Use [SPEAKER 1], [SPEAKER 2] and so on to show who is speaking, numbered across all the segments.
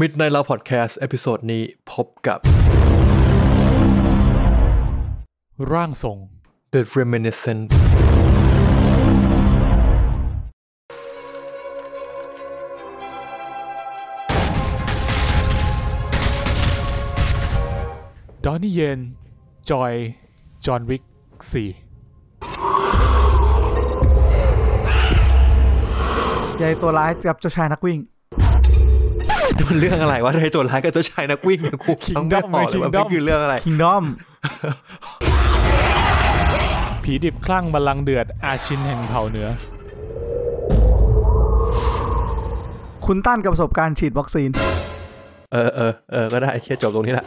[SPEAKER 1] Midnight Love Podcast เอพิโซดนี้พบกับ
[SPEAKER 2] ร่างทรง
[SPEAKER 1] The Reminiscent
[SPEAKER 2] ดอนนี่เยน จอย จอห์นวิกสี่
[SPEAKER 3] ยายตัวร้ายกับเจ้าชายนักวิ่ง
[SPEAKER 1] มันเรื่องอะไรวะในตัวร้ายกับตัวชายนักวิ่งเนี่ยกูฟังไม่ออกเลยว่ามันคือเรื่องอะไร
[SPEAKER 3] Kingdom
[SPEAKER 2] ผีดิบคลั่งบัลลังก์เดือด อาชินแห่งเผ่าเหนือ
[SPEAKER 3] คุณต้านกับประสบการณ์ฉีดวัคซีน
[SPEAKER 1] เออเออเออก็ได้แค่จบตรงนี้แหละ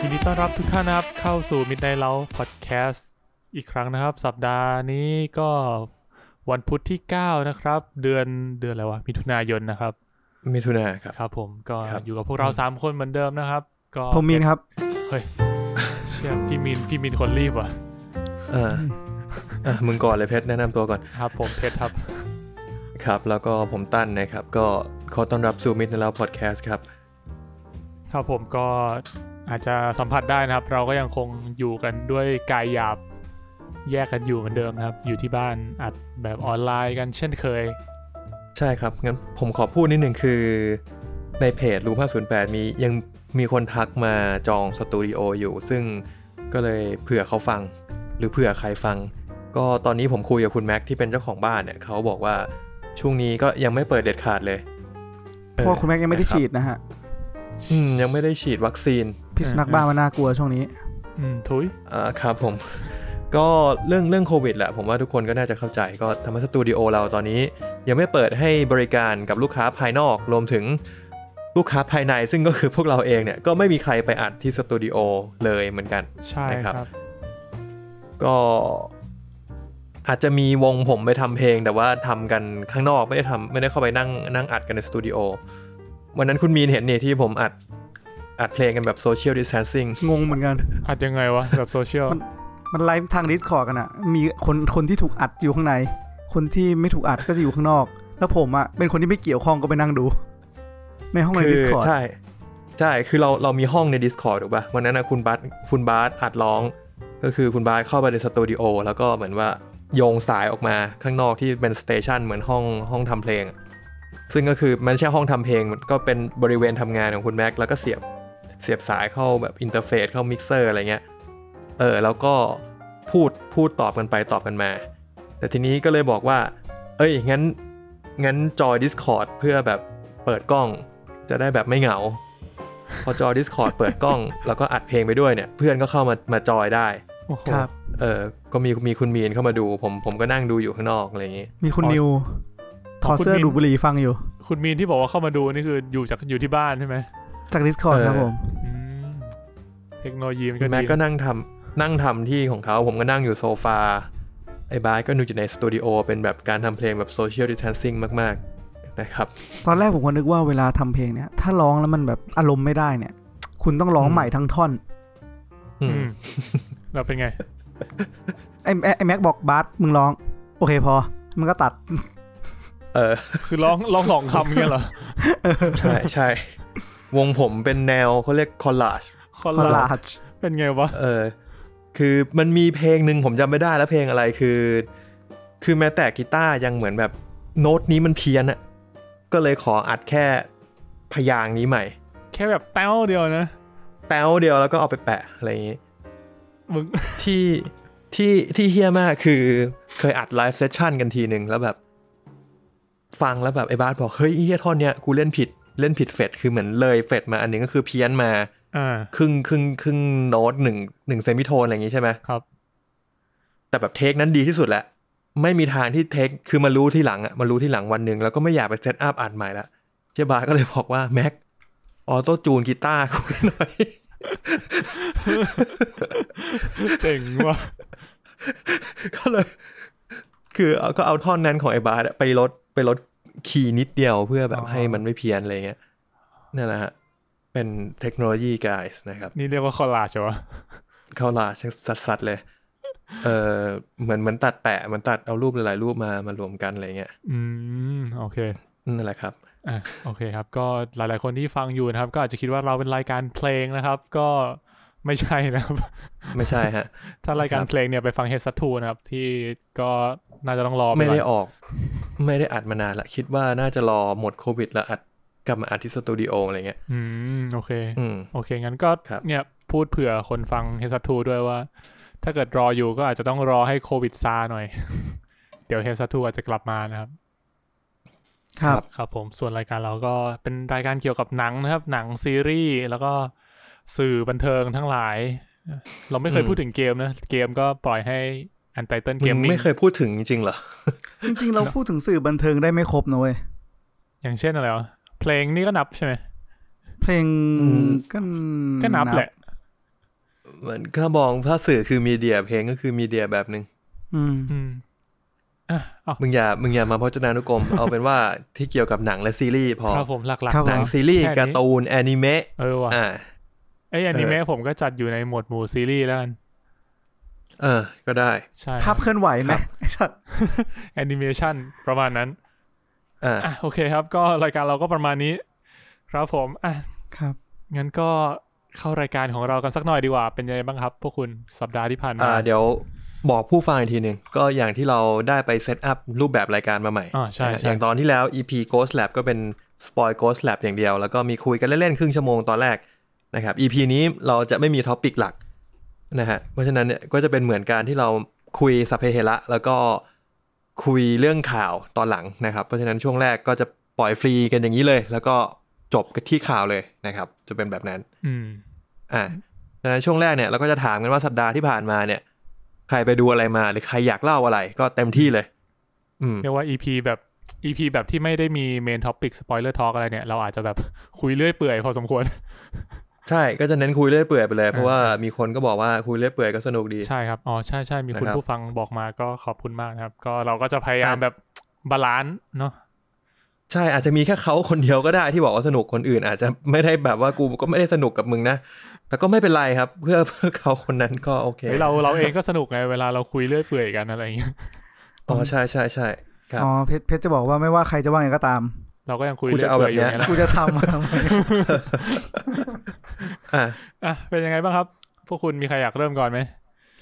[SPEAKER 2] ยินดีต้อนรับทุกท่านนะครับ เข้าสู่ Midnight l o v e Podcast อีกครั้งนะครับ สัปดาห์นี้ก็วันพุธที่ 9 นะครับ เดือนเดือนอะไรวะ มิถุนายนนะครับ
[SPEAKER 1] มิถุนาครับ
[SPEAKER 2] ครับผมก็
[SPEAKER 1] ครับ
[SPEAKER 2] อยู่กับพวกเรา 3 คนเหมือนเดิมนะครับ ก็
[SPEAKER 3] ผมมีนครับ
[SPEAKER 2] เชื่อพี่มินพี่มินคนรีบอ่ะ
[SPEAKER 1] เอออ่ะมึงก่อนเลยเพชรแนะนำตัวก่อน
[SPEAKER 2] ครับผมเพชรครับ
[SPEAKER 1] ครับ แล้วก็ผมตั้นนะครับ ก็ขอต้อนรับสู่ Midnight Love Podcast ครับ
[SPEAKER 2] ครับผมก็อาจจะสัมผัสได้นะครับ เราก็ยังคงอยู่กันด้วยกายหยาบแยกกันอยู่เหมือนเดิมนะครับ อยู่ที่บ้านอัดแบบออนไลน์กันเช่นเคย
[SPEAKER 1] ใช่ครับ งั้นผมขอพูดนิดหนึ่งคือในเพจรูม508 มียังมีคนทักมาจองสตูดิโออยู่ ซึ่งก็เลยเผื่อเขาฟัง หรือเผื่อใครฟัง ก็ตอนนี้ผมคุยกับคุณแม็กที่เป็นเจ้าของบ้านเนี่ยเขาบอกว่าช่วงนี้ก็ยังไม่เปิดเด็ดขาดเลย
[SPEAKER 3] เพราะว่าคุณแม็กยังไม่ได้ฉีดนะฮะ
[SPEAKER 1] อืมยังไม่ได้ฉีดวัคซีน
[SPEAKER 3] พิษสุนักบ้ามันน่ากลัวช่วงนี้
[SPEAKER 2] อืมทุย
[SPEAKER 1] อ่าครับผม ก็เรื่องเรื่องโควิดแหละผมว่าทุกคนก็น่าจะเข้าใจก็ธรรมะสตูดิโอเราตอนนี้ ยังไม่เปิดให้บริการกับลูกค้าภายนอก รวมถึงลูกค้าภายใน ซึ่งก็คือพวกเราเองเนี่ย ก็ไม่มีใครไปอัดที่สตูดิโอเลยเหมือนกัน
[SPEAKER 2] ใช่
[SPEAKER 1] นะค
[SPEAKER 2] ค
[SPEAKER 1] รั
[SPEAKER 2] รับ บ
[SPEAKER 1] ก็อาจจะมีวงผมไปทำเพลง แต่ว่าทำกันข้างนอกไม่ได้ทำไม่ได้เข้าไปนั่งนั่งอัดกันในสตูดิโอวันนั้นคุณมีนเห็นเนี่ยที่ผมอัดอัดเพลงกันแบบโซเชียลดิสแทนซิ่ง
[SPEAKER 3] งงเหมือนกัน
[SPEAKER 2] อัดยังไงวะ แบบโซเชียล
[SPEAKER 3] มัน มันไลฟ์ทางดิสคอร์กันอะมีคนคนที่ถูกอัดอยู่ข้างใน คนที่ไม่ถูกอัดก็จะอยู่ข้างนอก แล้วผมอะเป็นคนที่ไม่เกี่ยวข้องก็ไปนั่งดู ในห้องในดิสคอร์
[SPEAKER 1] ใช่ ใช่ คือเราเรามีห้องใน Discord ถูกปะ่ะ วันนั้นนะคุณบาสคุณบาสอัดร้อง ก็คือคุณบาสเข้าไปในสตูดิโอแล้วก็เหมือนว่าโยงสายออกมาข้างนอกที่เป็นสเตชันเหมือนห้องห้องทำเพลงอะซึ่งก็คือมันไม่ใช่ห้องทำเพลงมันก็เป็นบริเวณทำงานของคุณแม็กซ์แล้วก็เสียบเสียบสายเข้าแบบอินเทอร์เฟซเข้ามิกเซอร์อะไรเงี้ย เออ แล้วก็พูดพูดตอบกันไปตอบกันมา แต่ทีนี้ก็เลยบอกว่า เอ้ย งั้น งั้นจอย Discord เพื่อแบบเปิดกล้อง จะได้แบบไม่เหงา พอจอย Discord เปิดกล้อง แล้วก็อัดเพลงไปด้วยเนี่ย เพื่อนก็เข้ามามาจอยได้
[SPEAKER 2] โอ้โห
[SPEAKER 3] ครับ
[SPEAKER 1] เออ ก็มีมีคุณมีนเข้ามาดู ผมผมก็นั่งดูอยู่ข้างนอกอะไรอย่างงี้
[SPEAKER 3] มีคุณนิวถอดเสื้อดูดบุหรี่ฟังอยู่
[SPEAKER 2] คุณมีนที่บอกว่าเข้ามาดูนี่คืออยู่จากอยู่ที่บ้านใช่ไหม
[SPEAKER 3] จากดิสคอร์
[SPEAKER 1] เออ
[SPEAKER 3] ครับผม
[SPEAKER 2] อืมเทคโนโลยีมัน
[SPEAKER 1] คุ
[SPEAKER 2] ก็
[SPEAKER 1] ณแม็ก
[SPEAKER 2] ดี
[SPEAKER 1] ก็นั่งทำนั่งทำที่ของเขา ผมก็นั่งอยู่โซฟา ไอ้บาสก็นูอยู่ในสตูดิโอ เป็นแบบการทำเพลงแบบโซเชียลดิสแทนซิ่งมาก ๆ นะครับ
[SPEAKER 3] ตอนแรกผมก็นึกว่าเวลาทำเพลงเนี่ย ถ้าร้องแล้วมันแบบอารมณ์ไม่ได้เนี่ย คุณต้องร้องใหม่ทั้งท่อน
[SPEAKER 1] อื
[SPEAKER 2] อื
[SPEAKER 1] ม
[SPEAKER 2] มเราเป็นไง
[SPEAKER 3] ไอ้ไอ้ไอ้แม็กบอกบาสมึงร้อง โอเคพอ มันก็ตัด
[SPEAKER 1] เออ
[SPEAKER 2] คือร้องร้องสองคำเงี้ยเหรอ
[SPEAKER 1] ใช่ใช่ วงผมเป็นแนวเขาเรียกคอลลาจ
[SPEAKER 2] คอ
[SPEAKER 3] คอล
[SPEAKER 2] ลา
[SPEAKER 3] ลา
[SPEAKER 2] จ
[SPEAKER 3] จ
[SPEAKER 2] เป็นไงวะ
[SPEAKER 1] เออคือมันมีเพลงหนึ่งผมจำไม่ได้แล้วเพลงอะไรคือ คือแม้แต่กีตาร์ยังเหมือนแบบโน้ตนี้มันเพี้ยนอะก็เลยขออัดแค่พยางค์นี้ใหม่
[SPEAKER 2] แค่แบบแต้วเดียวนะ
[SPEAKER 1] แต้วเดียวแล้วก็เอาไปแปะอะไรอย่างงี้
[SPEAKER 2] มึง
[SPEAKER 1] ที่ที่ที่เฮี้ยมากคือเคยอัดไลฟ์เซสชั่นกันทีหนึ่งแล้วแบบ ฟังแล้วแบบไอ้บาสบอก เฮ้ยไอ้เฮี้ยท่อนเนี้ยกูเล่นผิดเล่นผิดเฟดคือเหมือนเลยเฟดมาอันหนึงก็คือเพี้ยนมา
[SPEAKER 2] อ่า
[SPEAKER 1] ครึ่งครึ่งครึ่งโน้ตหนึ่งหนึ่งเซมิโทนอะไรอย่างงี้ใช่ไหม
[SPEAKER 2] ครับ
[SPEAKER 1] แต่แบบเทคนั้นดีที่สุดแหละ ไม่มีทางที่เทคคือมารู้ที่หลังอะมารู้ที่หลังวันหนึ่งแล้วก็ไม่อยากไปเซตอัพอัดใหม่ละเชยบาก็เลยบอกว่า แม็กออโต้จูนกีตาร์กูหน่อย
[SPEAKER 2] เจ๋งว่ะ
[SPEAKER 1] ก็เลย คือเอาก็เอาท่อนนั้นของไอ้บาสอะไปลดไปลดคีย์นิดเดียวเพื่อแบบ
[SPEAKER 2] อ๋อ
[SPEAKER 1] ให้มันไม่เพี้ยนอะไรเงี้ยนั่นแหละฮะเป็นเทคโนโลยี guys นะครับ
[SPEAKER 2] นี่เรียกว่าคอลลาจเหรอวะ
[SPEAKER 1] เข้าลาชสัดๆเลย เออเหมือนเหมือนตัดแปะเหมือนตัดเอารูปหลายๆรูปมามารวมกันอะไรเงี้ย
[SPEAKER 2] อืมโอเค
[SPEAKER 1] นั่นแหละครับ
[SPEAKER 2] อ่ะโอเคครับ ก็หลาย ๆ คนที่ฟังอยู่นะครับ ก็อาจจะคิดว่าเราเป็นรายการเพลงนะครับ ก็ไม่ใช่นะครับ
[SPEAKER 1] ไม่ใช่ฮะ
[SPEAKER 2] ถ้ารายการ
[SPEAKER 1] ครับ
[SPEAKER 2] เพลงเนี่ยไปฟังเฮดซัตทูนะครับ ที่ก็น่าจะต้องรอป
[SPEAKER 1] ไม่ได้
[SPEAKER 2] ก่อน
[SPEAKER 1] ออก ไม่ได้อัดมานานละคิดว่าน่าจะรอหมดโควิดแล้วอัดกลับมาอัดที่สตูดิโออะไรเงี้ย
[SPEAKER 2] อืมโอเค
[SPEAKER 1] อืม
[SPEAKER 2] โอเค งั้นก็
[SPEAKER 1] ครับ
[SPEAKER 2] เนี่ยพูดเผื่อคนฟังเฮดซัตทูด้วยว่า ถ้าเกิดรออยู่ก็อาจจะต้องรอให้โควิดซาหน่อย เดี๋ยวเฮดซัตทูอาจจะกลับมานะครับ
[SPEAKER 3] ครับ
[SPEAKER 2] ครับผมส่วนรายการเราก็เป็นรายการเกี่ยวกับหนังนะครับ หนังซีรีส์แล้วก็สื่อบันเทิงทั้งหลาย เราไม่เคย
[SPEAKER 1] อืม
[SPEAKER 2] พูดถึงเกมนะ เกมก็ปล่อยให้อันไตเติลเก
[SPEAKER 1] มึ
[SPEAKER 2] ม
[SPEAKER 1] ง
[SPEAKER 2] มิ่
[SPEAKER 1] ไม่
[SPEAKER 2] ง
[SPEAKER 1] เคยพูดถึงจริงๆเหรอ
[SPEAKER 3] จริงๆ เราพูดถึงสื่อบันเทิงได้ไม่ครบนะเว้ย
[SPEAKER 2] อย่างเช่นอะไรวะเพลงนี่ก็นับใช่ไหม
[SPEAKER 3] เพลง
[SPEAKER 1] อืม
[SPEAKER 3] ก็
[SPEAKER 2] ก็นับแหละ
[SPEAKER 1] เหมือนถ้ามองภาพสื่อคือมีเดียเพลงก็คือมีเดียแบบหนึ่ง
[SPEAKER 3] อืม
[SPEAKER 2] อืม
[SPEAKER 1] มึงอย่ามึงอย่ามาพจนานุกรม เอาเป็นว่าที่เกี่ยวกับหนังและซีรีส์พอ
[SPEAKER 2] ครับผมหลัก
[SPEAKER 3] ครับ
[SPEAKER 2] ๆ
[SPEAKER 1] หนังซีรีส์การ์ตูนแอนิเมะ
[SPEAKER 2] เออว่ะ
[SPEAKER 1] อ่า
[SPEAKER 2] ไอยอนิเมะผมก็จัดอยู่ในหมวดหมู่ซีรีส์แล้วกัน
[SPEAKER 1] เออ ก็ได้
[SPEAKER 2] ใช่
[SPEAKER 3] ภาพเคลื่อนไหวไหม
[SPEAKER 1] ครับ
[SPEAKER 3] ไอ้สัตว์
[SPEAKER 2] แอนิเมชันประมาณนั้น
[SPEAKER 1] อ่า
[SPEAKER 2] อ่ะโอเคครับ ก็รายการเราก็ประมาณนี้ ครับผมอ่ะ
[SPEAKER 3] ครับ
[SPEAKER 2] งั้นก็เข้ารายการของเรากันสักหน่อยดีกว่า เป็นยังไงบ้างครับ พวกคุณสัปดาห์ที่ผ่านมา
[SPEAKER 1] อ่า เดี๋ยวบอกผู้ฟังอีกทีหนึ่งก็อย่างที่เราได้ไปเซตอัพรูปแบบรายการมาใหม่
[SPEAKER 2] อ่าใช่
[SPEAKER 1] อ
[SPEAKER 2] ใช่
[SPEAKER 1] ย่างตอนที่แล้ว EP Ghost Lab ก็เป็น Spoil Ghost Lab อย่างเดียว แล้วก็มีคุยกันเล่น ๆ ครึ่งชั่วโมงตอนแรกนะครับ EP นี้เราจะไม่มีท็อปิกหลักนะฮะเพราะฉะนั้นเนี่ยก็จะเป็นเหมือนการที่เราคุยสัพเพเหระแล้วก็คุยเรื่องข่าวตอนหลังนะครับ เพราะฉะนั้นช่วงแรกก็จะปล่อยฟรีกันอย่างนี้เลย แล้วก็จบกันที่ข่าวเลยนะครับ จะเป็นแบบนั้น
[SPEAKER 2] อืม
[SPEAKER 1] อ่าดังนั้นช่วงแรกเนี่ยเราก็จะถามกันว่าสัปดาห์ที่ผ่านมาเนี่ย ใครไปดูอะไรมาหรือใครอยากเล่าอะไรก็เต็มที่เลย อืม
[SPEAKER 2] เรียกว่า EP แบบ EP แบบที่ไม่ได้มีเมนท็อปิกสปอยเลอร์ทอ k อะไรเนี่ย เราอาจจะแบบ คุยเรื่อยเปื่อยพอสม ควร
[SPEAKER 1] ใช่ ก็จะเน้นคุยเรื่อยเปื่อยไปเลย เพราะ
[SPEAKER 2] อ่า
[SPEAKER 1] ว่ามีคนก็บอกว่าคุยเรื่อยเปื่อยก็สนุกดี
[SPEAKER 2] ใช่ครับ อ๋อ ใช่ใช่มีคุณ
[SPEAKER 1] นะครับ
[SPEAKER 2] ผู้ฟังบอกมาก็ขอบคุณมากนะครับ ก็เราก็จะพยายาม
[SPEAKER 1] อ่ะ
[SPEAKER 2] แบบบาลานซ์ เนาะ
[SPEAKER 1] ใช่อาจจะมีแค่เขาคนเดียวก็ได้ที่บอกว่าสนุกคนอื่น อาจจะไม่ได้แบบว่ากูก็ไม่ได้สนุกกับมึงนะ แต่ก็ไม่เป็นไรครับ เพื่อเพื่อ เขาคนนั้นก็โอเค
[SPEAKER 2] เฮ้ยเราเราเองก็สนุกไงเวลาเราคุยเรื่อยเปื่อยกันอะไรอย่างเงี้ย
[SPEAKER 1] อ๋อใช่ใช่ใช่ครับ
[SPEAKER 3] อ๋อ เพชรเพชรจะบอกว่าไม่ว่าใครจะว่าไงก็ตาม
[SPEAKER 2] เราก็ยังคุย
[SPEAKER 1] กู
[SPEAKER 2] เรื่อ
[SPEAKER 1] จะ
[SPEAKER 2] ย
[SPEAKER 1] เอา
[SPEAKER 2] เปื่
[SPEAKER 1] แบ
[SPEAKER 2] อ
[SPEAKER 1] บ
[SPEAKER 2] ยอ
[SPEAKER 1] เนี้ย
[SPEAKER 2] ยู่อย่างเงี้ยแหละ
[SPEAKER 3] กูจะทำมาทำไม
[SPEAKER 1] อ่ะ
[SPEAKER 2] อ่ะเป็นยังไงบ้างครับ พวกคุณมีใครอยากเริ่มก่อนไหม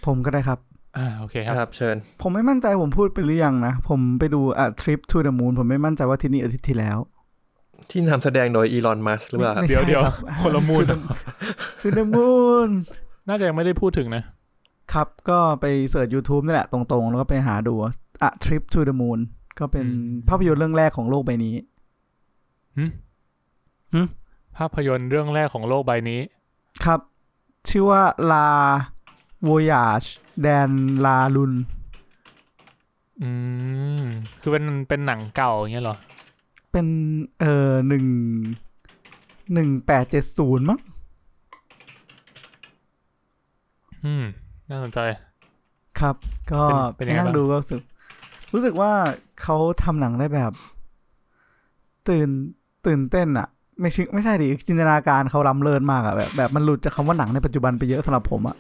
[SPEAKER 3] ผมก็ได้ครับ
[SPEAKER 2] อ่าโอเคครับ
[SPEAKER 1] ครับเชิญ
[SPEAKER 3] ผมไม่มั่นใจผมพูดไปหรือยังนะ ผมไปดูอ่ะทริปทูเดอะมูนผมไม่มั่นใจว่าที่นี่อาทิตย์ที่แล้ว
[SPEAKER 1] ที่นำแสดงโดยอีลอนมัสหรือเปล่าครับ
[SPEAKER 3] ไม่
[SPEAKER 2] เดี๋ยว
[SPEAKER 3] ใช่
[SPEAKER 2] เดี๋ยว
[SPEAKER 3] รับ
[SPEAKER 2] คนละมูด
[SPEAKER 3] ทูเดอะมูน
[SPEAKER 2] น่าจะยังไม่ได้พูดถึงนะ
[SPEAKER 3] ครับ ก็ไปเสิร์ช YouTube นั่นแหละตรงๆ แล้วก็ไปหาดูอ่ะทริปทูเดอะมูนก็เป็น
[SPEAKER 2] อืม
[SPEAKER 3] ภาพยนตร์เรื่องแรกของโลกใบนี้
[SPEAKER 2] ภาพยนตร์เรื่องแรกของโลกใบนี้
[SPEAKER 3] ครับ ชื่อว่าลา voyage แดนลาลุน
[SPEAKER 2] อืม คือเป็นเป็นหนังเก่าอย่างเงี้ยเหรอ
[SPEAKER 3] เป็นเอ่อหนึ่งหนึ่งแปดเจ็ดศูนย์มั้ง
[SPEAKER 2] อืม น่าสนใจ
[SPEAKER 3] ครับ ก็
[SPEAKER 2] เป็นเป็นยังไง
[SPEAKER 3] นั่
[SPEAKER 2] บ้าง ง
[SPEAKER 3] ดูก็รู้สึก รู้สึกว่าเขาทำหนังได้แบบ ตื่นตื่นเต้นอะไม่ใช่ไม่ใช่ดิจินตนาการเขาล้ำเลิศมากอะแบบแบบมันหลุดจากคำว่าหนังในปัจจุบันไปเยอะสำหรับผมอะ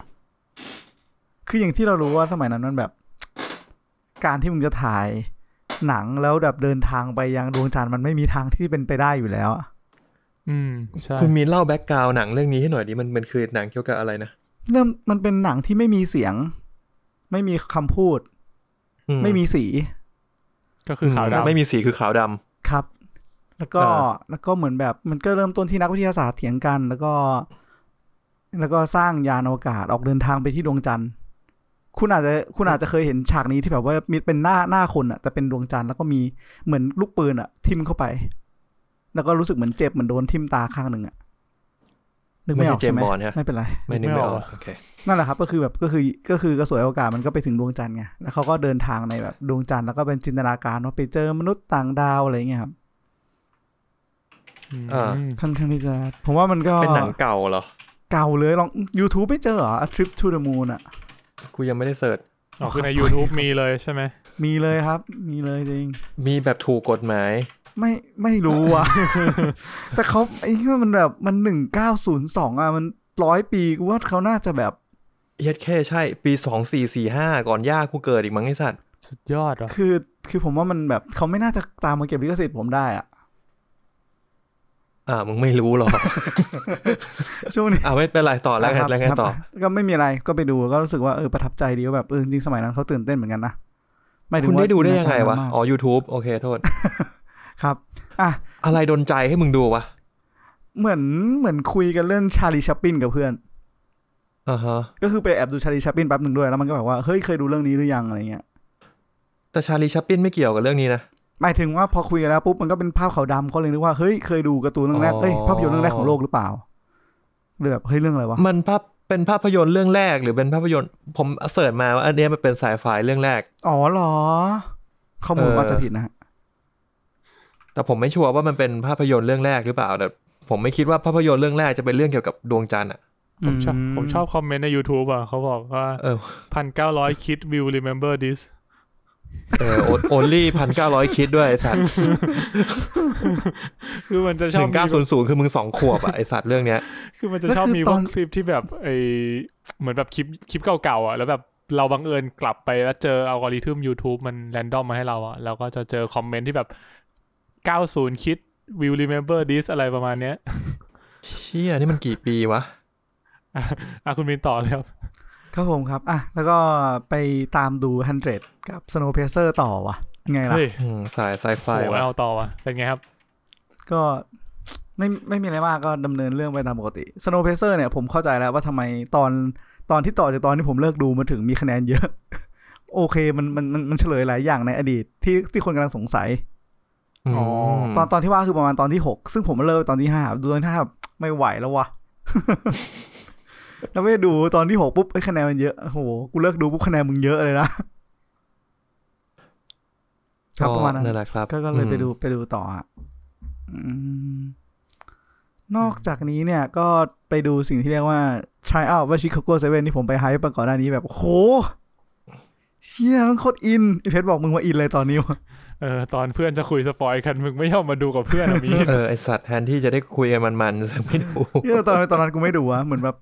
[SPEAKER 3] คืออย่างที่เรารู้ว่าสมัยนั้นมันแบบ การที่มึงจะถ่ายหนังแล้วแบบเดินทางไปยังดวงจันทร์มันไม่มีทางที่เป็นไปได้อยู่แล้วอะ
[SPEAKER 2] อืม ใช่
[SPEAKER 1] คุณมีนเล่าแบ็กกราวหนังเรื่องนี้ให้หน่อยดิมันมันคือหนังเกี่ยวกับอะไรนะ
[SPEAKER 3] เริ่มมันเป็นหนังที่ไม่มีเสียง ไม่มีคำพูด
[SPEAKER 1] อื
[SPEAKER 3] ไม่มีสี
[SPEAKER 2] ก็คือขาว
[SPEAKER 1] ม
[SPEAKER 2] ดำ
[SPEAKER 1] ไม่มีสีคือขาวดำ
[SPEAKER 3] ครับ แล้วก็
[SPEAKER 1] อ่า
[SPEAKER 3] แล้วก็เหมือนแบบมันก็เริ่มต้นที่นักวิทยาศาสตร์เถียงกัน แล้วก็ แล้วก็สร้างยานอวกาศออกเดินทางไปที่ดวงจันทร์ คุณอาจจะคุณอาจจะเคยเห็นฉากนี้ที่แบบว่ามีเป็นหน้าหน้าคนอะแต่เป็นดวงจันทร์แล้วก็มีเหมือนลูกปืนอะทิ่มเข้าไป แล้วก็รู้สึกเหมือนเจ็บเหมือนโดนทิ่มตาข้างหนึ่งอะนึกไม่ออกใช่ไหม
[SPEAKER 1] ไม่ใช่เจมส์บอนด์ฮะ
[SPEAKER 3] ไม่เป็นไร
[SPEAKER 1] ไม่นึกไม่ออกโอเค
[SPEAKER 3] นั่นแหละครับก็คือแบบก็คือก็คือกระสวยอวกาศมันก็ไปถึงดวงจันทร์ไงแล้วเขาก็เดินทางในแบบดวงจันทร์แล้วก็เป็นจินตนาการว่าไปเจอมนุษย์ต่างดาวอะไรเงี้ยครับ
[SPEAKER 2] อืม
[SPEAKER 1] อ่า
[SPEAKER 3] ค่อนข้างที่จะผมว่ามันก็
[SPEAKER 1] เป็นหนังเก่าเหรอ
[SPEAKER 3] เก่าเลยลอง YouTube ไม่เจอเหรอ A Trip to the Moon อ่ะ
[SPEAKER 1] กูยังไม่ได้เสิร์ช
[SPEAKER 2] อ๋อคือใน YouTube มีเลยใช่ไหม
[SPEAKER 3] มีเลยครับ มีเลยจริง
[SPEAKER 1] มีแบบถูกกฎหมาย
[SPEAKER 3] ไม่ไม่รู้ อ่ะ แต่เขาไอ้ที่มันแบบมันหนึ่งเก้าศูนย์สองอ่ะมันร้อยปีกูว่าเขาน่าจะแบบ
[SPEAKER 1] เย็ดแค่ใช่ ปีสองสี่สี่ห้าก่อนย่ากูเกิดอีกมั้งไอ้สัตว์
[SPEAKER 2] สุดยอดว่ะ
[SPEAKER 3] คือคือผมว่ามันแบบเขาไม่น่าจะตามมาเก็บลิขสิทธิ์ผมได้อะ
[SPEAKER 1] อ่ามึงไม่รู้หรอก
[SPEAKER 3] ช่วงนี้
[SPEAKER 1] อ่าไม่เป็นไรต่อแล้วไง
[SPEAKER 3] ครับ
[SPEAKER 1] แล้วไงต่อ
[SPEAKER 3] ครับก็ไม่มีอะไรก็ไปดูก็รู้สึกว่าเออประทับใจดีว่าแบบเออจริงๆสมัยนั้นเขาตื่นเต้นเหมือนกันนะหมายถึ
[SPEAKER 1] คุณ
[SPEAKER 3] งา
[SPEAKER 1] ได้ดูได้ยังไงวะ
[SPEAKER 3] จินตนาการมาก
[SPEAKER 1] อ๋อ YouTube โอเคโท ษ
[SPEAKER 3] ครับอ่ะ
[SPEAKER 1] อะไรดนใจให้มึงดูวะ
[SPEAKER 3] เหมือนเหมือนคุยกันเรื่องชาลีชัปปินกับเพื่อน
[SPEAKER 1] อ่าฮะ
[SPEAKER 3] ก็คือไปแอบดูชาลีชัปปินแป๊บหนึ่งด้วยแล้วมันก็แบบว่าเฮ้ยเคยดูเรื่องนี้หรือยังอะไรเงี้ย
[SPEAKER 1] แต่ชาลีชัปปินไม่เกี่ยวกับเรื่องนี้นะ
[SPEAKER 3] หมายถึงว่าพอคุยกันแล้วปุ๊บมันก็เป็นภาพขาวดำก็เลยนึกว่าเฮ้ยเคยดูการ์ตูนเรื่องแรก
[SPEAKER 1] อ๋อ
[SPEAKER 3] เอ้ยภาพยนตร์เรื่องแรกของโลกหรือเปล่าเลยแบบเฮ้ยเรื่องอะไรวะ
[SPEAKER 1] มันภาพเป็นภาพยนตร์เรื่องแรกหรือเป็นภาพยนตร์ผมเสิร์ชมาว่าอันเนี้ยมันเป็นสายไฟเรื่องแรก
[SPEAKER 3] อ๋อเหรอ ข้อมูล
[SPEAKER 1] เออ
[SPEAKER 3] ว่าจะผิดนะฮะ
[SPEAKER 1] แต่ผมไม่ชัวร์ว่ามันเป็นภาพยนตร์เรื่องแรกหรือเปล่าแต่ผมไม่คิดว่าภาพยนตร์เรื่องแรกจะเป็นเรื่องเกี่ยวกับดวงจันทร์อ่ะ
[SPEAKER 2] ผมชอบผมชอบคอมเมนต์ใน YouTube อ่ะเขาบอกว่า
[SPEAKER 1] เออ
[SPEAKER 2] พันเก้าร้อยคิดวิว remember this
[SPEAKER 1] เออโอลี่พันเก้าร้อยคิดด้วยไอ้สัตว์
[SPEAKER 2] คือมันจะช
[SPEAKER 1] ห
[SPEAKER 2] อบ
[SPEAKER 1] นึ่งเก้า
[SPEAKER 2] มี
[SPEAKER 1] ศูนย์ศูนย์คือมึงสองขวบอ่ะไอสัตว์เรื่องเนี้ย
[SPEAKER 2] คือมันจะชอบมีพวกคลิปที่แบบไอเหมือนแบบคลิปคลิปเก่าๆอ่ะแล้วแบบเราบังเอิญกลับไปแล้วเจออัลกอริทึม YouTube มันแรนดอมมาให้เราอ่ะเราก็จะเจอคอมเมนต์ที่แบบ 90 คิด will remember this อะไรประมาณเนี้ย
[SPEAKER 1] เชี่ยนี่มันกี่ปีวะ
[SPEAKER 2] อ่ะคุณมินต่อเลยครับ
[SPEAKER 3] ครับผมครับอ่ะแล้วก็ไปตามดู100กับ Snowpiercer ต่อวะไงล่ะ
[SPEAKER 2] เฮ้ย
[SPEAKER 1] อืมสายไซไฟ
[SPEAKER 2] โห
[SPEAKER 1] วะ
[SPEAKER 2] เอาต่อว่ะเป็นไงครับ
[SPEAKER 3] ก็ไม่ไม่มีอะไรมากก็ดำเนินเรื่องไปตามปกติ Snowpiercer เนี่ยผมเข้าใจแล้วว่าทำไมตอนตอนที่ต่อจากตอนที่ผมเลิกดูมาถึงมีคะแนนเยอะ โอเคมันมันมันมันเฉลยหลายอย่างในอดีตที่ที่คนกำลังสงสัย
[SPEAKER 1] ม
[SPEAKER 2] อ๋อ
[SPEAKER 3] ตอนตอนที่ว่าคือประมาณตอนที่หกซึ่งผมเลิกตอนที่ห้าดูตอนที่ห้าแบบไม่ไหวแล้ววะ แล้วไปดูตอนที่หกปุ๊บเอ้ยคะแนนมันเยอะโอ้โหกูเลิกดูปุ๊บคะแนนมึงเยอะเลยนะ ครับประมาณนั้น
[SPEAKER 1] นั่นแหละครับ
[SPEAKER 3] ก็ก็เลยไปดู
[SPEAKER 1] อืม
[SPEAKER 3] ไปดูต่ออ่ะอืมนอกจากนี้เนี่ยก็ไปดูสิ่งที่เรียกว่า try out ว่าชิคาโกเซเว่นที่ผมไปไฮป์มาก่อนหน้านี้แบบ โห เชี่ยมันโคตรอินไอ้เพชรบอกมึงว่าอินเลยตอนนี้วะ
[SPEAKER 2] เออตอนเพื่อนจะคุยสปอยกันมึงไม่ยอมมาดูกับเพื่อนอะมี
[SPEAKER 1] เออไอสัตว์แทนที่จะได้คุยกันมันๆจะไม่ดู
[SPEAKER 3] เชี่ยตอนตอนนั้นกูไม่ดูวะเหมือนแบบ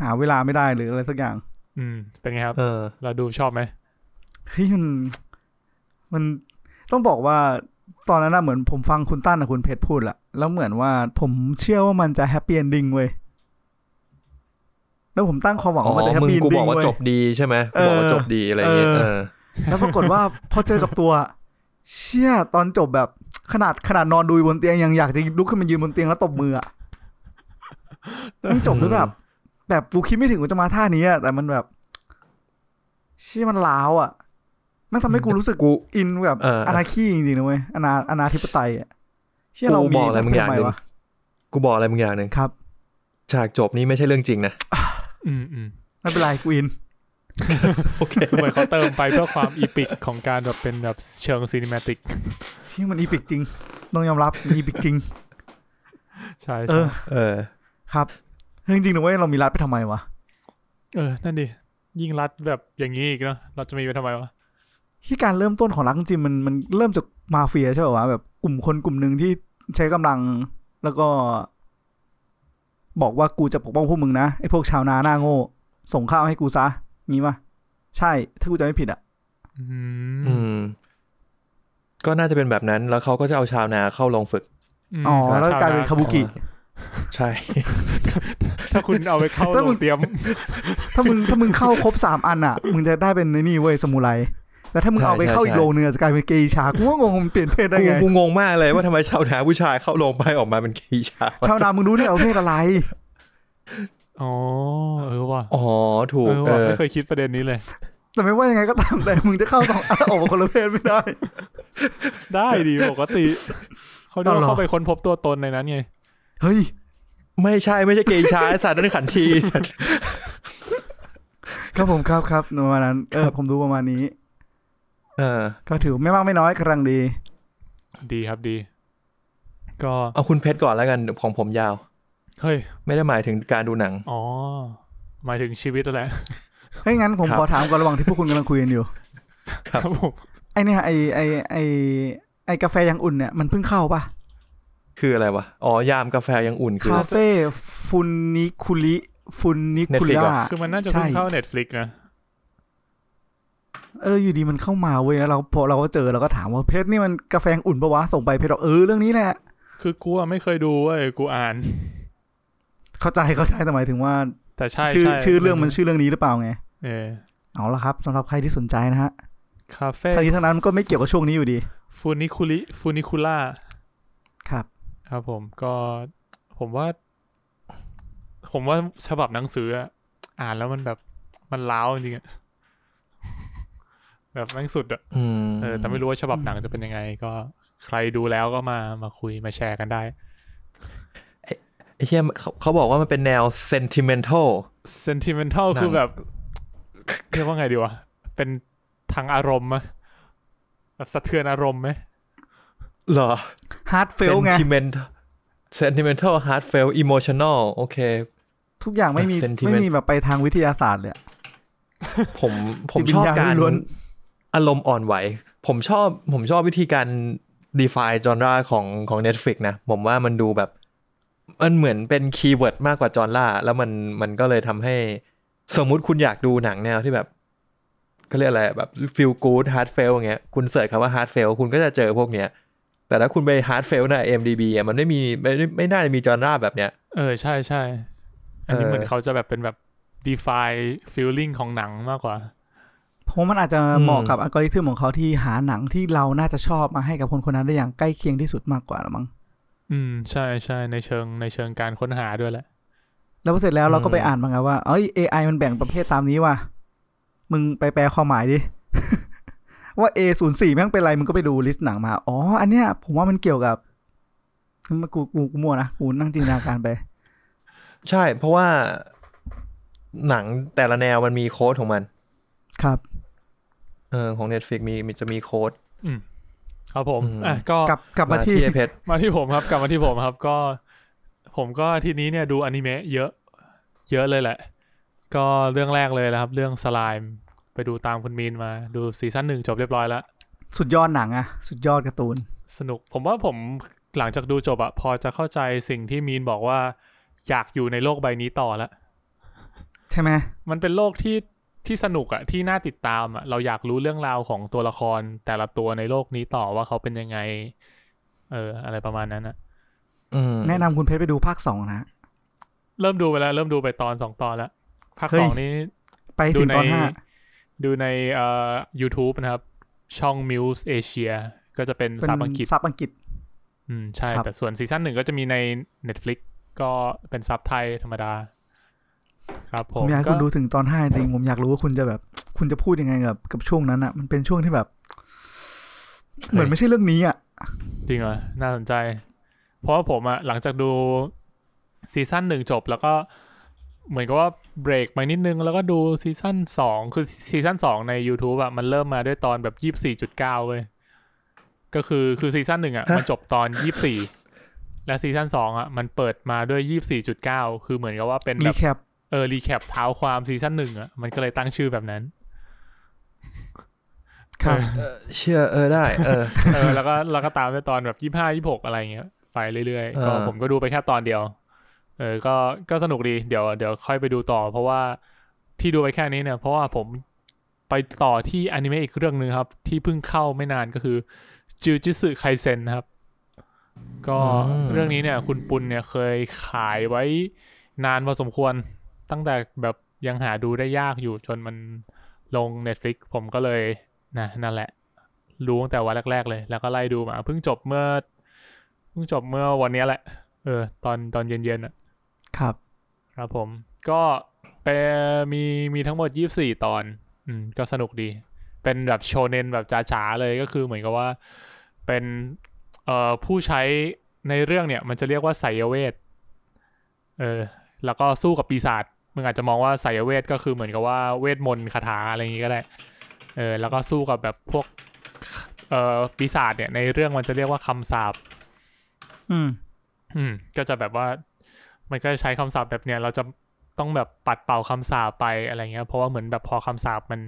[SPEAKER 3] หาเวลาไม่ได้หรืออะไรสักอย่าง
[SPEAKER 2] อืมเป็นไงครับ
[SPEAKER 1] เออ
[SPEAKER 2] เราดูชอบไหม
[SPEAKER 3] เฮ้ยมันมันต้องบอกว่าตอนนั้นนะเหมือนผมฟังคุณตั้นกับคุณเพชรพูดละแล้วเหมือนว่าผมเชื่อว่ามันจะแฮปปี้เอนดิ้งเว้ยแล้วผมตั้งความหวัง
[SPEAKER 1] อ๋อ
[SPEAKER 3] ว่ามันจะแฮป
[SPEAKER 1] มึงกู
[SPEAKER 3] ปี้เอนดิ้
[SPEAKER 1] บอง กว่า
[SPEAKER 3] เว้ย
[SPEAKER 1] จบดีใช่ไหมกูบอกว่า
[SPEAKER 3] เออ
[SPEAKER 1] จบดีอะไรอย่างเงี้ย
[SPEAKER 3] เออ
[SPEAKER 1] เออ
[SPEAKER 3] แล้วปรากฏ ว่า พอเจอกับตัว เชี่ยตอนจบแบบขนาดขนาดนอนดูอยู่บนเตียงยังอยากจะลุกขึ้นมายืนบนเตียงแล้วตบมืออะมันจบด้วยแบบแบบกูคิดไม่ถึงว่าจะมาท่านี้อะแต่มันแบบ เชี่ยมันล้าวอะมันทำให้กูรู้สึก
[SPEAKER 1] กู
[SPEAKER 3] อินแบบ
[SPEAKER 1] เออ
[SPEAKER 3] อ
[SPEAKER 1] อ
[SPEAKER 3] นาคีจริงๆนะเว้ยอนาอนาธิปไตยอ่ะเชื่อเรา
[SPEAKER 1] กู
[SPEAKER 3] มี
[SPEAKER 1] บอกอะไรมึงอย่างหนึ่ง
[SPEAKER 3] ทำไวะ
[SPEAKER 1] กูบอกอะไรมึงอย่างหนึ่ง
[SPEAKER 3] ครับ
[SPEAKER 1] ฉากจบนี้ไม่ใช่เรื่องจริงนะ
[SPEAKER 2] อืมอืม
[SPEAKER 3] ไม่เป็นไรกูอิน
[SPEAKER 1] โอเค
[SPEAKER 2] คือเหมือนเขาเติมไปเพื่อความอีพิกของการแบบเป็นแบบเชิงซีนิมติก
[SPEAKER 3] เชื่อมันอีพิกจริง ต้องยอมรับมันอีพิกจริง
[SPEAKER 2] ใช่
[SPEAKER 3] เอ
[SPEAKER 2] ใช่
[SPEAKER 3] อ
[SPEAKER 1] เออ
[SPEAKER 3] ครับเฮ้ยจริงๆนะเว้ยเรามีรัดไปทำไมวะ
[SPEAKER 2] เออนั่นดิยิ่งรัดแบบอย่างนี้อีกเนาะเราจะมีไปทำไมวะ
[SPEAKER 3] ที่การเริ่มต้นของรักจริงๆมันมันเริ่มจากมาเฟียใช่ป่าวะแบบกลุ่มคนกลุ่มหนึ่งที่ใช้กำลัง แล้วก็ บอกว่ากูจะปกป้องพวกมึงนะไอ้พวกชาวนาหน้าโง่ส่งข้าวให้กูซะงี้ปะใช่ ถ้ากูจะไม่ผิดอ่ะ
[SPEAKER 2] อื
[SPEAKER 1] อื
[SPEAKER 2] ม
[SPEAKER 1] ม ก็น่าจะเป็นแบบนั้น แล้วเขาก็จะเอาชาวนาเข้าลงฝึก
[SPEAKER 2] ม
[SPEAKER 3] อ๋อแล้วกลายเป็น
[SPEAKER 2] ช
[SPEAKER 3] คาบุกิ
[SPEAKER 1] ใช่
[SPEAKER 2] ถ้าคุณเอาไปเข้า
[SPEAKER 3] ถ้า
[SPEAKER 2] โร
[SPEAKER 3] มึ
[SPEAKER 2] ง
[SPEAKER 3] ง
[SPEAKER 2] เตรียม
[SPEAKER 3] ถ้ามึงถ้ามึงเข้าครบสามอันอ่ะ มึงจะได้เป็นในนี่เว้ยสมุไรแต่ถ้ามึง
[SPEAKER 1] ใช่
[SPEAKER 3] เอาไปเข้าอีก
[SPEAKER 1] ใช่
[SPEAKER 3] โลนึงอะจะกลายเป็นเกย์ชากูก็งงมันเปลี่ยนเพศได้
[SPEAKER 1] กู
[SPEAKER 3] ไง
[SPEAKER 1] กูงงมากเลยว่าทำไมชาวนาผู้ชายเข้าลงไปออกมาเป็นกีชา
[SPEAKER 3] ชาวนามึงรู้เนี่ยเอาเพศอะไร
[SPEAKER 2] อ๋อเออว่ะ
[SPEAKER 1] อ๋อถูก
[SPEAKER 2] เออ
[SPEAKER 1] เอ
[SPEAKER 2] ว่ะ
[SPEAKER 1] อ
[SPEAKER 2] ไม่เคยคิดประเด็นนี้เลย
[SPEAKER 3] แต่ไม่ว่ายังไงก็ตามแต่มึงจะเข้าสองอันแล้วออกมาคนละเพศไม่ได้
[SPEAKER 2] ได้ดีปกติเขาดู
[SPEAKER 3] เอาเหรอ
[SPEAKER 2] เข้าไปค้นพบตัวตนในนั้นไง
[SPEAKER 3] เฮ้ย
[SPEAKER 1] ไม่ใช่ไม่ใช่กีชาไอ้สัตว์นั่นขันที
[SPEAKER 3] ครับผมครับครับประมาณนั้นเออผมดูประมาณนี้
[SPEAKER 1] เออ
[SPEAKER 3] ก็ถือไม่มากไม่น้อยกำลังดี
[SPEAKER 2] ดีครับดี ก็
[SPEAKER 1] เอาคุณเพชรก่อนแล้วกันของผมยาว
[SPEAKER 2] เฮ้ย
[SPEAKER 1] ไม่ได้หมายถึงการดูหนัง
[SPEAKER 2] อ๋อ หมายถึงชีวิตแล้วแหละ
[SPEAKER 3] เฮ้ยงั้นผม
[SPEAKER 1] ครับ
[SPEAKER 3] ขอถามก่อนระหว่างที่พวกคุณกำลังคุยกันอยู่
[SPEAKER 1] ครับ
[SPEAKER 2] ครับผม
[SPEAKER 3] ไอเนี่ยไอไอไอไอกาแฟยังอุ่นเนี่ยมันเพิ่งเข้าปะ
[SPEAKER 1] คืออะไรวะ อ๋อ ยามกาแฟยังอุ่นคือ
[SPEAKER 3] คาเฟ่ฟุนิคุริ ฟุนนิคุ
[SPEAKER 1] Netflix
[SPEAKER 3] ล่า
[SPEAKER 1] เหรอ
[SPEAKER 2] คือมันน่าจะเพิ่ง
[SPEAKER 3] ใช่
[SPEAKER 2] เข้า Netflix นะ
[SPEAKER 3] เอออยู่ดีมันเข้ามาเว้ยแล้วเราพอเราก็เจอเราก็ถามว่าเพชรนี่มันกาแฟอุ่นปะวะส่งไปเพชรบอกเออเรื่องนี้แหละ
[SPEAKER 2] คือกูอะไม่เคยดูเว้ยกูอ่าน
[SPEAKER 3] เข้าใจเข้าใจแต่หมายถึงว่า
[SPEAKER 2] แต่ใช่
[SPEAKER 3] ชื่อ
[SPEAKER 2] ใช่
[SPEAKER 3] ชื่อเรื่องมันชื่อเรื่องนี้หรือเปล่าไง
[SPEAKER 2] เออ
[SPEAKER 3] เอาละครับสำหรับใครที่สนใจนะฮะ
[SPEAKER 2] คาเฟ่
[SPEAKER 3] ทั้งนี้ทั้งนั้นมันก็ไม่เกี่ยวกับช่วงนี้อยู่ดี
[SPEAKER 2] ฟูนิคุลิฟูนิคุล่า
[SPEAKER 3] ครับ
[SPEAKER 2] ครับผมก็ผมว่า ผมว่าฉบับหนังสืออะอ่านแล้วมันแบบมันล้าวจริงๆอะ แบบแม่งสุดอะ
[SPEAKER 1] อืม
[SPEAKER 2] เออแต่ไม่รู้ว่าฉบับหนังจะเป็นยังไง ก็ใครดูแล้วก็มามาคุยมาแชร์กันได้
[SPEAKER 1] ไอ้เหี้ยเขาเขาบอกว่ามันเป็นแนว sentimental
[SPEAKER 2] sentimental
[SPEAKER 1] หนัง
[SPEAKER 2] คือแบบ เรียกว่าไงดีวะ เป็นทางอารมณ์อะแบบสะเทือนอารมณ์ไหม
[SPEAKER 1] เหรอ
[SPEAKER 3] ฮาร์ดเฟลไง
[SPEAKER 1] sentimental sentimental heartfelt emotional โอเค
[SPEAKER 3] ทุกอย่างไม่มี
[SPEAKER 1] Sentiment
[SPEAKER 3] ไม่มีแบบไปทางวิทยาศาสตร์เลยอะ
[SPEAKER 1] ผมผม
[SPEAKER 3] จิตวิ
[SPEAKER 1] ช
[SPEAKER 3] ญ
[SPEAKER 1] อบ
[SPEAKER 3] ญาณ
[SPEAKER 1] การ
[SPEAKER 3] ล้วน
[SPEAKER 1] อารมณ์อ่อนไหว ผมชอบผมชอบวิธีการ define genre ของของ Netflix นะ ผมว่ามันดูแบบ มันเหมือนเป็นคีย์เวิร์ดมากกว่าจอนล่า แล้วมันมันก็เลยทำให้สมมุติคุณอยากดูหนังแนวที่แบบเขาเรียกอะไรแบบ feel good hard fail อย่างเงี้ยคุณเสิร์ชคำว่า hard fail คุณก็จะเจอพวกเนี้ย แต่ถ้าคุณไป hard fail ใน IMDb อ่ะมันไม่มีไม่ไม่ไม่น่าจะมีจอนล่าแบบเนี้ย
[SPEAKER 2] เออใช่ใช่อันนี้
[SPEAKER 1] เออ
[SPEAKER 2] เหมือนเขาจะแบบเป็นแบบ define feeling ของหนังมากกว่า
[SPEAKER 3] เพราะมันอาจจะเหมาะกับอัลกอริทึมของเขาที่หาหนังที่เราน่าจะชอบมาให้กับคนคนนั้นได้อย่างใกล้เคียงที่สุดมากกว่าละมั้ง
[SPEAKER 2] อืมใช่ใช่ในเชิงในเชิงการค้นหาด้วยแหละ
[SPEAKER 3] แล้วพอเสร็จแล้วเราก็ไป
[SPEAKER 1] อืม
[SPEAKER 3] อ่านมางว่า เอ้ย AI มันแบ่งประเภทตามนี้ว่ะ มึงไปแปลความหมายดิ ว่า A 0 4แม่งเป็นไร มึงก็ไปดูลิสต์หนังมา อ๋อ อันเนี้ยผมว่ามันเกี่ยวกับกูกูกูมั่วนะ กูนั่งจินตนาการไป
[SPEAKER 1] ใช่เพราะว่าหนังแต่ละแนวมันมีโค้ดของมัน
[SPEAKER 3] ครับ
[SPEAKER 1] เออของ Netflix มีมีจะมีโค้ด
[SPEAKER 2] ครับผม
[SPEAKER 1] อืม
[SPEAKER 2] อ่ะก็
[SPEAKER 3] กลับกลับมาที่
[SPEAKER 1] ไอ้เพชร
[SPEAKER 2] มาที่ผมครับ กลับมาที่ผมครับ ก็ ผมก็ทีนี้เนี่ยดูอนิเมะเยอะ เยอะเลยแหละ ก็เรื่องแรกเลยนะครับ เรื่องสไลม์ไปดูตามคุณมีนมาดูซีซั่นหนึ่งจบเรียบร้อยแล้ว
[SPEAKER 3] สุดยอดหนังอะ สุดยอดการ์ตูน
[SPEAKER 2] สนุกผมว่าผมหลังจากดูจบอะพอจะเข้าใจสิ่งที่มีนบอกว่า อยากอยู่ในโลกใบนี้ต่อละ
[SPEAKER 3] ใช่ไหม
[SPEAKER 2] มันเป็นโลกที่ที่สนุกอะที่น่าติดตามอะเราอยากรู้เรื่องราวของตัวละครแต่ละตัวในโลกนี้ต่อว่าเขาเป็นยังไง เออ อะไรประมาณนั้นอะ
[SPEAKER 1] อืม
[SPEAKER 3] แนะนำคุณเพชรไปดูภาคสองนะ
[SPEAKER 2] เริ่มดูไปแล้ว เริ่มดูไปตอนสองตอนแล้วภาค
[SPEAKER 3] เฮ้ย
[SPEAKER 2] สองนี้
[SPEAKER 3] ไป
[SPEAKER 2] ดู
[SPEAKER 3] ถึง
[SPEAKER 2] ใน
[SPEAKER 3] ตอนห้า
[SPEAKER 2] ดูในเอ่อ YouTube นะครับ ช่อง Muse Asia ก็จะเป็น
[SPEAKER 3] เป็น
[SPEAKER 2] ซับอังกฤษ
[SPEAKER 3] ซับอังกฤษ
[SPEAKER 2] อืม ใช่
[SPEAKER 3] ครับ
[SPEAKER 2] แต่ส่วนซีซั่นหนึ่งก็จะมีใน Netflix ก็เป็นซับไทยธรรมดา ครับผ
[SPEAKER 3] ผม มอยากให้คุณ
[SPEAKER 2] ก็
[SPEAKER 3] ดูถึงตอนห้าจริง ผมอยากรู้ว่าคุณจะแบบ คุณจะพูดยังไงกับกับช่วงนั้นอะมันเป็นช่วงที่แบบ เหมือนไม่ใช่เรื่องนี้อะ
[SPEAKER 2] จริงเหรอ น่าสนใจ เพราะว่าผมอะหลังจากดูซีซั่นหนึ่งจบแล้วก็เหมือนกับว่าเบรกไปนิดนึง แล้วก็ดูซีซั่นสองคือซีซั่นสองใน YouTube อะมันเริ่มมาด้วยตอนแบบยี่สี่จุดเก้าเว้ยก็คือคือซีซั่นหนึ่งอะมันจบตอนยี่สี่และซีซั่นสองอะมันเปิดมาด้วยยี่สี่จุดเก้าคือเหมือนกับว่าเป็นแบ
[SPEAKER 3] รี
[SPEAKER 2] บ
[SPEAKER 3] แคป
[SPEAKER 2] เออรีแคปเท้าความซีซั่นหนึ่งอ่ะมันก็เลยตั้งชื่อแบบนั้น
[SPEAKER 3] ครับ
[SPEAKER 1] เออเชื่อเออได้ เออ
[SPEAKER 2] เออ แล้วก็แล้วก็ตามไปตอนแบบยี่ห้ายี่หกอะไรเงี้ยไปเรื่อยๆก็
[SPEAKER 1] อ่า
[SPEAKER 2] ผมก็ดูไปแค่ตอนเดียว เออก็ก็สนุกดีเดี๋ยวเดี๋ยวค่อยไปดูต่อ เพราะว่าที่ดูไปแค่นี้เนี่ยเพราะว่าผมไปต่อที่อนิเมะอีกเรื่องหนึ่งครับ ที่เพิ่งเข้าไม่นานก็คือจิวจิสึไคเซนครับ ก็เรื่องนี้เนี่ยคุณปุณเนี่ยเคยขายไว้นานพอสมควร ตั้งแต่แบบยังหาดูได้ยากอยู่จนมันลง Netflix ผมก็เลยนะนั่นแหละ รู้ตั้งแต่วันแรก ๆ เลย แล้วก็ไล่ดูมาเพิ่งจบเมื่อเพิ่งจบเมื่อวันเนี้ยแหละ เออ ตอนตอนเย็นๆอ่ะ
[SPEAKER 3] ครับ
[SPEAKER 2] ครับผม ก็เป็นมีมีทั้งหมด 24 ตอน อืม ก็สนุกดี เป็นแบบโชเนนแบบจ๋าๆเลยก็คือเหมือนกับว่าเป็นเอ่อผู้ใช้ในเรื่องเนี่ย มันจะเรียกว่าไสยเวท เออ แล้วก็สู้กับปีศาจมึงอาจจะมองว่าไสยเวทก็คือเหมือนกับว่าเวทมนต์คาถาอะไรอย่างงี้ก็ได้ เออ แล้วก็สู้กับแบบพวกเอ่อปีศาจเนี่ยในเรื่องมันจะเรียกว่าคำสาป
[SPEAKER 3] อืม
[SPEAKER 2] อืมก็จะแบบว่ามันก็จะใช้คำสาปแบบเนี้ยเราจะต้องแบบปัดเป่าคำสาปไปอะไรเงี้ยเพราะว่าเหมือนแบบพอคำสาปมัน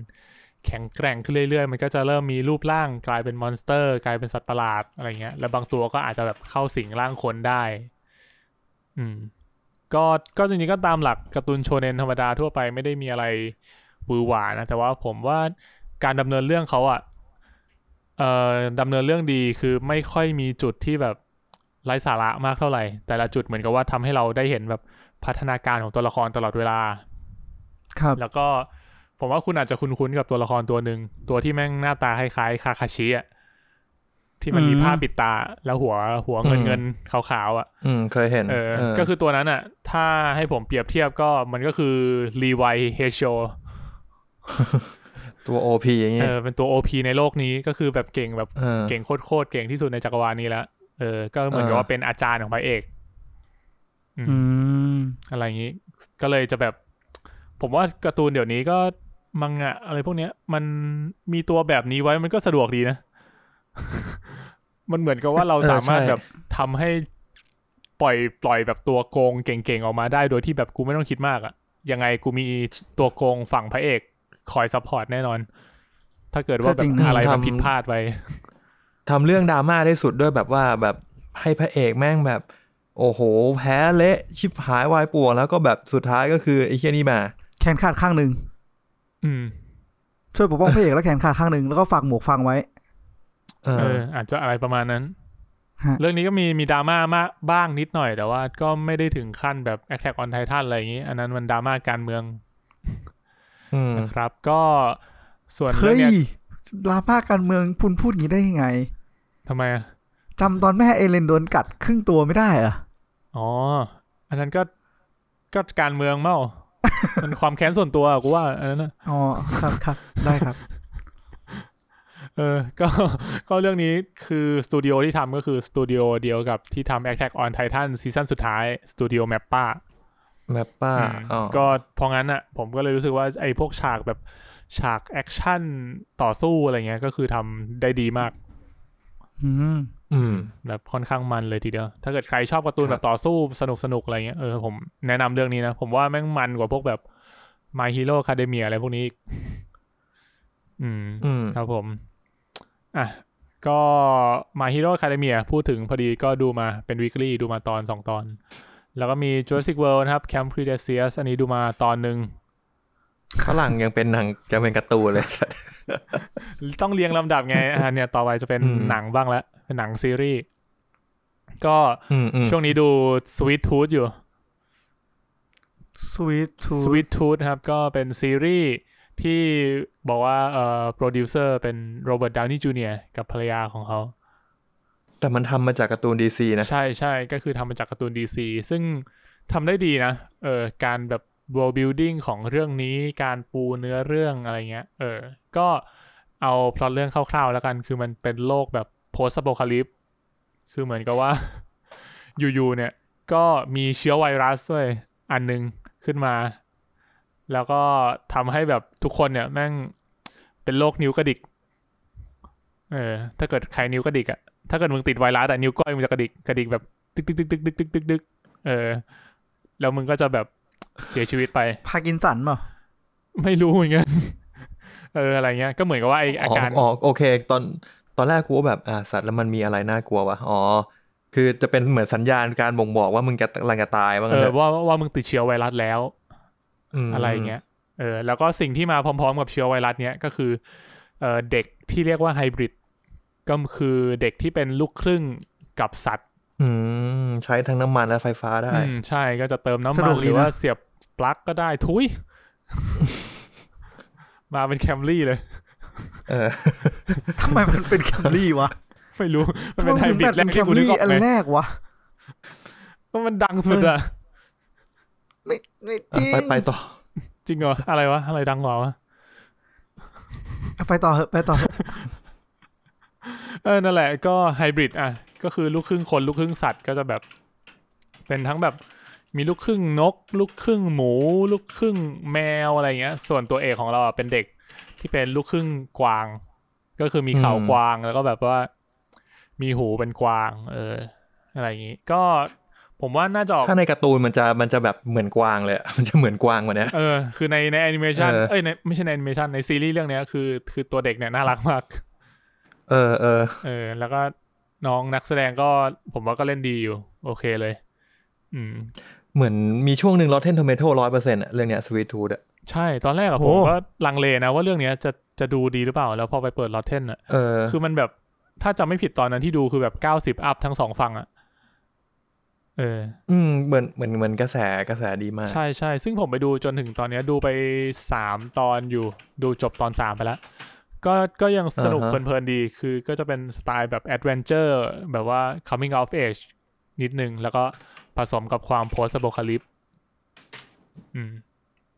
[SPEAKER 2] แข็งแกร่งขึ้นเรื่อยๆ มันก็จะเริ่มมีรูปร่างกลายเป็นมอนสเตอร์ กลายเป็นสัตว์ประหลาดอะไรเงี้ย แล้วบางตัวก็อาจจะแบบเข้าสิงร่างคนได้ อืม ก็ก็จริงๆก็ตามหลักการ์ตูนโชเนนธรรมดาทั่วไปไม่ได้มีอะไรหวือหวานะ แต่ว่าผมว่าการดำเนินเรื่องเขาอะเอ่อดำเนินเรื่องดีคือไม่ค่อยมีจุดที่แบบไร้สาระมากเท่าไหร่ แต่ละจุดเหมือนกับว่าทำให้เราได้เห็นแบบพัฒนาการของตัวละครตลอดเวลา
[SPEAKER 3] ครับ
[SPEAKER 2] แล้วก็ผมว่าคุณอาจจะคุ้นๆกับตัวละครตัวหนึ่งตัวที่แม่งหน้าตาคล้ายๆคาคาชิอะที่มันมี
[SPEAKER 3] อืม
[SPEAKER 2] ผ้าปิดตาแล้วหัวหัวเงินเงินๆขาวๆอะ
[SPEAKER 1] อืมเคยเห็น
[SPEAKER 2] เออ
[SPEAKER 1] เ
[SPEAKER 2] ก็คือตัวนั้นอ่ะ ถ้าให้ผมเปรียบเทียบก็มันก็คือรีไวเฮโช
[SPEAKER 1] ตัว OP อย่าง
[SPEAKER 2] เอ
[SPEAKER 1] เงี้ย
[SPEAKER 2] อ เป็นตัว OP ในโลกนี้ก็คือแบบเก่งแบบ
[SPEAKER 1] เออ
[SPEAKER 2] เก่งโคตรๆเก่งที่สุดในจักรวาลนี้แล้ว เออ ก็เหมือนกับ
[SPEAKER 1] เออ
[SPEAKER 2] ว่าเป็นอาจารย์ของพระเอก
[SPEAKER 3] อืม
[SPEAKER 2] อะไรอย่างนี้ ก็เลยจะแบบ ผมว่าการ์ตูนเดี๋ยวนี้ก็มังงะอะไรพวกเนี้ย มันมีตัวแบบนี้ไว้มันก็สะดวกดีนะ มันเหมือนกับว่าเรา
[SPEAKER 1] เออ
[SPEAKER 2] สามารถ
[SPEAKER 1] ใช่
[SPEAKER 2] แบบทำให้ปล่อยปล่อยแบบตัวโกงเก่งๆออกมาได้โดยที่แบบกูไม่ต้องคิดมากอะยังไงกูมีตัวโกงฝั่งพระเอกคอยซัพพอร์ตแน่นอน ถ้าเกิดว่า
[SPEAKER 3] ก็
[SPEAKER 2] แบ
[SPEAKER 3] จริ
[SPEAKER 2] บ
[SPEAKER 3] งนะ
[SPEAKER 2] อะไรมันผิดพลาดไป
[SPEAKER 1] ทำเรื่องดราม่าได้สุดด้วยแบบว่าแบบให้พระเอกแม่งแบบ โอ้โห แพ้เละชิบหายวายป่วงแล้วก็แบบสุดท้ายก็คือไอ้เชี่ยนี่มา
[SPEAKER 3] แขนขาดข้างหนึ่ง
[SPEAKER 2] อืม
[SPEAKER 3] ช่วยปกป้องพระเอกแล้วแขนขาดข้างหนึ่งแล้วก็ฝากหมวกฟังไว้
[SPEAKER 1] เอ
[SPEAKER 2] เอ
[SPEAKER 1] อ
[SPEAKER 2] ออาจจะอะไรประมาณนั้น
[SPEAKER 3] ฮะ
[SPEAKER 2] เรื่องนี้ก็มีมีดราม่ามากบ้างนิดหน่อยแต่ว่าก็ไม่ได้ถึงขั้นแบบ Attack on Titan อะไรอย่างนี้ อันนั้นมันดราม่าการเมือง
[SPEAKER 1] อืม
[SPEAKER 2] นะครับ ก็ส่วนเรื่
[SPEAKER 3] เฮ้
[SPEAKER 2] อง
[SPEAKER 3] ย
[SPEAKER 2] เนี้ย
[SPEAKER 3] ลาม่าการเมืองคุณพูดอย่างนี้ได้ยังไง
[SPEAKER 2] ทำไมอะ
[SPEAKER 3] จำตอนแม่เอเลนโดนกัดครึ่งตัวไม่ได้เหรอะ
[SPEAKER 2] อ๋อ อันนั้นก็ก็การเมืองเมา มันความแค้นส่วนตัวอะกูว่าอันนั้นนะ
[SPEAKER 3] อ๋อครับครับ ได้ครับ
[SPEAKER 2] เออ ก็ ก็เรื่องนี้คือสตูดิโอที่ทำก็คือสตูดิโอเดียวกับที่ทำ Attack on Titan ซีซั่นสุดท้ายสตูดิโอแมปป้า
[SPEAKER 1] แมปป้าอ๋อ
[SPEAKER 2] ก็เพราะงั้นอ่ะ ผมก็เลยรู้สึกว่าไอ้พวกฉากแบบฉากแอคชั่นต่อสู้อะไรเงี้ยก็คือทำได้ดีมาก
[SPEAKER 3] อืม
[SPEAKER 1] อืม
[SPEAKER 2] แบบค่อนข้างมันเลยทีเดียว ถ้าเกิดใครชอบการ์ตูน
[SPEAKER 1] ค
[SPEAKER 2] แบ
[SPEAKER 1] รับ
[SPEAKER 2] บต่อสู้สนุกสนุกอะไรเงี้ยเออผมแนะนำเรื่องนี้นะ ผมว่าแม่งมันกว่าพวกแบบ My Hero Academia อะไรพวกนี้อีกอืม
[SPEAKER 1] อืม
[SPEAKER 2] ครับผมอ่ะก็ My Hero Academia พูดถึงพอดีก็ดูมาเป็น weekly ดูมาตอน 2 ตอน แล้วก็มี Jurassic World นะครับ Camp Cretaceous อันนี้ดูมาตอนหนึ่ง
[SPEAKER 1] ฝรั่งยังเป็นหนังยังเป็นการ์ตูนเลย
[SPEAKER 2] ต้องเรียงลำดับไง อ่าเนี่ย ต่อไปจะเป็น
[SPEAKER 1] อืม
[SPEAKER 2] หนังบ้างละเป็นหนังซีรีส์ ก็
[SPEAKER 1] อืมอืม
[SPEAKER 2] ช่วงนี้ดู Sweet Tooth อยู่
[SPEAKER 3] สวีททู
[SPEAKER 2] Sweet Tooth ครับ ก็เป็นซีรีส์ที่บอกว่าเอ่อโปรดิวเซอร์เป็นโรเบิร์ตดาวนี่จูเนียกับภรรยาของเขา
[SPEAKER 1] แต่มันทำมาจากการ์ตูนดีซีนะ
[SPEAKER 2] ใช่ใช่ก็คือทำมาจากการ์ตูน DC ซึ่งทำได้ดีนะ เออการแบบ world building ของเรื่องนี้การปูเนื้อเรื่องอะไรเงี้ย เออ ก็เอาพล็อตเรื่องคร่าวๆแล้วกัน คือมันเป็นโลกแบบ post apocalypse คือเหมือนกับว่า อยู่ๆเนี่ย ก็มีเชื้อไวรัสด้วยอันหนึงขึ้นมา แล้วก็ทำให้แบบทุกคนเนี่ยแม่งเป็นโรคนิ้วกระดิก เออ ถ้าเกิดใครนิ้วกระดิกอะ ถ้าเกิดมึงติดไวรัสอะนิ้วก้อยมึงจะกระดิกกระดิกแบบตึกตึกตึกตึกตึกตึกตึกตึกเออ แล้วมึงก็จะแบบเสียชีวิตไป
[SPEAKER 3] พากินสันเปล่า
[SPEAKER 2] ไม่รู้เหมือน กันเอออะไรเงี้ย ก็เหมือนกับว่าไออาการ
[SPEAKER 1] อ๋อโอเค ตอนตอนแรกกูว่าแบบอ่าสัตว์แล้วมันมีอะไรน่ากลัววะอ๋อ คือจะเป็นเหมือนสัญญาณการบ่งบอกว่ามึงจะกำลังจะตายว่า
[SPEAKER 2] เอ
[SPEAKER 1] งั้น
[SPEAKER 2] อ
[SPEAKER 1] เถอะ
[SPEAKER 2] ว่าว่ามึงติดเชื้อไวรัสแล้ว
[SPEAKER 1] ม
[SPEAKER 2] อะไรเงี้ย เออ แล้วก็สิ่งที่มาพร้อม ๆ กับเชื้อไวรัสเนี้ยก็คือเออเด็กที่เรียกว่าไฮบริดก็คือเด็กที่เป็นลูกครึ่งกับสัตว์
[SPEAKER 1] อืมใช้ทั้งน้ำมันและไฟฟ้าได้
[SPEAKER 2] อืมใช่ก็จะเติมน้ำ
[SPEAKER 3] สะ
[SPEAKER 2] มั
[SPEAKER 3] ดวน ก
[SPEAKER 2] ห
[SPEAKER 3] ดี
[SPEAKER 2] รือ
[SPEAKER 3] นะ
[SPEAKER 2] ว่าเสียบปลั๊กก็ได้ทุย มาเป็นแคมรี่เลย
[SPEAKER 1] เออ
[SPEAKER 3] ทำไมมันเป็นแคมรี่วะ
[SPEAKER 2] ไม่รู้ มันเป็นไฮบริด
[SPEAKER 3] ทำ
[SPEAKER 2] แรก
[SPEAKER 3] มถึงบบ
[SPEAKER 2] ที่กู
[SPEAKER 3] เป็
[SPEAKER 2] นึกออก
[SPEAKER 3] อัน
[SPEAKER 2] ไหม
[SPEAKER 3] แรกวะ
[SPEAKER 2] ว่ามันดังสุดอะ
[SPEAKER 3] ไม่ไม่จริง
[SPEAKER 1] ไปไปต่อ
[SPEAKER 2] จริงเหรอ อะไรวะ อะไรดังกว่าวะ
[SPEAKER 3] ไปต่อเหอะไปต่อเหอะ
[SPEAKER 2] เออ นั่นแหละก็ไฮบริดอ่ะ ก็คือลูกครึ่งคนลูกครึ่งสัตว์ก็จะแบบ เป็นทั้งแบบมีลูกครึ่งนก ลูกครึ่งหมู ลูกครึ่งแมวอะไรเงี้ย ส่วนตัวเอกของเราอ่ะเป็นเด็กที่เป็นลูกครึ่งกวาง ก็คือมีเขา
[SPEAKER 1] อืม
[SPEAKER 2] กวางแล้วก็แบบว่า มีหูเป็นกวาง เออ อะไรอย่างงี้ ก็ผมว่าน่าจะออก
[SPEAKER 1] ถ้าในการ์ตูนมันจะมันจะแบบเหมือนกวางเลยอะ มันจะเหมือนกวางกว่าเนี้ย
[SPEAKER 2] เออ คือในในแอนิเมชัน
[SPEAKER 1] เออ
[SPEAKER 2] เอ้ยในไม่ใช่ในแอนิเมชันในซีรีส์เรื่องเนี้ยคือ คือตัวเด็กเนี่ยน่ารักมาก
[SPEAKER 1] เออเออ
[SPEAKER 2] เออ แล้วก็น้องนักแสดงก็ผมว่าก็เล่นดีอยู่ โอเคเลย อืม
[SPEAKER 1] เหมือนมีช่วงหนึ่ง Rotten Tomato ร้อยเปอร์เซ็นต์เรื่องเนี้ย Sweet Tooth อะ
[SPEAKER 2] ใช่ตอนแรกอะ
[SPEAKER 3] โอ้
[SPEAKER 2] ผ
[SPEAKER 3] โห
[SPEAKER 2] มก็ลังเลนะว่าเรื่องเนี้ยจะจะดูดีหรือเปล่าแล้วพอไปเปิดลอตเทนอะ
[SPEAKER 1] เออ
[SPEAKER 2] คือมันแบบถ้าจำไม่ผิดตอนนั้นที่ดูคือแบบเก้าสิบอัพทั้งสองฝั่งอะเออ
[SPEAKER 1] อืมเหมือนเหมือนเหมือนกระแสกระแสดีมาก
[SPEAKER 2] ใช่ใช่ซึ่งผมไปดูจนถึงตอนเนี้ยดูไปสามตอนอยู่ ดูจบตอนสามไปแล้ว ก็ก็ยังสนุก
[SPEAKER 1] อ่าฮะ
[SPEAKER 2] เพลินๆดีคือก็จะเป็นสไตล์แบบแอดเวนเจอร์แบบว่า coming of age นิดนึง แล้วก็ผสมกับความ post apocalypse อืม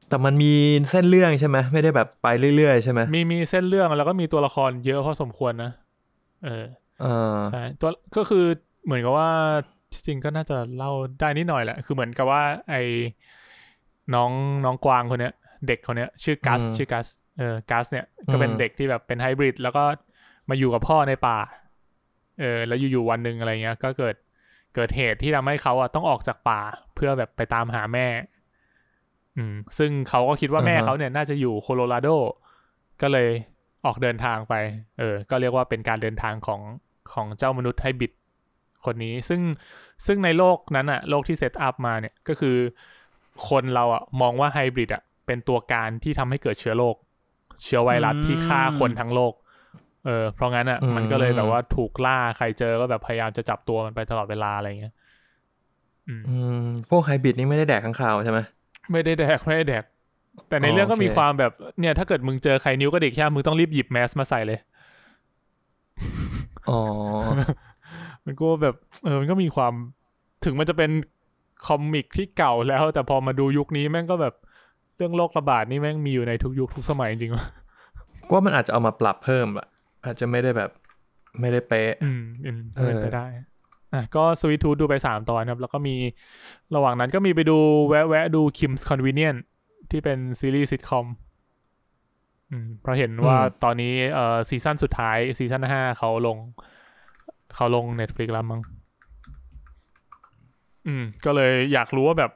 [SPEAKER 1] แต่มันมีเส้นเรื่องใช่ไหมไม่ได้แบบไปเรื่อยๆใช่ไหม
[SPEAKER 2] มีมีเส้นเรื่องแล้วก็มีตัวละครเยอะพอสมควรนะ เออ
[SPEAKER 1] เออ
[SPEAKER 2] ใช่ตัวก็คือเหมือนกับว่าที่จริงก็น่าจะเล่าได้นิดหน่อยแหละ คือเหมือนกับว่าไอ้น้องน้องกวางคนเนี้ย เด็กคนเนี้ย ชื่อกัสชื่อกัสเออกัสเนี่ยก็เป็นเด็กที่แบบเป็นไฮบริดแล้วก็มาอยู่กับพ่อในป่า เออ แล้วอยู่ๆวันหนึ่งอะไรเงี้ย ก็เกิดเกิดเหตุที่ทำให้เขาอ่ะต้องออกจากป่าเพื่อแบบไปตามหาแม่ อืม ซึ่งเขาก็คิดว่าแม่เขาเนี่ยน่าจะอยู่โคโลราโด ก็เลยออกเดินทางไป เออ ก็เรียกว่าเป็นการเดินทางของของเจ้ามนุษย์ไฮบริดคนนี้ ซึ่งซึ่งในโลกนั้นอะโลกที่เซตอัพมาเนี่ยก็คือ คนเราอะมองว่าไฮบริดอะเป็นตัวการที่ทำให้เกิดเชื้อโรคเชื้อไวรัส
[SPEAKER 3] อืม
[SPEAKER 2] ที่ฆ่าคนทั้งโลก เออ เพราะงั้นอะมันก็เลยแบบว่าถูกล่าใครเจอก็แบบพยายามจะจับตัวมันไปตลอดเวลาอะไรเงี้ยอืม
[SPEAKER 1] อืมพวกไฮบริดนี่ไม่ได้แดกข้างข่าวใช่ไหม
[SPEAKER 2] ไม่ได้แดกไม่ได้แดก แต่ใน
[SPEAKER 1] อ๋อ
[SPEAKER 2] เรื่องก็มี
[SPEAKER 1] โอเค
[SPEAKER 2] ความแบบเนี่ยถ้าเกิดมึงเจอใครนิ้วก็เด็กใช่ไหมมึงต้องรีบหยิบแมสมาใส่เลย
[SPEAKER 1] อ๋อ
[SPEAKER 2] มันก็แบบเออมันก็มีความถึงมันจะเป็นคอมิกที่เก่าแล้ว แต่พอมาดูยุคนี้แม่งก็แบบเรื่องโรคระบาดนี่แม่งมีอยู่ในทุกยุคทุกสมัยจริงๆวะ
[SPEAKER 1] ก็มันอาจจะเอามาปรับเพิ่มอะอาจจะไม่ได้แบบไม่ได้เป๊ะ
[SPEAKER 2] อืมอืม
[SPEAKER 1] เออ
[SPEAKER 2] เป็นไปได้อ่ะก็สวิทูดูไปสามตอนครับ แล้วก็มีระหว่างนั้นก็มีไปดูแวะแวะดูคิมส์คอนเวเนียนที่เป็นซีรีส์ซิทคอมอืมเพราะเห็นว่าตอนนี้เอ่อซีซั่นสุดท้ายซีซั่นห้าเขาลง เขาลง Netflix แล้วมั้ง อืม ก็เลยอยากรู้ว่าแบบ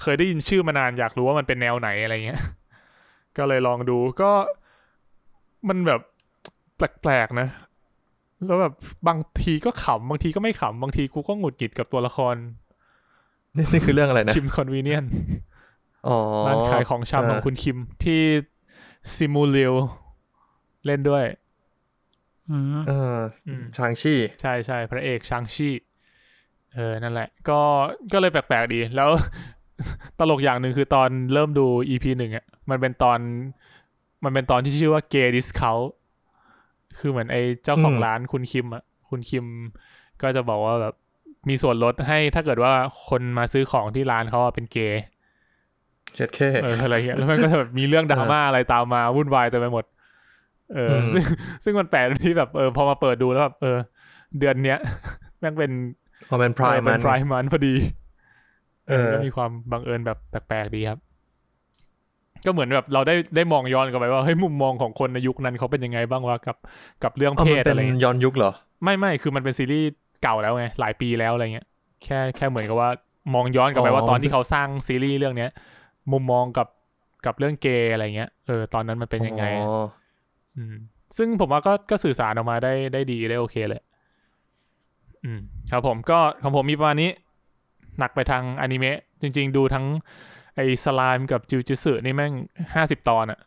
[SPEAKER 2] เคยได้ยินชื่อมานานอยากรู้ว่ามันเป็นแนวไหนอะไรเงี้ย ก็เลยลองดูก็มันแบบแปลกๆนะ แล้วแบบบางทีก็ขำ บางทีก็ไม่ขำ บางทีกูก็หงุดหงิดกับตัวละคร
[SPEAKER 1] นี่นี่คือเรื่องอะไรนะ
[SPEAKER 2] คิมคอนวีเนียน
[SPEAKER 1] อ๋อ
[SPEAKER 2] ร้านขายของชำของคุณคิมที่ซิมูเลวเล่นด้วย
[SPEAKER 3] อืม
[SPEAKER 1] เออ
[SPEAKER 2] อืม
[SPEAKER 1] ชางชี่
[SPEAKER 2] ใช่ใช่พระเอกชางชีเออ นั่นแหละ ก็ก็เลยแปลกๆดี แล้ว ตลกอย่างหนึ่งคือตอนเริ่มดู EP หนึ่งอ่ะมันเป็นตอน มันเป็นตอนที่ชื่อว่าเก y d ดิสเขาคือเหมือนไอ้เจ้าของร้านคุณคิมอ่ะคุณคิมก็จะบอกว่าแบบมีส่วนลดให้ถ้าเกิดว่าคนมาซื้อของที่ร้านเขาอะเป็นเกย์
[SPEAKER 1] เจ็ดเค
[SPEAKER 2] เอออะไรเงี้ยแล้ว มันก็จะแบบมีเรื่องดราม่าอะไรตามมาวุ่นวายเต็มไปหมด เอออ
[SPEAKER 1] ม
[SPEAKER 2] ซึ่งซึ่งมันแปลกตรงที่แบบเออพอมาเปิดดูแล้วแบบเออ เดือนเนี้ย แม่งเป็น
[SPEAKER 1] พอเป็นพรา
[SPEAKER 2] เอย อเป็
[SPEAKER 1] มัน น
[SPEAKER 2] ไพร์มันพอดี
[SPEAKER 1] เออ
[SPEAKER 2] ก็มีความบังเอิญแบบแปลกๆดีครับ ก็เหมือนแบบเราได้ได้มองย้อนกลับไปว่าเฮ้ยมุมมองของคนในยุคนั้นเขาเป็นยังไงบ้างวะกับกับเรื่อง
[SPEAKER 1] เอา
[SPEAKER 2] เพ
[SPEAKER 1] มัน
[SPEAKER 2] ศ
[SPEAKER 1] เป็น
[SPEAKER 2] อะไรเงี้ย
[SPEAKER 1] ย้อนยุคเหรอ
[SPEAKER 2] ไม่ไม่คือมันเป็นซีรีส์เก่าแล้วไงหลายปีแล้วอะไรเงี้ยแค่แค่เหมือนกับว่ามองย้อนกลับไป
[SPEAKER 1] อ๋อ
[SPEAKER 2] ว่าตอนที่เขาสร้างซีรีส์เรื่องเนี้ย มุมมองกับกับเรื่องเกย์อะไรเงี้ยเออตอนนั้นมันเป็นยังไง
[SPEAKER 1] อ๋อ
[SPEAKER 2] อืม ซึ่งผมว่าก็ก็สื่อสารออกมาได้ได้ดีได้โอเคเลย อืม ครับผมก็ของผมมีประมาณนี้ หนักไปทางอนิเมะจริง ๆ ดูทั้งไอ้สไลม์กับจิวจิสึนี่แม่งห้าสิบตอนอะ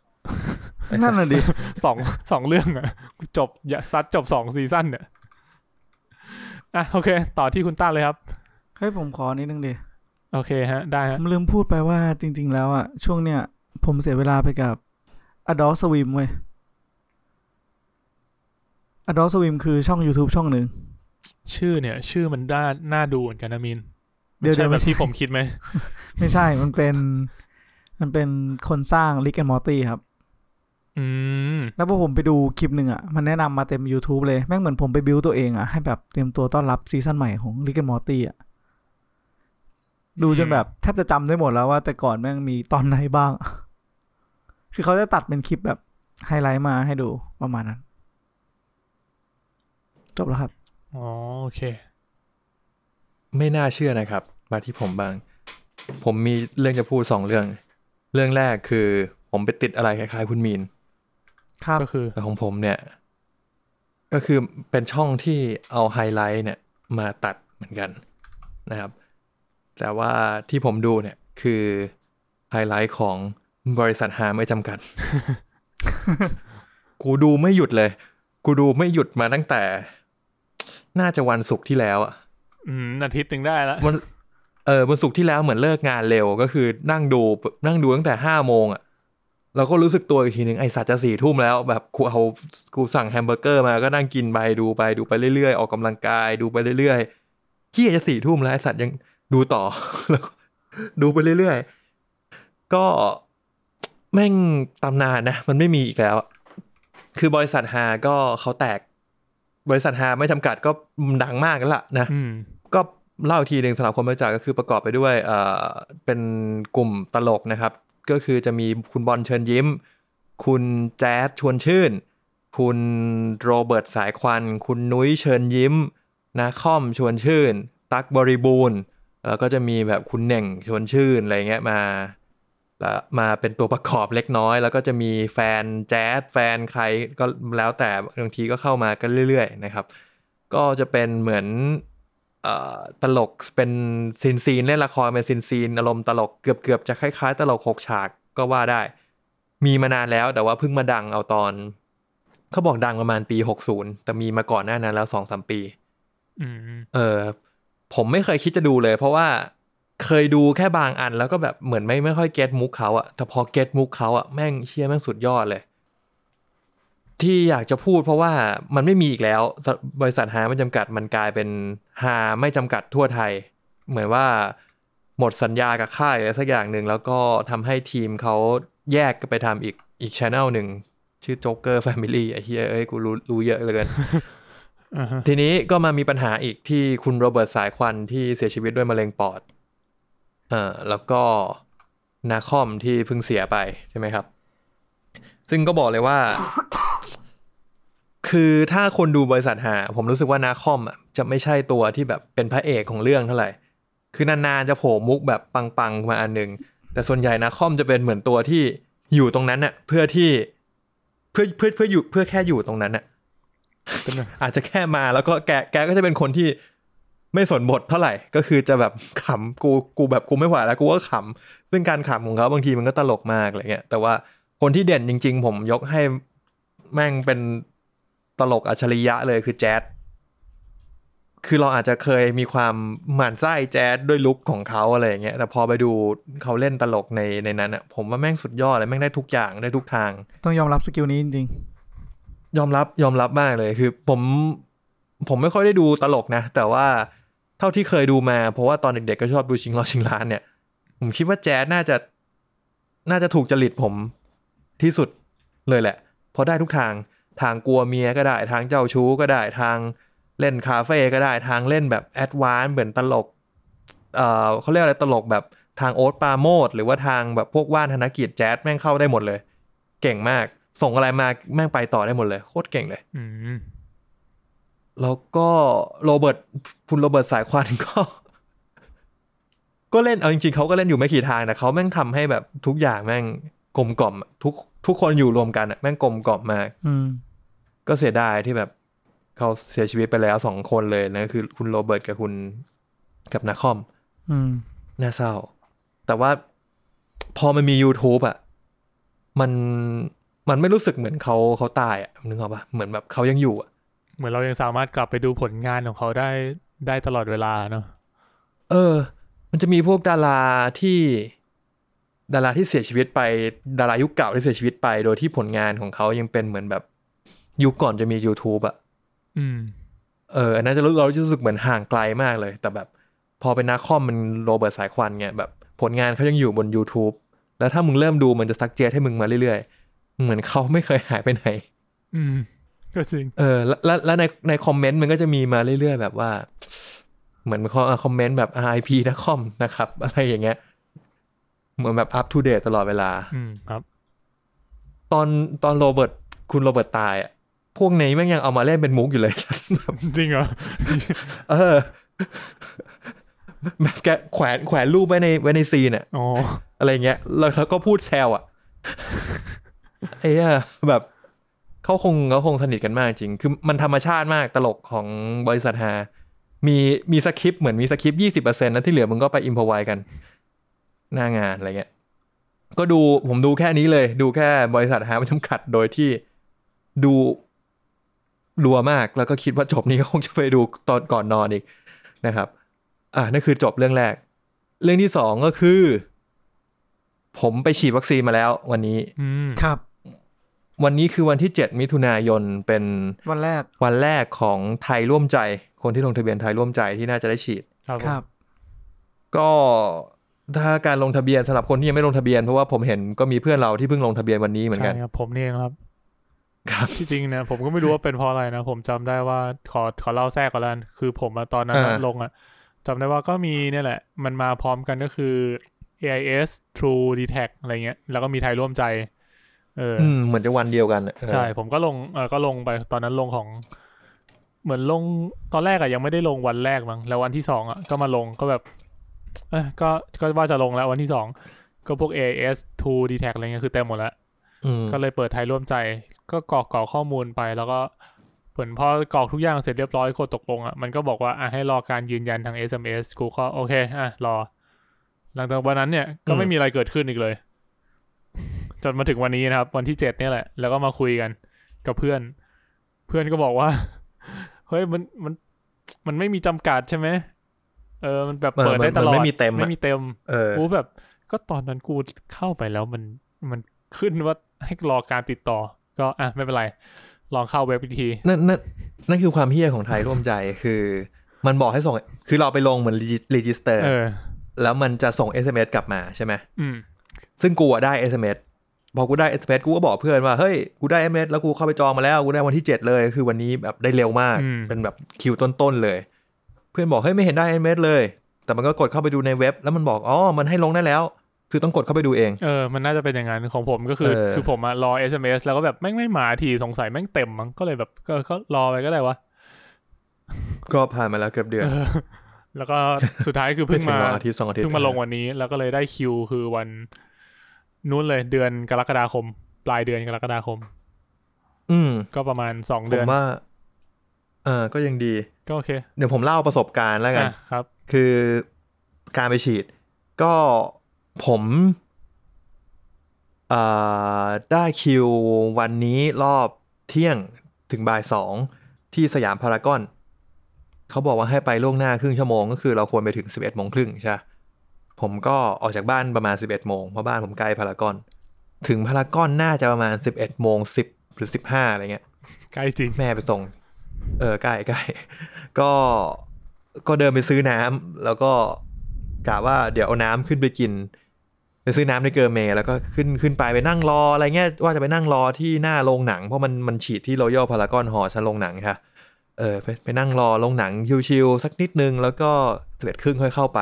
[SPEAKER 3] นั่นน่ะดิ
[SPEAKER 2] สอง สองเรื่องอะกูจบอย่าซัดจบสองซีซั่นเนี่ยอ่ะโอเค ต่อที่คุณต้าเลยครับ
[SPEAKER 3] เฮ้ยผมขอนิดนึงดิ
[SPEAKER 2] โอเคฮะ ได้
[SPEAKER 3] ผ
[SPEAKER 2] ฮะ
[SPEAKER 3] มลืมพูดไปว่าจริง ๆ แล้วอ่ะ ช่วงเนี้ยผมเสียเวลาไปกับ Adult Swim เว้ย Adult Swim คือช่อง YouTube ช่องหนึ่ง
[SPEAKER 2] ชื่อเนี่ย ชื่อมันน่าน่าดูเหมือนกันนะมิน
[SPEAKER 3] เดี๋ยว
[SPEAKER 2] ใช่
[SPEAKER 3] เดี๋ยว
[SPEAKER 2] แบ
[SPEAKER 3] ไม่
[SPEAKER 2] บ
[SPEAKER 3] ใช่
[SPEAKER 2] ที่ผมคิดไหม
[SPEAKER 3] ไม่ใช่มันเป็น มันเป็นคนสร้าง Rick and Morty ครับ
[SPEAKER 2] อืม
[SPEAKER 3] แล้วพอผมไปดูคลิปหนึ่งอ่ะ มันแนะนำมาเต็ม YouTube เลย แม่งเหมือนผมไปบิวตัวเองอ่ะ ให้แบบเตรียมตัวต้อนรับซีซั่นใหม่ของ Rick and Morty อ่ะ ดูจนแบบแทบจะจำได้หมดแล้วว่าแต่ก่อนแม่งมีตอนไหนบ้าง คือเขาจะตัดเป็นคลิปแบบไฮไลท์มาให้ดูประมาณนั้น จบแล้วครับ
[SPEAKER 2] อ๋อ โอเค
[SPEAKER 1] ไม่น่าเชื่อนะครับ มาที่ผมบ้าง ผมมีเรื่องจะพูดสองเรื่อง เรื่องแรกคือผมไปติดอะไรคล้ายๆ คุณมีน
[SPEAKER 3] ครับ
[SPEAKER 2] ก็คือ
[SPEAKER 1] แต่ของผมเนี่ย ก็คือเป็นช่องที่เอาไฮไลท์เนี่ยมาตัดเหมือนกันนะครับ แต่ว่าที่ผมดูเนี่ยคือไฮไลท์ของบริษัทหาไม่จำกัด กูดูไม่หยุดเลย กูดูไม่หยุดมาตั้งแต่ น่าจะวันศุกร์ที่แล้วอะ
[SPEAKER 2] อืมอาทิตย์หนึ่งได้ละ
[SPEAKER 1] วันเออวันศุกร์ที่แล้วเหมือนเลิกงานเร็วก็คือนั่งดูนั่งดูตั้งแต่ห้าโมงอ่ะเราก็รู้สึกตัวอีกทีหนึ่งไอสัตว์จะสี่ทุ่มแล้ว แบบกูเอากูสั่งแฮมเบอร์เกอร์มาก็นั่งกินไปดูไปดูไปเรื่อยๆ ออกกำลังกายดูไปเรื่อยๆเฮียจะสี่ทุ่มแล้วไอสัตว์ยังดูต่อ แล้วก็ดูไปเรื่อยๆ ก็แม่งตำนานนะ มันไม่มีอีกแล้วอะคือบริษัทฮาก็เขาแตก บริษัทฮาไม่จำกัดก็ดังมากแล้วล่ะนะ
[SPEAKER 2] อืม
[SPEAKER 1] ก็เล่าอีกทีหนึ่งสำหรับคนบริจาคก็คือประกอบไปด้วยเอ่อเป็นกลุ่มตลกนะครับ ก็คือจะมีคุณบอลเชิญยิ้ม คุณแจ๊ดชวนชื่น คุณโรเบิร์ตสายควัน คุณนุ้ยเชิญยิ้มนาคอมชวนชื่น ตั๊กบริบูรณ์ แล้วก็จะมีแบบคุณเหน่งชวนชื่นอะไรเงี้ยมาแล้วมาเป็นตัวประกอบเล็กน้อย แล้วก็จะมีแฟนแจ๊ดแฟนใครก็แล้วแต่บางทีก็เข้ามากันเรื่อยๆนะครับ ก็จะเป็นเหมือน เอ่อตลกเป็นซีนซีนๆเล่นละครเป็นซีนซีนๆอารมณ์ตลกเกือบเกือบๆจะคล้ายๆ ตลกหกฉากก็ว่าได้ มีมานานแล้วแต่ว่าเพิ่งมาดังเอาตอน เขาบอกดังประมาณปี 60 แต่มีมาก่อนหน้านั้นแล้วสองสามปี
[SPEAKER 2] อืม
[SPEAKER 1] เออผมไม่เคยคิดจะดูเลย เพราะว่าเคยดูแค่บางอันแล้วก็แบบเหมือนไม่ไม่ค่อยเก็ตมุกเขาอะแต่พอเก็ตมุกเขาอะแม่งเชี่ยแม่งสุดยอดเลย ที่อยากจะพูดเพราะว่ามันไม่มีอีกแล้ว บริษัทหาไม่จำกัดมันกลายเป็นหาไม่จำกัดทั่วไทย เหมือนว่าหมดสัญญากับค่ายอะไรสักอย่างหนึ่งแล้วก็ทำให้ทีมเขาแยกไปทำอีกอีกช anel หนึ่งชื่อ Joker Family ไอ้เหี้ยเอ้ยกูรู้รู้เยอะเหลย
[SPEAKER 2] อ่าฮะ
[SPEAKER 1] ทีนี้ก็มามีปัญหาอีกที่คุณโรเบิร์ตสายควันที่เสียชีวิตด้วยมะเร็งปอด เอ่อแล้วก็นาคอมที่เพิ่งเสียไปใช่ไหมครับ ซึ่งก็บอกเลยว่า คือถ้าคนดูบริษัทหา ผมรู้สึกว่านาคอมอะจะไม่ใช่ตัวที่แบบเป็นพระเอกของเรื่องเท่าไหร่ คือนานๆจะโผล่มุกแบบปังๆมาอันหนึ่งแต่ส่วนใหญ่นาคอมจะเป็นเหมือนตัวที่อยู่ตรงนั้นน่ะ เพื่อที่เพื่อเพื่อเพื่ออยู่เพื่อแค่อยู่ตรงนั้นน่ะ
[SPEAKER 2] เป็นไง
[SPEAKER 1] อาจจะแค่มาแล้วก็แกแกก็จะเป็นคนที่ไม่สนบทเท่าไหร่ ก็คือจะแบบ ขำกูกูแบบกูไม่ไหวแล้วกูก็ขำซึ่งการขำของเขาบางทีมันก็ตลกมากอะไรเงี้ยแต่ว่าคนที่เด่นจริง ๆ ผมยกให้แม่งเป็นตลกอัจฉริยะเลยคือแจ๊ดคือเราอาจจะเคยมีความหมั่นไส้แจ๊ดด้วยลุคของเขาอะไรอย่างเงี้ยแต่พอไปดูเขาเล่นตลกในในนั้นอะผมว่าแม่งสุดยอดเลยแม่งได้ทุกอย่างได้ทุกทาง
[SPEAKER 3] ต้องยอมรับสกิลนี้จริง
[SPEAKER 1] ยอมรับยอมรับมากเลยคือผมผมไม่ค่อยได้ดูตลกนะ แต่ว่าเท่าที่เคยดูมา เพราะว่าตอนเด็กๆก็ชอบดูชิงล้อชิงล้านเนี่ย ผมคิดว่าแจ๊สน่าจะน่าจะถูกจริตผมที่สุดเลยแหละเพราะได้ทุกทางทางกลัวเมียก็ได้ ทางเจ้าชู้ก็ได้ทางเล่นคาเฟ่ก็ได้ทางเล่นแบบแอดวานซ์เหมือนตลกเอ่อเขาเรียกอะไรตลกแบบทางโอ๊ตปราโมดหรือว่าทางแบบพวกว่านธนกิจแจ๊สแม่งเข้าได้หมดเลย เก่งมาก ส่งอะไรมาแม่งไปต่อได้หมดเลย โคตรเก่งเลย
[SPEAKER 2] อืม
[SPEAKER 1] แล้วก็โรเบิร์ตคุณโรเบิร์ตสายควันก็ ก็เล่นเอาจริงๆเขาก็เล่นอยู่ไม่กี่ทางแต่เขาแม่งทำให้แบบทุกอย่างแม่งกลมกล่อมอะทุกทุกคนอยู่รวมกันอะแม่งกลมกล่อมมาก
[SPEAKER 3] ๆ อืม
[SPEAKER 1] ก็เสียดายที่แบบเขาเสียชีวิตไปแล้วสองคนเลยนะคือคุณโรเบิร์ตกับคุณกับนาคอม
[SPEAKER 3] อืม
[SPEAKER 1] น่าเศร้า แต่ว่าพอมันมี YouTube อ่ะ มัน มันไม่รู้สึกเหมือนเขาเขาตายอ่ะนึกออกปะเหมือนแบบเขายังอยู่อ่ะ
[SPEAKER 2] เหมือนเรายังสามารถกลับไปดูผลงานของเขาได้ได้ตลอดเวลาเนอะ
[SPEAKER 1] เออ มันจะมีพวกดาราที่ ดาราที่เสียชีวิตไป ดารายุคเก่าที่เสียชีวิตไป โดยที่ผลงานของเขายังเป็นเหมือนแบบ ยุคก่อนจะมี YouTube อ่ะ
[SPEAKER 2] อืม
[SPEAKER 1] เอออันนั้นจะรู้เราจะรู้สึกเหมือนห่างไกลมากเลย แต่แบบ พอเป็นนาคอมมันโรเบิร์ตสายควันไงแบบ ผลงานเขายังอยู่บน YouTube แล้วถ้ามึงเริ่มดูมันจะซักเจตให้มึงมาเรื่อยๆ เหมือนเขาไม่เคยหายไปไหน
[SPEAKER 2] อืม ก็จริง
[SPEAKER 1] เออแล้วแล้วแล้วในในคอมเมนต์มันก็จะมีมาเรื่อยๆ แบบว่า เหมือนคอคอมเมนต์แบบ RIP นาคอมนะครับ อะไรอย่างเงี้ย เหมือนแบบอัป o ูเดตตลอดเวลา
[SPEAKER 2] อืมครับ
[SPEAKER 1] ตอนตอนโรเบิร์ตคุณโรเบิร์ตตายอะพวกนี้แม่งยังเอามาเล่นเป็นมุกอยู่เลย
[SPEAKER 2] จริงเหรอ
[SPEAKER 1] เอ อแบบแกแขวนแขวนรูปไว้ในไว้ในซีนอะ
[SPEAKER 2] อ๋อ
[SPEAKER 1] อะไรเงี้ยแล้วแล้วก็พูดแซวอะ ไอ้เหี้ยแบบเขาคงเขาคงสนิทกันมากจริง คือมันธรรมชาติมากตลกของบริษัทฮา มีมีสคริปต์เหมือนมีสคริปต์ยี่สิบเปอร์เซ็นต์แล้วที่เหลือมึงก็ไปอิมพอไวกัน หน้างานอะไรเงี้ย ก็ดูผมดูแค่นี้เลย ดูแค่บริษัทหาไม่จำกัดโดยที่ดูรัวมากแล้วก็คิดว่าจบนี้ก็คงจะไปดูตอนก่อนนอนอีกนะครับ อ่ะนั่นคือจบเรื่องแรก เรื่องที่สองก็คือ ผมไปฉีดวัคซีนมาแล้ว วันนี้
[SPEAKER 2] อืม
[SPEAKER 3] ครับ
[SPEAKER 1] วันนี้คือวันที่ 7 มิถุนายนเป็น
[SPEAKER 3] วันแรก
[SPEAKER 1] วันแรกของไทยร่วมใจ คนที่ลงทะเบียนไทยร่วมใจที่น่าจะได้ฉีด
[SPEAKER 2] ครับผม
[SPEAKER 3] ครับ
[SPEAKER 1] ก็ถ้าการลงทะเบียนสำหรับคนที่ยังไม่ลงทะเบียนเพราะว่าผมเห็นก็มีเพื่อนเราที่เพิ่งลงทะเบียนวันนี้เหมือน
[SPEAKER 2] ใช่
[SPEAKER 1] กัน
[SPEAKER 2] ครับผมนี่เองครับ
[SPEAKER 1] ครับ
[SPEAKER 2] ที่จริงนะผมก็ไม่รู้ว่าเป็นเพราะอะไรนะ ผมจำได้ว่าขอขอเล่าแทรกก่อนแล้วกันคือผมอะตอนนั้นอะ
[SPEAKER 1] อ่า
[SPEAKER 2] ลงอะจำได้ว่าก็มีเนี่ยแหละ มันมาพร้อมกันก็คือ AIS True d e t a c อะไรเงี้ย แล้วก็มีไทยร่วมใจ เอออ
[SPEAKER 1] อืมเหมือนจะวันเดียวกันอะ
[SPEAKER 2] ใช่ ผมก็ลงเออก็ลงไปตอนนั้นลงของ เหมือนลงตอนแรกอะยังไม่ได้ลงวันแรกมั้งแล้ววันที่สองอะก็มาลงก็แบบ เอยก็ก็ว่าจะลงแล้ววันที่สองก็พวก AIS 2 d t a c อะไรเงี้ยคือเต็มหมดแล้ว
[SPEAKER 1] อืม
[SPEAKER 2] ก็เลยเปิดไทยร่วมใจ ก็กรอกกรอกข้อมูลไป แล้วก็เหมือนพอกรอกทุกอย่างเสร็จเรียบร้อยกดตกลงอะมันก็บอกว่าอ่ะให้รอการยืนยันทาง SMS กูก็โอเคอ่ะรอ หลังจากวันนั้นเนี่ยก็ไม่มีอะไรเกิดขึ้นอีกเลย จนมาถึงวันนี้นะครับ วันที่เจ็ดเนี่ยแหละ แล้วก็มาคุยกันกับเพื่อน เพื่อนก็บอกว่า เฮ้ยมันมันมันไม่มีจำกัดใช่ไหมเออมันแบบ
[SPEAKER 1] เออ
[SPEAKER 2] เปิด
[SPEAKER 1] มัน
[SPEAKER 2] ได้ต
[SPEAKER 1] มัน
[SPEAKER 2] ลอด
[SPEAKER 1] ไม่มีเต็ม
[SPEAKER 2] ไม่
[SPEAKER 1] อะ
[SPEAKER 2] มีเต็ม
[SPEAKER 1] เออ
[SPEAKER 2] กูแบบก็ตอนนั้นกูเข้าไปแล้วมันมันขึ้นว่าให้รอการติดต่อ ก็อ่ะไม่เป็นไร ลองเข้าเว็บอีกที
[SPEAKER 1] นั่นนั่นนั่นคือความเฮี้ยของไทยร่วมใจคือ มันบอกให้ส่ง คือเราไปลงเหมือนรีจิสเตอร์
[SPEAKER 2] เออ
[SPEAKER 1] แล้วมันจะส่ง SMS กลับมาใช่ไหม
[SPEAKER 2] อืม
[SPEAKER 1] ซึ่งกูอะได้ SMS พอกูได้ SMS กูก็บอกเพื่อนว่า เฮ้ย กูได้ SMS แล้วกูเข้าไปจองมาแล้ว กูได้วันที่ 7 เลย คือวันนี้แบบได้เร็วมาก
[SPEAKER 2] อืม
[SPEAKER 1] เป็นแบบคิวต้นๆเลย เพื่อนบอก เฮ้ย ไม่เห็นได้ SMS เลย แต่มันก็กดเข้าไปดูในเว็บ แล้วมันบอก อ๋อ มันให้ลงได้แล้ว คือต้องกดเข้าไปดูเอง
[SPEAKER 2] เออ มันน่าจะเป็นอย่างนั้นของผมก็คือ
[SPEAKER 1] เออ
[SPEAKER 2] คือผมอะรอ SMS แล้วก็แบบแม่งไม่มาทีสงสัยแม่งเต็มมั้งก็เลยแบบก็ก็รอไปก็ได้วะ
[SPEAKER 1] ก็ผ่านมาแล้วเกือบเดือน
[SPEAKER 2] แล้วก็ สุดท้ายคือเพิ่ง
[SPEAKER 1] ไถึ
[SPEAKER 2] มา
[SPEAKER 1] วันอาทิตย์สองอาทิตย์
[SPEAKER 2] เพิ่งมาลงวันนี้ แล้วก็เลยได้คิวคือวันนู้นเลยเดือนกรกฎาคม ปลายเดือนกรกฎาคม
[SPEAKER 1] อืม
[SPEAKER 2] ก็ประมาณสอง
[SPEAKER 1] ผ
[SPEAKER 2] เดือ
[SPEAKER 1] ม
[SPEAKER 2] น
[SPEAKER 1] ว่าเออก็ยังดี
[SPEAKER 2] ก็โอเค
[SPEAKER 1] เดี๋ยวผมเล่าประสบการณ์แล้วกัน
[SPEAKER 2] อ่ะครับ
[SPEAKER 1] คือการไปฉีด ก็ผมเอ่อได้คิววันนี้รอบเที่ยงถึงบ่ายสองที่สยามพารากอน เขาบอกว่าให้ไปล่วงหน้าครึ่งชั่วโมงก็คือเราควรไปถึง 11โมงครึ่งใช่ปะผมก็ออกจากบ้านประมาณ 11โมงเพราะบ้านผมใกล้พารากอน ถึงพารากอนน่าจะประมาณ 11โมง10 หรือ 15อะไรเงี้ย
[SPEAKER 2] ใกล้จริง
[SPEAKER 1] แม่ไปส่ง เออใกล้ใกล้ ก็ก็เดินไปซื้อน้ำแล้วก็กะว่าเดี๋ยวเอาน้ำขึ้นไปกิน ไปซื้อน้ำในเกอร์เมแล้วก็ขึ้นขึ้นไปไปนั่งรออะไรเงี้ยว่าจะไปนั่งรอที่หน้าโรงหนัง เพราะมันมันฉีดที่รอยัลพารากอนหอชั้นโรงหนังค่ะ เออไปไปนั่งรอโรงหนังชิวๆสักนิดนึง แล้วก็เสร็จครึ่งค่อยเข้าไป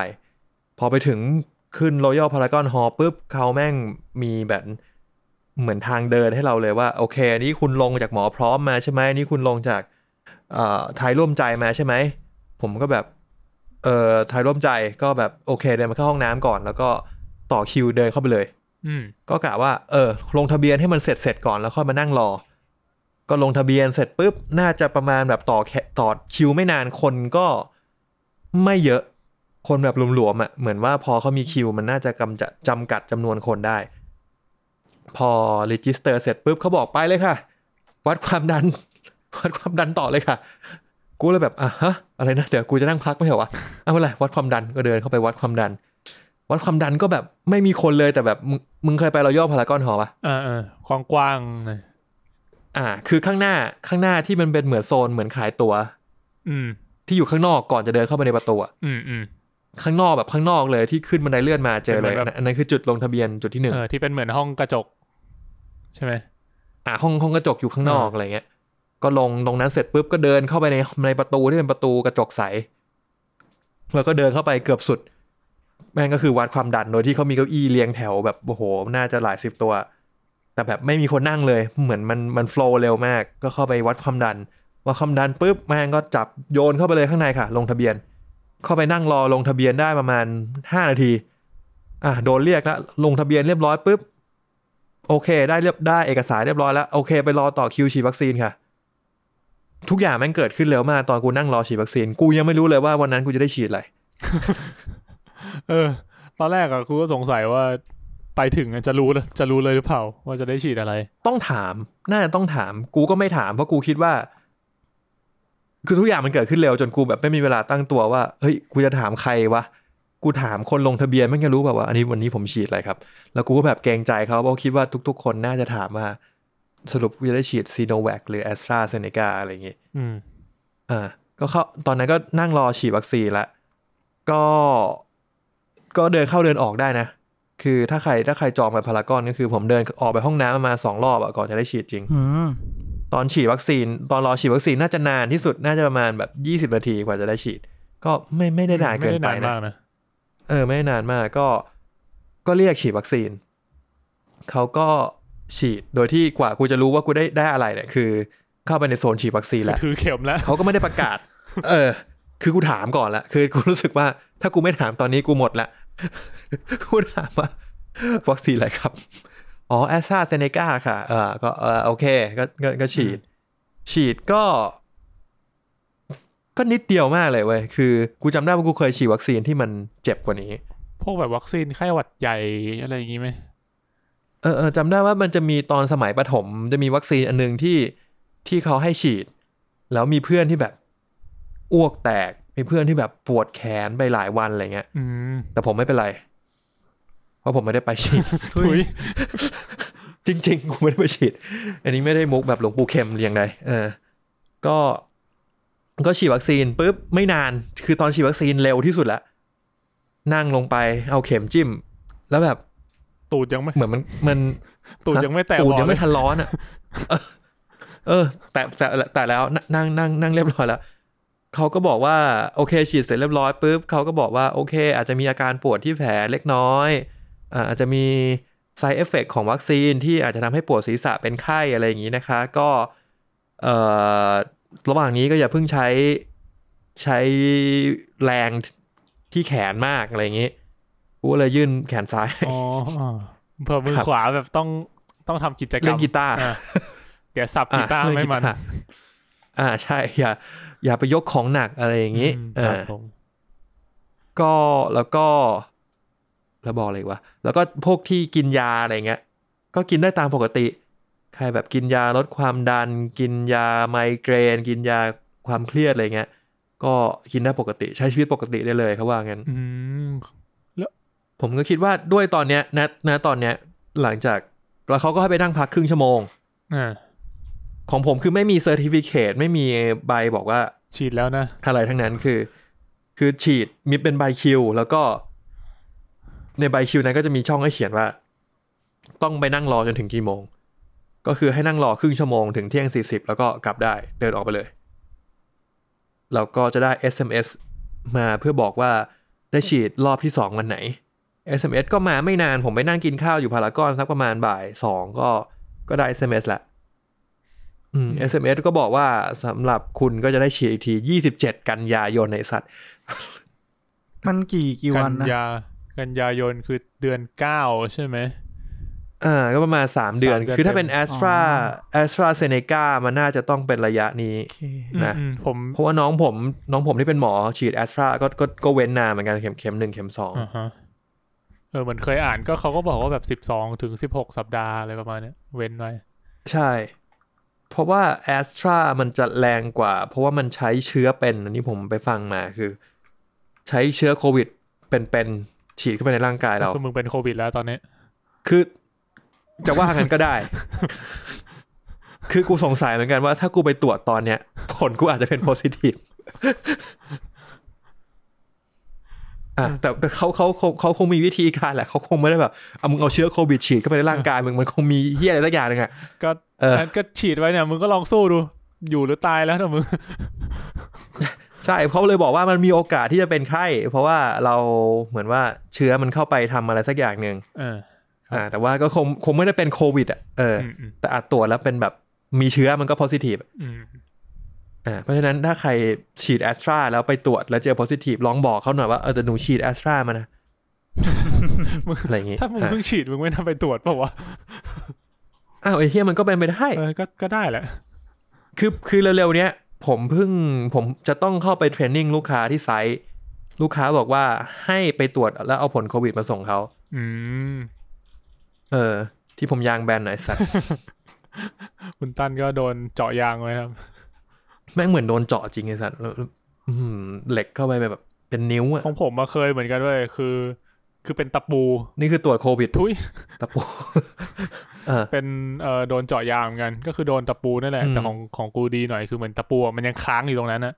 [SPEAKER 1] พอไปถึงขึ้นรอยัลพารากอนฮอปุ๊บเขาแม่งมีแบบ เหมือนทางเดินให้เราเลยว่า โอเคอันนี้คุณลงจากหมอพร้อมมาใช่ไหมอันนี้คุณลงจากเอ่อไทยร่วมใจมาใช่ไหม ผมก็แบบเอ่อไทยร่วมใจก็แบบโอเคเดินมาเข้าห้องน้ำก่อน แล้วก็ต่อคิวเดินเข้าไปเลย
[SPEAKER 2] อืม
[SPEAKER 1] ก็กะว่าเออลงทะเบียนให้มันเสร็จเสร็จก่อนแล้วค่อยมานั่งรอ ก็ลงทะเบียนเสร็จปุ๊บ น่าจะประมาณแบบต่อแคต่อคิวไม่นานคนก็ไม่เยอะคนแบบหลวมๆอะ่ะเหมือนว่าพอเขามีคิวมันน่าจะกำจัดจำกัดจำนวนคนได้ พอรีจิสเตอร์เสร็จปุ๊บเขาบอกไปเลยค่ะ วัดความดัน วัดความดันต่อเลยค่ะ กูเลยแบบอ่ะฮะอะไรนะเดี๋ยวกูจะนั่งพักไม่เหรอวะเอาไม่เป็นไรวัดความดันก็เดินเข้าไปวัดความดัน วัดความดันก็แบบไม่มีคนเลยแต่แบบมึงมึงเคยไปเราย่อพารากอนหอปะ
[SPEAKER 2] เออเออกว้างกว้างๆหน่อย
[SPEAKER 1] อ่า คือข้างหน้าข้างหน้าที่มันเป็นเหมือนโซนเหมือนขายตัว
[SPEAKER 2] อืม
[SPEAKER 1] ที่อยู่ข้างนอกก่อนจะเดินเข้าไปในประตูอะ
[SPEAKER 2] อืมอืม
[SPEAKER 1] ข้างนอกแบบข้างนอกเลยที่ขึ้นบันไดเลื่อนมาเจอเลย
[SPEAKER 2] เป็นเหมือนแบบ
[SPEAKER 1] อันนั้นคือจุดลงทะเบียนจุดที่หนึ่ง
[SPEAKER 2] เออ ที่เป็นเหมือนห้องกระจก ใช่ไหม
[SPEAKER 1] อ่าห้องห้องกระจกอยู่ข้างนอกอะไรเงี้ย ก็ลงตรงนั้นเสร็จปุ๊บก็เดินเข้าไปในในประตูที่เป็นประตูกระจกใส แล้วก็เดินเข้าไปเกือบสุด แม่งก็คือวัดความดันโดยที่เขามีเก้าอี้เรียงแถวแบบโอ้โห น่าจะหลายสิบตัว แต่แบบไม่มีคนนั่งเลย เหมือนมันมันโฟล์เร็วมาก ก็เข้าไปวัดความดัน วัดความดันปุ๊บแม่งก็จับโยนเข้าไปเลยข้างในค่ะ ลงทะเบียน เข้าไปนั่งรอลงทะเบียนได้ประมาณห้านาที อ่ะโดนเรียกแล้วลงทะเบียนเรียบร้อยปุ๊บโอเค ได้เรียบได้เอกสารเรียบร้อยแล้วโอเค ไปรอต่อคิวฉีดวัคซีนค่ะ ทุกอย่างแม่งเกิดขึ้นเร็วมากตอนกูนั่งรอฉีดวัคซีน กูยังไม่รู้เลยว่าวันนั้นกูจะได้ฉีดอะไร
[SPEAKER 2] เออ ตอนแรกอะกูก็สงสัยว่าไปถึงอะจะรู้เลยจะรู้เลยหรือเปล่า ว่าจะได้ฉีดอะไร
[SPEAKER 1] ต้องถาม น่าจะต้องถาม กูก็ไม่ถาม เพราะกูคิดว่า คือทุกอย่างมันเกิดขึ้นเร็วจนกูแบบไม่มีเวลาตั้งตัวว่า เฮ้ย กูจะถามใครวะ กูถามคนลงทะเบียนมันจะรู้แบบว่า อันนี้วันนี้ผมฉีดอะไรครับ แล้วกูก็แบบเกรงใจเขาเพราะคิดว่าทุก ๆ คนน่าจะถามว่า สรุปกูจะได้ฉีดซีโนแวคหรือแอสตราเซเนกาอะไรอย่างงี้
[SPEAKER 2] อืม
[SPEAKER 1] อ่าก็เข้าตอนนั้นก็นั่งรอฉีดวัคซีนละก็ ก็เดินเข้าเดินออกได้นะ คือถ้าใครถ้าใครจองไปพารากอนก็คือผมเดินออกไปห้องน้ำประมาณสองรอบอะก่อนจะได้ฉีดจริง
[SPEAKER 3] อืม
[SPEAKER 1] ตอนฉีดวัคซีน ตอนรอฉีดวัคซีนน่าจะนานที่สุดน่าจะประมาณแบบยี่สิบ20 นาทีกว่าจะได้ฉีด ก็ไม่ไม่ได้นานเกินไป
[SPEAKER 2] ม่
[SPEAKER 1] นะ
[SPEAKER 2] ด้มากนะ
[SPEAKER 1] เออไม่ได้นานมากก็ก็เรียกฉีดวัคซีน เขาก็ฉีดโดยที่กว่ากูจะรู้ว่ากูได้ได้อะไรเนี่ยคือ เข้าไปในโซนฉีดวัคซีน
[SPEAKER 2] คือ
[SPEAKER 1] แล้ว
[SPEAKER 2] ถือเข็มแล้ว
[SPEAKER 1] เขาก็ไม่ได้ประกาศ เออ คือกูถามก่อนละ คือกูรู้สึกว่า ถ้ากูไม่ถามตอนนี้กูหมดละ กูถามว่าวัคซีนอะไรครับ อ๋อแอสตราเซเนกาค่ะ เออ ก็เออโอเคก็ก็ก็ฉีด ฉีดก็ ก็นิดเดียวมากเลยเว้ย คือกูจำได้ว่ากูเคยฉีดวัคซีนที่มันเจ็บกว่านี้
[SPEAKER 2] พวกแบบวัคซีนไข้หวัดใหญ่อะไรอย่างงี้ไหม
[SPEAKER 1] เออเออจำได้ว่ามันจะมีตอนสมัยประถม จะมีวัคซีนอันหนึงที่ที่เขาให้ฉีด แล้วมีเพื่อนที่แบบอ้วกแตก มีเพื่อนที่แบบปวดแขนไปหลายวันอะไรเงี้ย
[SPEAKER 2] อืม
[SPEAKER 1] แต่ผมไม่เป็นไร เพราะผมไม่ได้ไปฉีด
[SPEAKER 2] ถุย
[SPEAKER 1] จริงๆกูไม่ได้ไปฉีด อันนี้ไม่ได้มุกแบบหลวงปู่เข็มหรือยังไงเออ ก็ก็ฉีดวัคซีนปุ๊บไม่นาน คือตอนฉีดวัคซีนเร็วที่สุดละนั่งลงไปเอาเข็มจิ้ม แล้วแบบ
[SPEAKER 2] ตูดยังไม่
[SPEAKER 1] เหมือนมันมัน
[SPEAKER 2] ตูดยังไม่แตะ
[SPEAKER 1] ตูด
[SPEAKER 2] บอ
[SPEAKER 1] ยัง
[SPEAKER 2] ลเล
[SPEAKER 1] ไม่
[SPEAKER 2] ย
[SPEAKER 1] ทันร้อนอ่ะ เออเออ แต่แต่แต่แล้วนั่งนั่งนั่งเรียบร้อยแล้วเขาก็บอกว่าโอเคฉีดเสร็จเรียบร้อยปุ๊บเขาก็บอกว่าโอเค อาจจะมีอาการปวดที่แผลเล็กน้อยอ่าอาจจะมี side effect ของวัคซีนที่อาจจะทำให้ปวดศีรษะเป็นไข้อะไรอย่างนี้นะคะ ก็เอ่อระหว่างนี้ก็อย่าเพิ่งใช้ใช้แรงที่แขนมากอะไรอย่างนี้กูก็เลยยื่นแขนซ้าย
[SPEAKER 2] อ๋ออ่าเพื่อมือ
[SPEAKER 1] ครับ
[SPEAKER 2] ขวาแบบต้องต้องทำกิจกรร
[SPEAKER 1] เล่
[SPEAKER 2] ม
[SPEAKER 1] นกีตาร์
[SPEAKER 2] อ่ะเดี๋ยวสับกีตาร์
[SPEAKER 1] อ่ะ
[SPEAKER 2] ไม่มัน
[SPEAKER 1] เล่กีตาร์อ่าใช่ อย่า อย่าไปยกของหนักอะไรอย่างนี้
[SPEAKER 2] อืมค
[SPEAKER 1] อ่า
[SPEAKER 2] รับผม
[SPEAKER 1] ก็แล้วก็แล้วบอกอะไรอีกวะแล้วก็พวกที่กินยาอะไรเงี้ย ก็กินได้ตามปกติ ใครแบบกินยาลดความดัน กินยาไมเกรน กินยาความเครียดอะไรเงี้ย ก็กินได้ปกติใช้ชีวิตปกติได้เลยเขาว่างั้น
[SPEAKER 2] อืม
[SPEAKER 1] ผมก็คิดว่าด้วยตอนเนี้ยนะนะตอนเนี้ยหลังจากแล้วเขาก็ให้ไปนั่งพักครึ่งชั่วโมง
[SPEAKER 2] อ่า
[SPEAKER 1] ของผมคือไม่มีเซอร์ติฟิเคไม่มีใบบอกว่า
[SPEAKER 2] ฉีดแล้วนะ
[SPEAKER 1] อะไรทั้งนั้นคือ คือฉีดมีเป็นใบคิว แล้วก็ ในใบคิวนั้นก็จะมีช่องให้เขียนว่า ต้องไปนั่งรอจนถึงกี่โมง ก็คือให้นั่งรอครึ่งชั่วโมงถึงเที่ยงสี่สิบแล้วก็กลับได้เดินออกไปเลยแล้วก็จะได้ SMS มาเพื่อบอกว่าได้ฉีดรอบที่สองวันไหน SMS ก็มาไม่นานผมไปนั่งกินข้าวอยู่พารากอนสักประมาณบ่ายสองก็ก็ได้ SMS ละ อืม SMS ก็บอกว่าสำหรับคุณก็จะได้ฉีดอีกที 27 กันยายนในสัตว์
[SPEAKER 3] มันกี่กี่
[SPEAKER 2] กั
[SPEAKER 3] วันนะ
[SPEAKER 2] ยากันยายนคือเดือนเก้าใช่ไหม
[SPEAKER 1] อ่า ก็ประมาณ 3 เดือน
[SPEAKER 2] สามเดือน
[SPEAKER 1] คือถ้าเป็น a s t r a a s t r a z e ซ e c a มันน่าจะต้องเป็นระยะนี้
[SPEAKER 3] โอเค
[SPEAKER 1] นะ
[SPEAKER 2] อืมผม
[SPEAKER 1] เพราะว่าน้องผมน้องผมที่เป็นหมอฉีด a s t r a ก็ก็ก็เว้นนานเหมือนกันเข็มเข็มหนึ่งเข็มสอง
[SPEAKER 2] อ่าฮะเออเหมือนเคยอ่านก็เขาก็บอกว่าแบบสิบสองถึงสิบหกสัปดาห์อะไรประมาณเนี้ยเว้นไว้
[SPEAKER 1] ใช่ เพราะว่า a s t r a มันจะแรงกว่า เพราะว่ามันใช้เชื้อเป็นอันนี้ผมไปฟังมาคือ ใช้เชื้อโควิด เป็นๆฉีดเข้าไปในร่างกายเรา
[SPEAKER 2] คือมึงเป็นโควิดแล้วตอนนี้
[SPEAKER 1] คือจะว่างั้นก็ได้ คือกูสงสัยเหมือนกันว่าถ้ากูไปตรวจตอนเนี้ย ผลกูอาจจะเป็นโพซิทีฟอ่ะแต่แต่เขาเขาเขาเขาคงมีวิธีการแหละเขาคงไม่ได้แบบเอามึงเอาเชื้อโควิดฉีดเข้าไปในร่างกายมึงมันคงมีเฮี้ยอะไรสักอย่างหนึงอะ
[SPEAKER 2] ก็
[SPEAKER 1] เออ
[SPEAKER 2] งั้นก็ฉีดไว้เนี่ยมึงก็ลองสู้ดู อยู่หรือตายแล้วนะมึง
[SPEAKER 1] ใช่เขาเลยบอกว่ามันมีโอกาสที่จะเป็นไข้ เพราะว่าเราเหมือนว่าเชื้อมันเข้าไปทำอะไรสักอย่างหนึ่ง
[SPEAKER 2] เออ
[SPEAKER 1] อ่า แต่ว่าก็คงคงไม่ได้เป็นโควิดอ่ะเอออ
[SPEAKER 2] อืมอืม
[SPEAKER 1] แต่อาจตรวจแล้วเป็นแบบมีเชื้อมันก็โพซิทีฟ
[SPEAKER 2] อืม
[SPEAKER 1] อ่าเพราะฉะนั้นถ้าใครฉีดแอสตราแล้วไปตรวจแล้วเจอโพซิทีฟลองบอกเขาหน่อยว่าเออแต่หนูฉีดแอสตรา มานะ อะไรอย่างงี้
[SPEAKER 2] ถ้ามึง
[SPEAKER 1] อ่ะ
[SPEAKER 2] เพิ่งฉีดมึงไม่ทำไปตรวจเปล่าวะ
[SPEAKER 1] อ้าวไอ้เทียมันก็เป็นไปได้
[SPEAKER 2] เออก็ก็ได้แหละ
[SPEAKER 1] คือคือเร็วๆเนี้ย ผมเพิ่งผมจะต้องเข้าไปเทรนนิ่งลูกค้าที่ไซต์ ลูกค้าบอกว่าให้ไปตรวจแล้วเอาผลโควิดมาส่งเขา
[SPEAKER 2] อืม
[SPEAKER 1] เออ ที่ผมยางแบนหน่อย สัตว์
[SPEAKER 2] คุณตั้นก็โดนเจาะยางไว้ครับ
[SPEAKER 1] แม่งเหมือนโดนเจาะจริงไอ้สัตว์แล้วแล้วอื้อหือเหล็กเข้าไปแบบเป็นนิ้วอ่ะ
[SPEAKER 2] ของผมมาเคยเหมือนกันด้วย คือ คือเป็นตะปู
[SPEAKER 1] นี่คือตรวจโค วิด
[SPEAKER 2] ทุย
[SPEAKER 1] ตะปู เออ
[SPEAKER 2] เป็นเอ่อโดนเจาะยางเหมือนกัน ก็คือโดนตะปูนั่นแหละ
[SPEAKER 1] อืม
[SPEAKER 2] แต่ของของกูดีหน่อยคือเหมือนตะปูอะมันยังค้างอยู่ตรงนั้นนะ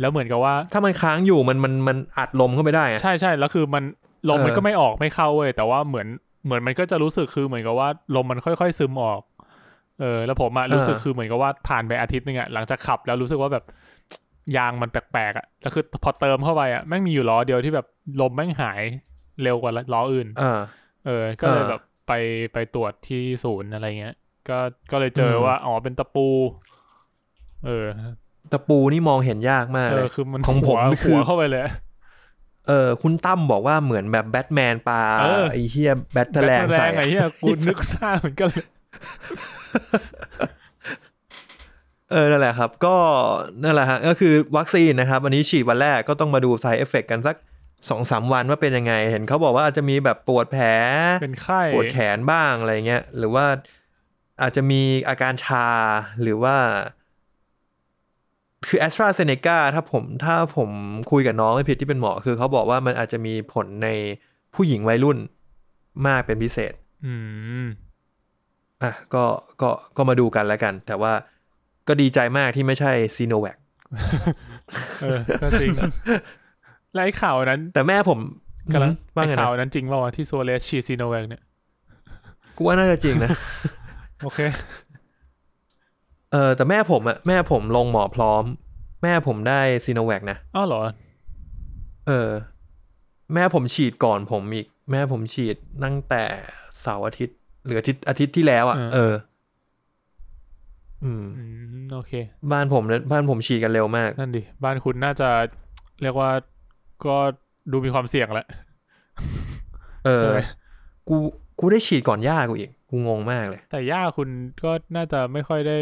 [SPEAKER 2] แล้วเหมือนกับว่า
[SPEAKER 1] ถ้ามันค้างอยู่มันมันมันอัดลมเข้าไปได้อะ
[SPEAKER 2] ใช่ใช่แล้วคือมันลม
[SPEAKER 1] เออ
[SPEAKER 2] มันก็ไม่ออกไม่เข้าเว้ยแต่ว่าเหมือนเหมือนมันก็จะรู้สึกคือเหมือนกับว่าลมมันค่อยๆซึมออก เออ แล้วผมอะรู้สึกคือเหมือนกับว่าผ่านไปอาทิตย์หนึงอะหลังจากขับแล้วรู้สึกว่าแบบยางมันแปลกๆอะแล้วคือพอเติมเข้าไปอะแม่งมีอยู่ล้อเดียวที่แบบลมแม่งหายเร็วกว่าล้ออื่น
[SPEAKER 1] เออ
[SPEAKER 2] เออ ก็เลย
[SPEAKER 1] เออ
[SPEAKER 2] แบบไปไปตรวจที่ศูนย์อะไรเงี้ย ก็ก็เลยเจออ
[SPEAKER 1] ม
[SPEAKER 2] ว่าอ๋อเป็นตะปู เออ
[SPEAKER 1] ตะปูนี่มองเห็นยากมาก
[SPEAKER 2] เอ
[SPEAKER 1] เล
[SPEAKER 2] อย คือมัน
[SPEAKER 1] ของผม
[SPEAKER 2] หัว
[SPEAKER 1] คือ
[SPEAKER 2] หัวเข้าไปเลย
[SPEAKER 1] เออคุณตั้มบอกว่าเหมือนแบบแบทแมนปลา
[SPEAKER 2] เออ
[SPEAKER 1] ไอ้เหี้ยแบทแตอร์แลนด์
[SPEAKER 2] แร
[SPEAKER 1] ใส่
[SPEAKER 2] งไอ้เหี้ยกูนึกหน้าเหมือนกันเลย
[SPEAKER 1] เออนั่นแหละครับ ก็นั่นแหละฮะก็คือวัคซีนนะครับ วันนี้ฉีดวันแรกก็ต้องมาดู side effect กันสักสองสามวันว่าเป็นยังไง เห็นเขาบอกว่าอาจจะมีแบบปวดแผล
[SPEAKER 2] เป็นไข้
[SPEAKER 1] ปวดแขนบ้างอะไรเงี้ย หรือว่าอาจจะมีอาการชาหรือว่า คือแอสตราเซเนกาถ้าผมถ้าผมคุยกับน้องไม่ผิดที่เป็นหมอ คือเขาบอกว่ามันอาจจะมีผลในผู้หญิงวัยรุ่นมากเป็นพิเศษ
[SPEAKER 2] อืม
[SPEAKER 1] อ่ะก็ก็ก็มาดูกันแล้วกัน แต่ว่าก็ดีใจมากที่ไม่ใช่ซีโนแวค
[SPEAKER 2] เออ ก็จริง แล้วไอ้ข่าวนั้น
[SPEAKER 1] แต่แม่ผม
[SPEAKER 2] กำลัง
[SPEAKER 1] ว่า
[SPEAKER 2] ไอ้
[SPEAKER 1] ไงนะ
[SPEAKER 2] ข่าวนั้นจริงเปล่าวะที่ซัวเรสฉีดซีโนแวคเนี่ย
[SPEAKER 1] กูว่าน่าจะจริงนะ
[SPEAKER 2] โอเค
[SPEAKER 1] เออแต่แม่ผมอะแม่ผมลงหมอพร้อม แม่ผมได้ซีโนแวคนะ
[SPEAKER 2] อ้าวเหรอ
[SPEAKER 1] เออ แม่ผมฉีดก่อนผมอีก แม่ผมฉีดตั้งแต่เสาร์อาทิตย์ หรืออาทิตย์อาทิตย์ที่แล้วอะ่ะ
[SPEAKER 2] อ่า
[SPEAKER 1] เออ อืม
[SPEAKER 2] อืม โอเค
[SPEAKER 1] บ้านผมบ้านผมฉีดกันเร็วมาก
[SPEAKER 2] นั่นดิ บ้านคุณน่าจะเรียกว่าก็ดูมีความเสี่ยงแหละ
[SPEAKER 1] เออ
[SPEAKER 2] ใช่ไหม
[SPEAKER 1] กูกูได้ฉีดก่อนย่ากูอีก กูงงมากเลย
[SPEAKER 2] แต่ย่าคุณก็น่าจะไม่ค่อยได้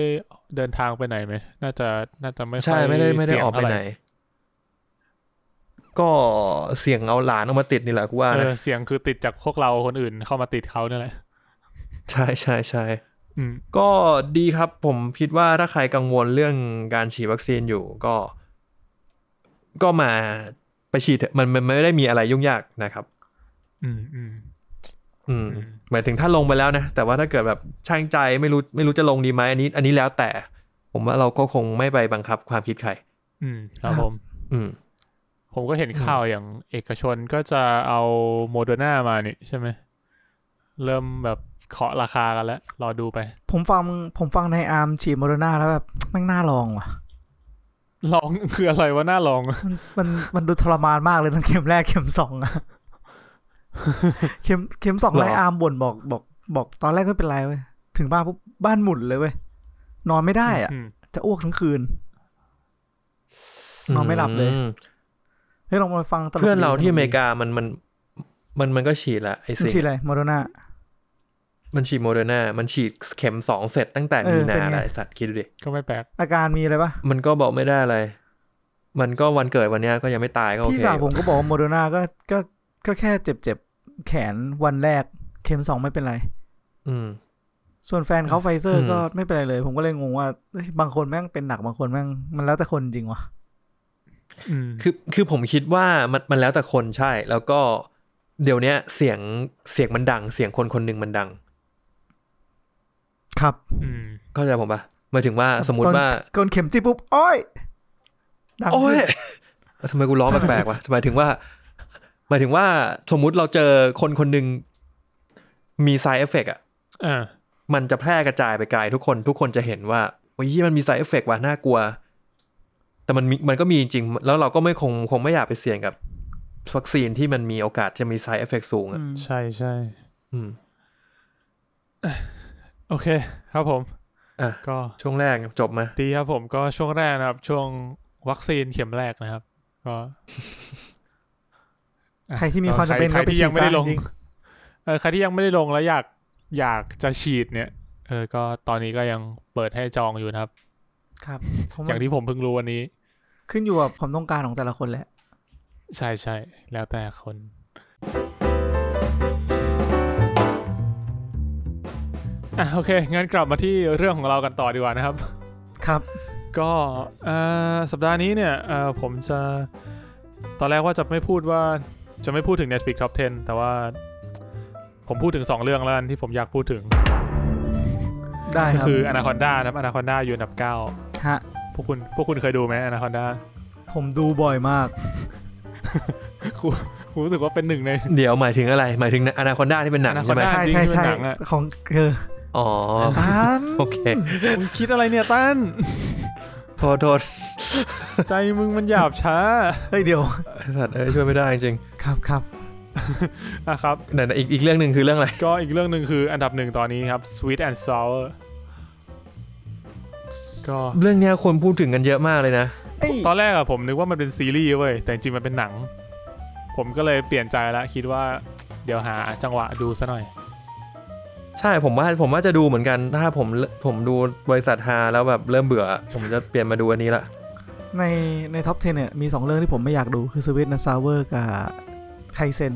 [SPEAKER 2] เดินทางไปไหนไหม น่าจะน่าจะไม่ค่อย
[SPEAKER 1] ใช่ไม่ได้ไม่ได้
[SPEAKER 2] เสี่ยง
[SPEAKER 1] ออกไป
[SPEAKER 2] เท่า
[SPEAKER 1] ไหน
[SPEAKER 2] ร่
[SPEAKER 1] ก็เสี่ยงเอาหลานออกมาติดนี่แหละกูว่า
[SPEAKER 2] เอ
[SPEAKER 1] นะ
[SPEAKER 2] อเสี่ยงคือติดจากพวกเราคนอื่นเข้ามาติดเขาเนี่ยแหละ
[SPEAKER 1] ใช่ใช่ใช่
[SPEAKER 2] อืม
[SPEAKER 1] ก็ดีครับผมคิดว่าถ้าใครกังวลเรื่องการฉีดวัคซีนอยู่ก็ ก็มาไปฉีดเถอะมันมันมันไม่ได้มีอะไรยุ่งยากนะครับ
[SPEAKER 2] อืมอืม
[SPEAKER 1] อืม
[SPEAKER 2] อืม
[SPEAKER 1] หมายถึงถ้าลงไปแล้วนะ แต่ว่าถ้าเกิดแบบช่างใจไม่รู้ไม่รู้จะลงดีไหมอันนี้ อันนี้แล้วแต่ ผมว่าเราก็คงไม่ไปบังคับความคิดใคร
[SPEAKER 2] อืมครับผม
[SPEAKER 1] อืม
[SPEAKER 2] ผมก็เห็นข่าวอย่างเอกชนก็จะเอาโมเดอร์นามานี่ใช่ไหม เริ่มแบบเคาะราคากันแล้ว รอดูไป
[SPEAKER 3] ผมฟังผมฟังในอาร์มฉีดโมเดอร์นาแล้วแบบแม่งน่าลองว่ะ
[SPEAKER 2] ลอง คืออะไรวะหน้าลอง
[SPEAKER 3] มันมันมันดูทรมานมากเลยทั้งเข็มแรกเข็มสองอะ เข็มเข็มสอง
[SPEAKER 1] หรอ
[SPEAKER 3] นายอาร์มบ่นบอกบอก บอกตอนแรกไม่เป็นไรเว้ยถึงบ้านปุ๊บบ้านหมุนเลยเว้ยนอนไม่ได้อะ
[SPEAKER 2] อืม
[SPEAKER 3] จะอ้วกทั้งคืน นอนไม่หลับเลย
[SPEAKER 1] อืม
[SPEAKER 3] เฮ้ยลองมาฟังตลก
[SPEAKER 1] เพื่อนเราที่
[SPEAKER 3] ดี
[SPEAKER 1] อเมริกามันมันมันมันก็ฉีดละไอ้
[SPEAKER 3] มัน
[SPEAKER 1] สิ่ง
[SPEAKER 3] ฉีดอะไรโมเดอร์นา
[SPEAKER 1] มันฉีดโมเดอร์นามันฉีดเข็มสองเสร็จตั้งแต่มี
[SPEAKER 3] เออเป็น
[SPEAKER 1] นา
[SPEAKER 3] ไง
[SPEAKER 1] ละไอ้สัตว์คิดดูดิ
[SPEAKER 2] ก็ไม่แปลก
[SPEAKER 3] อาการมีอะไรปะ
[SPEAKER 1] มันก็บอกไม่ได้อะไร มันก็วันเกิดวันเนี้ยก็ยังไม่ตายก็โอ
[SPEAKER 3] พี่
[SPEAKER 1] เค
[SPEAKER 3] สาวผมก็บอกว่าโมเดอร์นาก็ก็ก็แค่เจ็บเจ็บๆแขนวันแรก เข็มสองไม่เป็นไร
[SPEAKER 1] อืม
[SPEAKER 3] ส่วนแฟนเขาไฟเซอร์
[SPEAKER 1] อืม
[SPEAKER 3] ก็ไม่เป็นไรเลย ผมก็เลยงงว่าเอ้ยบางคนแม่งเป็นหนักบางคนแม่งมันแล้วแต่คนจริงวะ
[SPEAKER 2] อืม
[SPEAKER 1] คือคือผมคิดว่ามันมันแล้วแต่คนใช่ แล้วก็เดี๋ยวเนี้ยเสียงเสียงมันดัง เสียงคนคนหนึ่งมันดัง
[SPEAKER 3] ครับ
[SPEAKER 2] อืม
[SPEAKER 1] เข้าใจผมปะหมายถึงว่าสมม
[SPEAKER 3] ตอ
[SPEAKER 1] ติ
[SPEAKER 3] น
[SPEAKER 1] ว่า
[SPEAKER 3] ก่อนเข็มจิ้มปุ๊บ โอ้ยดัง
[SPEAKER 1] โอ้ย
[SPEAKER 3] ขึ้น
[SPEAKER 1] ทำไมกูร้องแปลกๆวะหมายถึงว่า หมายถึงว่าสมมุติเราเจอคนคนหนึ่งมีไซเอฟเฟกอะ
[SPEAKER 2] อ่า
[SPEAKER 1] มันจะแพร่กระจายไปไกลทุกคนทุกคนจะเห็นว่าโอ้ยมันมีไซเอฟเฟกว่ะน่ากลัว แต่มันมีมันก็มีจริงๆแล้วเราก็ไม่คงคงไม่อยากไปเสี่ยงกับวัคซีนที่มันมีโอกาสจะมีไซเอฟเฟกสูงอะ
[SPEAKER 3] อืม
[SPEAKER 2] ใช่ใช่
[SPEAKER 1] อืม
[SPEAKER 2] โอเค ครับผม
[SPEAKER 1] อ่ะ
[SPEAKER 2] ก็
[SPEAKER 1] ช่วงแรกจบมา
[SPEAKER 2] ดีครับผมก็ช่วงแรกนะครับ ช่วงวัคซีนเข็มแรกนะครับ ก็อ่ะ
[SPEAKER 3] ใครที่มีความจำเป็น
[SPEAKER 2] ใคร
[SPEAKER 3] ก็ป
[SPEAKER 2] ที่ยังไม่
[SPEAKER 3] ฉี
[SPEAKER 2] ได้
[SPEAKER 3] ซะ
[SPEAKER 2] ลง
[SPEAKER 3] จริง
[SPEAKER 2] เออใครที่ยังไม่ได้ลงแล้วอยากอยากจะฉีดเนี่ย เออ ก็ตอนนี้ก็ยังเปิดให้จองอยู่นะครับ
[SPEAKER 3] ครับเพราะ
[SPEAKER 2] อ
[SPEAKER 3] มั
[SPEAKER 2] ย่าน งที่ผมเพิ่งรู้วันนี้
[SPEAKER 3] ขึ้นอยู่กับความต้องการของแต่ละคนแหละ
[SPEAKER 2] ใช่ใช่แล้วแต่คนอ่ะโอเคงั้นกลับมาที่เรื่องของเรากันต่อดีกว่านะครับ
[SPEAKER 3] ครับ
[SPEAKER 2] ก็เอ่อสัปดาห์นี้เนี่ยเอ่อผมจะตอนแรกว่าจะไม่พูดว่าจะไม่พูดถึง Netflix Top 10 แต่ว่าผมพูดถึง 2 เรื่องแล้วกันที่ผมอยากพูดถึง
[SPEAKER 3] ได้
[SPEAKER 2] ก็
[SPEAKER 3] ครับ
[SPEAKER 2] คือ Anaconda นะครับ Anaconda อยู่อันดับ
[SPEAKER 3] ฮะ
[SPEAKER 2] 9 พวกคุณพวกคุณเคยดูไหม Anaconda
[SPEAKER 3] ผมดูบ่อยมาก
[SPEAKER 2] ผมรู้สึกว่าเป็นหนึ่งใน
[SPEAKER 1] เดี๋ยวหมายถึงอะไร หมายถึงอนาคอนด้าที่เป็นหนังใช่ไหม
[SPEAKER 2] Anaconda
[SPEAKER 3] ใช่
[SPEAKER 2] จริง
[SPEAKER 3] ใช่
[SPEAKER 2] ที่เป็น
[SPEAKER 3] ใช่
[SPEAKER 2] หนังอะ
[SPEAKER 3] ของ คือ
[SPEAKER 1] อ๋อ
[SPEAKER 3] ตัน
[SPEAKER 1] โอเค
[SPEAKER 2] มึง คิดอะไรเนี่ยตั้น
[SPEAKER 1] โทษโทษ
[SPEAKER 2] ใจมึงมันหยาบช้า
[SPEAKER 3] เฮ้ยเดี๋ยว
[SPEAKER 1] สัตว์เอ้ยช่วยไม่ได้จริง
[SPEAKER 3] ครับครับ
[SPEAKER 2] อะครับ
[SPEAKER 1] ๆแต่อีกอีกเรื่องหนึ่งคือเรื่องอะไร
[SPEAKER 2] ก็อีกเรื่องหนึ่งคืออันดับหนึ่งตอนนี้ครับ Sweet and Sour ก็
[SPEAKER 1] เรื่องเนี้ยคนพูดถึงกันเยอะมากเลยนะ
[SPEAKER 3] ไอ้ย
[SPEAKER 2] ตอนแรกอะผมนึกว่ามันเป็นซีรีส์เว้ยแต่จริงๆมันเป็นหนัง ผมก็เลยเปลี่ยนใจละคิดว่าเดี๋ยวหาจังหวะดูซะหน่อย
[SPEAKER 1] ใช่ผมว่าผมว่าจะดูเหมือนกันถ้าผมผมดูบริษัทฮาแล้วแบบเริ่มเบื่อ ผมจะเปลี่ยนมาดูอันนี้ละ
[SPEAKER 3] ในในท็อป 10 เนี่ย มี 2 เรื่องที่ผมไม่อยากดูคือสวิตนะซาเวอร์กับไคเซน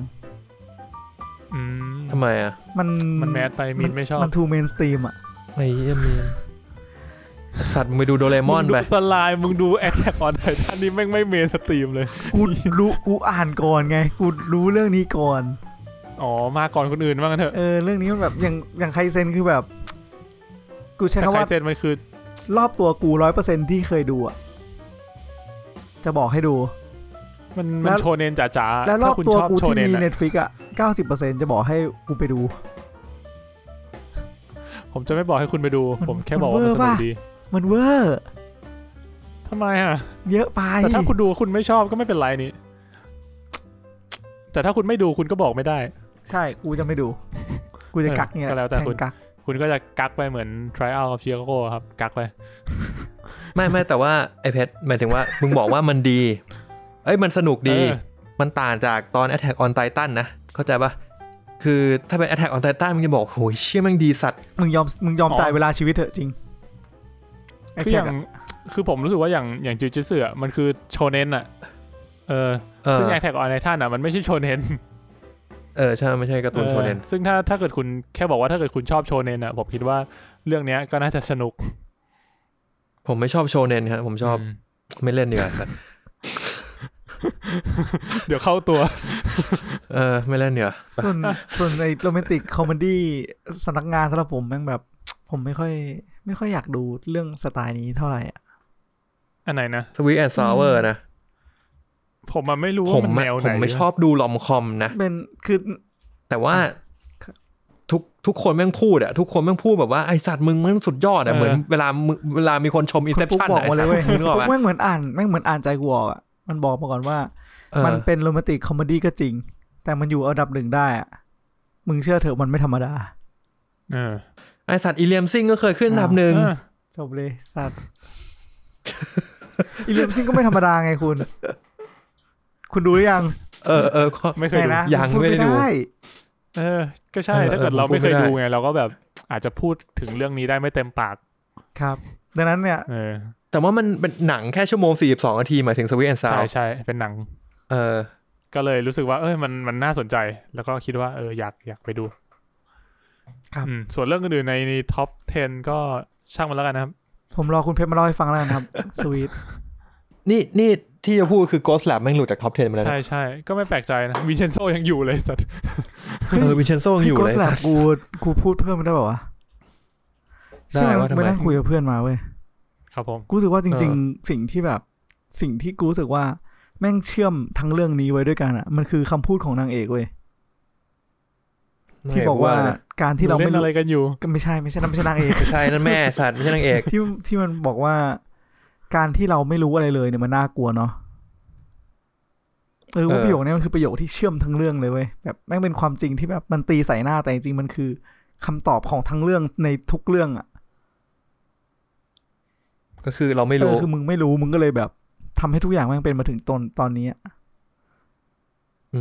[SPEAKER 2] อืม
[SPEAKER 1] ทำไมอ่ะ
[SPEAKER 3] มัน
[SPEAKER 2] มันแมสไปมินไม่ชอบ
[SPEAKER 3] มันทูเมนสตรีมอ่ะ
[SPEAKER 1] ไอ้เหี้ยมีนสัตว์มึงไปดูโดเรมอนไป
[SPEAKER 2] งดูสไลายมึงดูแอคแทกออนไททันนี่แม่งไม่เมนสตรีมเลย
[SPEAKER 3] กูรู้กูอ่านก่อนไง กูรู้เรื่องนี้ก่อน
[SPEAKER 2] อ๋อ มาก่อนคนอื่นบ้างกันเถอะ
[SPEAKER 3] เออ เรื่องนี้มันแบบอย่างอย่างไคเซนคือแบบ กูใช้
[SPEAKER 2] แต่
[SPEAKER 3] คำ
[SPEAKER 2] ไค
[SPEAKER 3] ว่า
[SPEAKER 2] เซนมันคือ
[SPEAKER 3] รอบตัวกูร้อยเปอร์เซ็นที่เคยดูอ่ะ จะบอกให้ดู
[SPEAKER 2] มัน
[SPEAKER 3] แล้
[SPEAKER 2] มัน
[SPEAKER 3] ว
[SPEAKER 2] โชเนนจ๋าๆ
[SPEAKER 3] แล้วรอบ
[SPEAKER 2] ถ้าคุณ
[SPEAKER 3] ตัว
[SPEAKER 2] ชอบ
[SPEAKER 3] กู
[SPEAKER 2] โช
[SPEAKER 3] ที่
[SPEAKER 2] เนน
[SPEAKER 3] มี
[SPEAKER 2] อะ
[SPEAKER 3] เน็ตฟิกอ่ะเก้าสิบเปอร์เซ็นจะบอกให้กูไปดู
[SPEAKER 2] ผมจะไม่บอกให้คุณไปดู
[SPEAKER 3] มัน
[SPEAKER 2] ผมแค่บอกว่ามั
[SPEAKER 3] เวอน ร์
[SPEAKER 2] สนุก
[SPEAKER 3] ป่ะ
[SPEAKER 2] ดี
[SPEAKER 3] มันเวอร์
[SPEAKER 2] ทำไมอะ
[SPEAKER 3] เยอะไป
[SPEAKER 2] แต่ถ้าคุณดูคุณไม่ชอบก็ไม่เป็นไรนี่แต่ถ้าคุณไม่ดูคุณก็บอกไม่ได้
[SPEAKER 3] ใช่กูจะไม่ดู กูจะ
[SPEAKER 2] เออ
[SPEAKER 3] กักเนี่ย
[SPEAKER 2] ก็แล้วแต่คุณ
[SPEAKER 3] ทงกัก
[SPEAKER 2] คุณก็จะกักไปเหมือน try out of Chicago ครับ กักไป
[SPEAKER 1] ไม่ไม่แต่ว่าไอเพชรหมายถึงว่า มึงบอกว่ามันดี เอ้ยมันสนุกดี
[SPEAKER 2] เออ
[SPEAKER 1] มันต่างจากตอน Attack on Titan นะ เข้าใจปะคือถ้าเป็น Attack on Titan มึงจะบอกโหยเชี่ยแมันดีสัตว์
[SPEAKER 3] มึงยอมมึงยอม
[SPEAKER 2] อ๋อ
[SPEAKER 3] จ่ายเวลาชีวิตเถอะจริงไ
[SPEAKER 2] คืออย่าง
[SPEAKER 3] แท็กะ
[SPEAKER 2] คือผมรู้สึกว่าอย่างอย่างจิวจิสึอ่ะมันคือโชเนนอ่ะ เออ
[SPEAKER 1] เออ
[SPEAKER 2] ซึ่งแอคแท็กออนไลท่านอ่ะมันไม่ใช่โชเนน
[SPEAKER 1] เออใช่ไม่ใช่การ์ตูนโชเนน
[SPEAKER 2] ออซึ่งถ้าถ้าเกิดคุณแค่บอกว่าถ้าเกิดคุณชอบโชเนนอ่ะ ผมคิดว่าเรื่องเนี้ยก็น่าจะสนุก
[SPEAKER 1] ผมไม่ชอบโชเนนครับผม ชอบ
[SPEAKER 2] ม
[SPEAKER 1] ไม่เล่นดีกว่าสัตว์
[SPEAKER 2] เดี๋ยวเข้าตัว
[SPEAKER 1] เออไม่เล่นเดี๋ยวา
[SPEAKER 3] ส่วนส่วนในโรแมนติกคอมเมดี้สำนักงานสำหรับผมแม่งแบบ ผมไม่ค่อย ไม่ค่อยอยากดูเรื่องสไตล์นี้เท่าไหร่อะ
[SPEAKER 2] อันไหนนะ
[SPEAKER 1] สวีแอนซาวเวอร์นะ
[SPEAKER 2] ผมมันไม่รู้
[SPEAKER 1] ผ
[SPEAKER 2] ว่าม มัน
[SPEAKER 1] อะ
[SPEAKER 2] แนวไห
[SPEAKER 1] ผ
[SPEAKER 2] น
[SPEAKER 1] มไม่ชอบดูลอมคอมนะ
[SPEAKER 3] เป็นคือ
[SPEAKER 1] แต่ว่า
[SPEAKER 3] ครับ
[SPEAKER 1] ทุกทุกคนแม่งพูดอะทุกคนแม่งพูดแบบว่าไอสัตว์มึงแม่งสุดยอดอะเหมือนเวลามึงเวลามีคนชมอินเซป
[SPEAKER 3] ปุ๊ก
[SPEAKER 1] ชั่น
[SPEAKER 3] บอกมาเลยเว้ย
[SPEAKER 1] นึกออกปะ
[SPEAKER 3] แม่งเหมือนอ่านแม่งเหมือนอ่านใจกูออกอ่ะ มันบอกมาก่อนว่า
[SPEAKER 1] เออ
[SPEAKER 3] มันเป็นโรแมนติกคอมเมดี้ก็จริง แต่มันอยู่อันดับหนึ่งได้อะมึงเชื่อเถอะมันไม่ธรรมดา
[SPEAKER 2] เออ
[SPEAKER 1] ไอสัตว์อีเลียมซิงก็เคยขึ้นอันดับหนึ่ง
[SPEAKER 2] เออ
[SPEAKER 3] จบเลยสัต ว์ อีเลียมซิงก็ไม่ธรรมดาไงคุณ คุณดูหรือยัง
[SPEAKER 1] เออเออก็
[SPEAKER 2] ไม่เคย
[SPEAKER 3] ไหน
[SPEAKER 2] ดู
[SPEAKER 3] นะ
[SPEAKER 1] ยัง
[SPEAKER 3] พู
[SPEAKER 1] ไม่ได้ดู
[SPEAKER 2] เออ ก็ใช่
[SPEAKER 1] เออ
[SPEAKER 2] ถ้าเกิด
[SPEAKER 1] เออ
[SPEAKER 2] เรา
[SPEAKER 1] ผม
[SPEAKER 2] ไม่เคย
[SPEAKER 1] พูดไม่
[SPEAKER 2] ดู
[SPEAKER 1] ได้
[SPEAKER 2] ไงเราก็แบบอาจจะพูดถึงเรื่องนี้ได้ไม่เต็มปาก
[SPEAKER 3] ครับ ดังนั้นเนี่ย
[SPEAKER 2] เออ
[SPEAKER 1] แต่ว่ามันเป็นหนังแค่ชั่วโมง 42นาทีหมายถึงสวีแอนซา
[SPEAKER 2] ใช่
[SPEAKER 1] ว
[SPEAKER 2] ใช่เป็นหนัง
[SPEAKER 1] เออ
[SPEAKER 2] ก็เลยรู้สึกว่า เอ้ยมันมันน่าสนใจ แล้วก็คิดว่าเอออยากอยากไปดู
[SPEAKER 3] ครับ
[SPEAKER 2] อืมส่วนเรื่องอื่นๆในในท็อป 10 ก็ช่างมันแล้วกันนะครับ
[SPEAKER 3] ผมรอคุณเพชรมาเล่าให้ฟังแล้วกันะครับ สวีท
[SPEAKER 1] นี่นี่ที่จะพูดคือ Ghost Lab แม่งหลุดจากท็อป 10มาแล้ว
[SPEAKER 2] ใช่
[SPEAKER 1] นะ
[SPEAKER 2] ใช่ก็ไม่แปลกใจนะวินเชนโซยังอยู่เลยสัตว์
[SPEAKER 1] เออวินเชนโซยังอยู่
[SPEAKER 3] โก
[SPEAKER 1] เล
[SPEAKER 3] ส
[SPEAKER 1] ย
[SPEAKER 3] แลบกูกูพูดเพิ่มได้เปล่าวะ
[SPEAKER 1] ได้
[SPEAKER 3] ใช่
[SPEAKER 1] ว่าทำไม
[SPEAKER 3] ไม่นั่งคุยกับเพื่อนมาเว้ย
[SPEAKER 2] ครับผม
[SPEAKER 3] กูรู้สึกว่าจ
[SPEAKER 1] เอ
[SPEAKER 3] ริง
[SPEAKER 1] อ
[SPEAKER 3] ๆ สิ่งที่แบบสิ่งที่กูรู้สึกว่าแม่งเชื่อมทั้งเรื่องนี้ไว้ด้วยกันอ่ะ มันคือคำพูดของนางเอกเว้ยที่บอกว่า
[SPEAKER 1] ไม่ะไรนะ
[SPEAKER 3] การที่เรา
[SPEAKER 2] เล่
[SPEAKER 3] ไม่
[SPEAKER 2] น
[SPEAKER 3] รู้
[SPEAKER 2] อะไรกันอยู่
[SPEAKER 3] ก็ไม่ใช่ไม่ใช่นั่นไม่ใช่นางเอก
[SPEAKER 1] ไม่ใช่นั่นแม่สัตว์ไม่ใช่นางเอก
[SPEAKER 3] ที่ที่มันบอกว่า การที่เราไม่รู้อะไรเลยเนี่ยมันน่ากลัวเนาะเออว่า
[SPEAKER 1] เออ
[SPEAKER 3] ประโยคเนี้มันคือประโยคที่เชื่อมทั้งเรื่องเลยเว้ยแบบแม่งเป็นความจริงที่แบบมันตีใส่หน้าแต่จริงๆมันคือคำตอบของทั้งเรื่องในทุกเรื่องอ่ะ
[SPEAKER 1] ก็คือเราไม่
[SPEAKER 3] เอ
[SPEAKER 1] รู้
[SPEAKER 3] อคือมึงไม่รู้มึงก็เลยแบบทำให้ทุกอย่างแม่งเป็นมาถึงตอนตอนนี้อะ
[SPEAKER 1] อื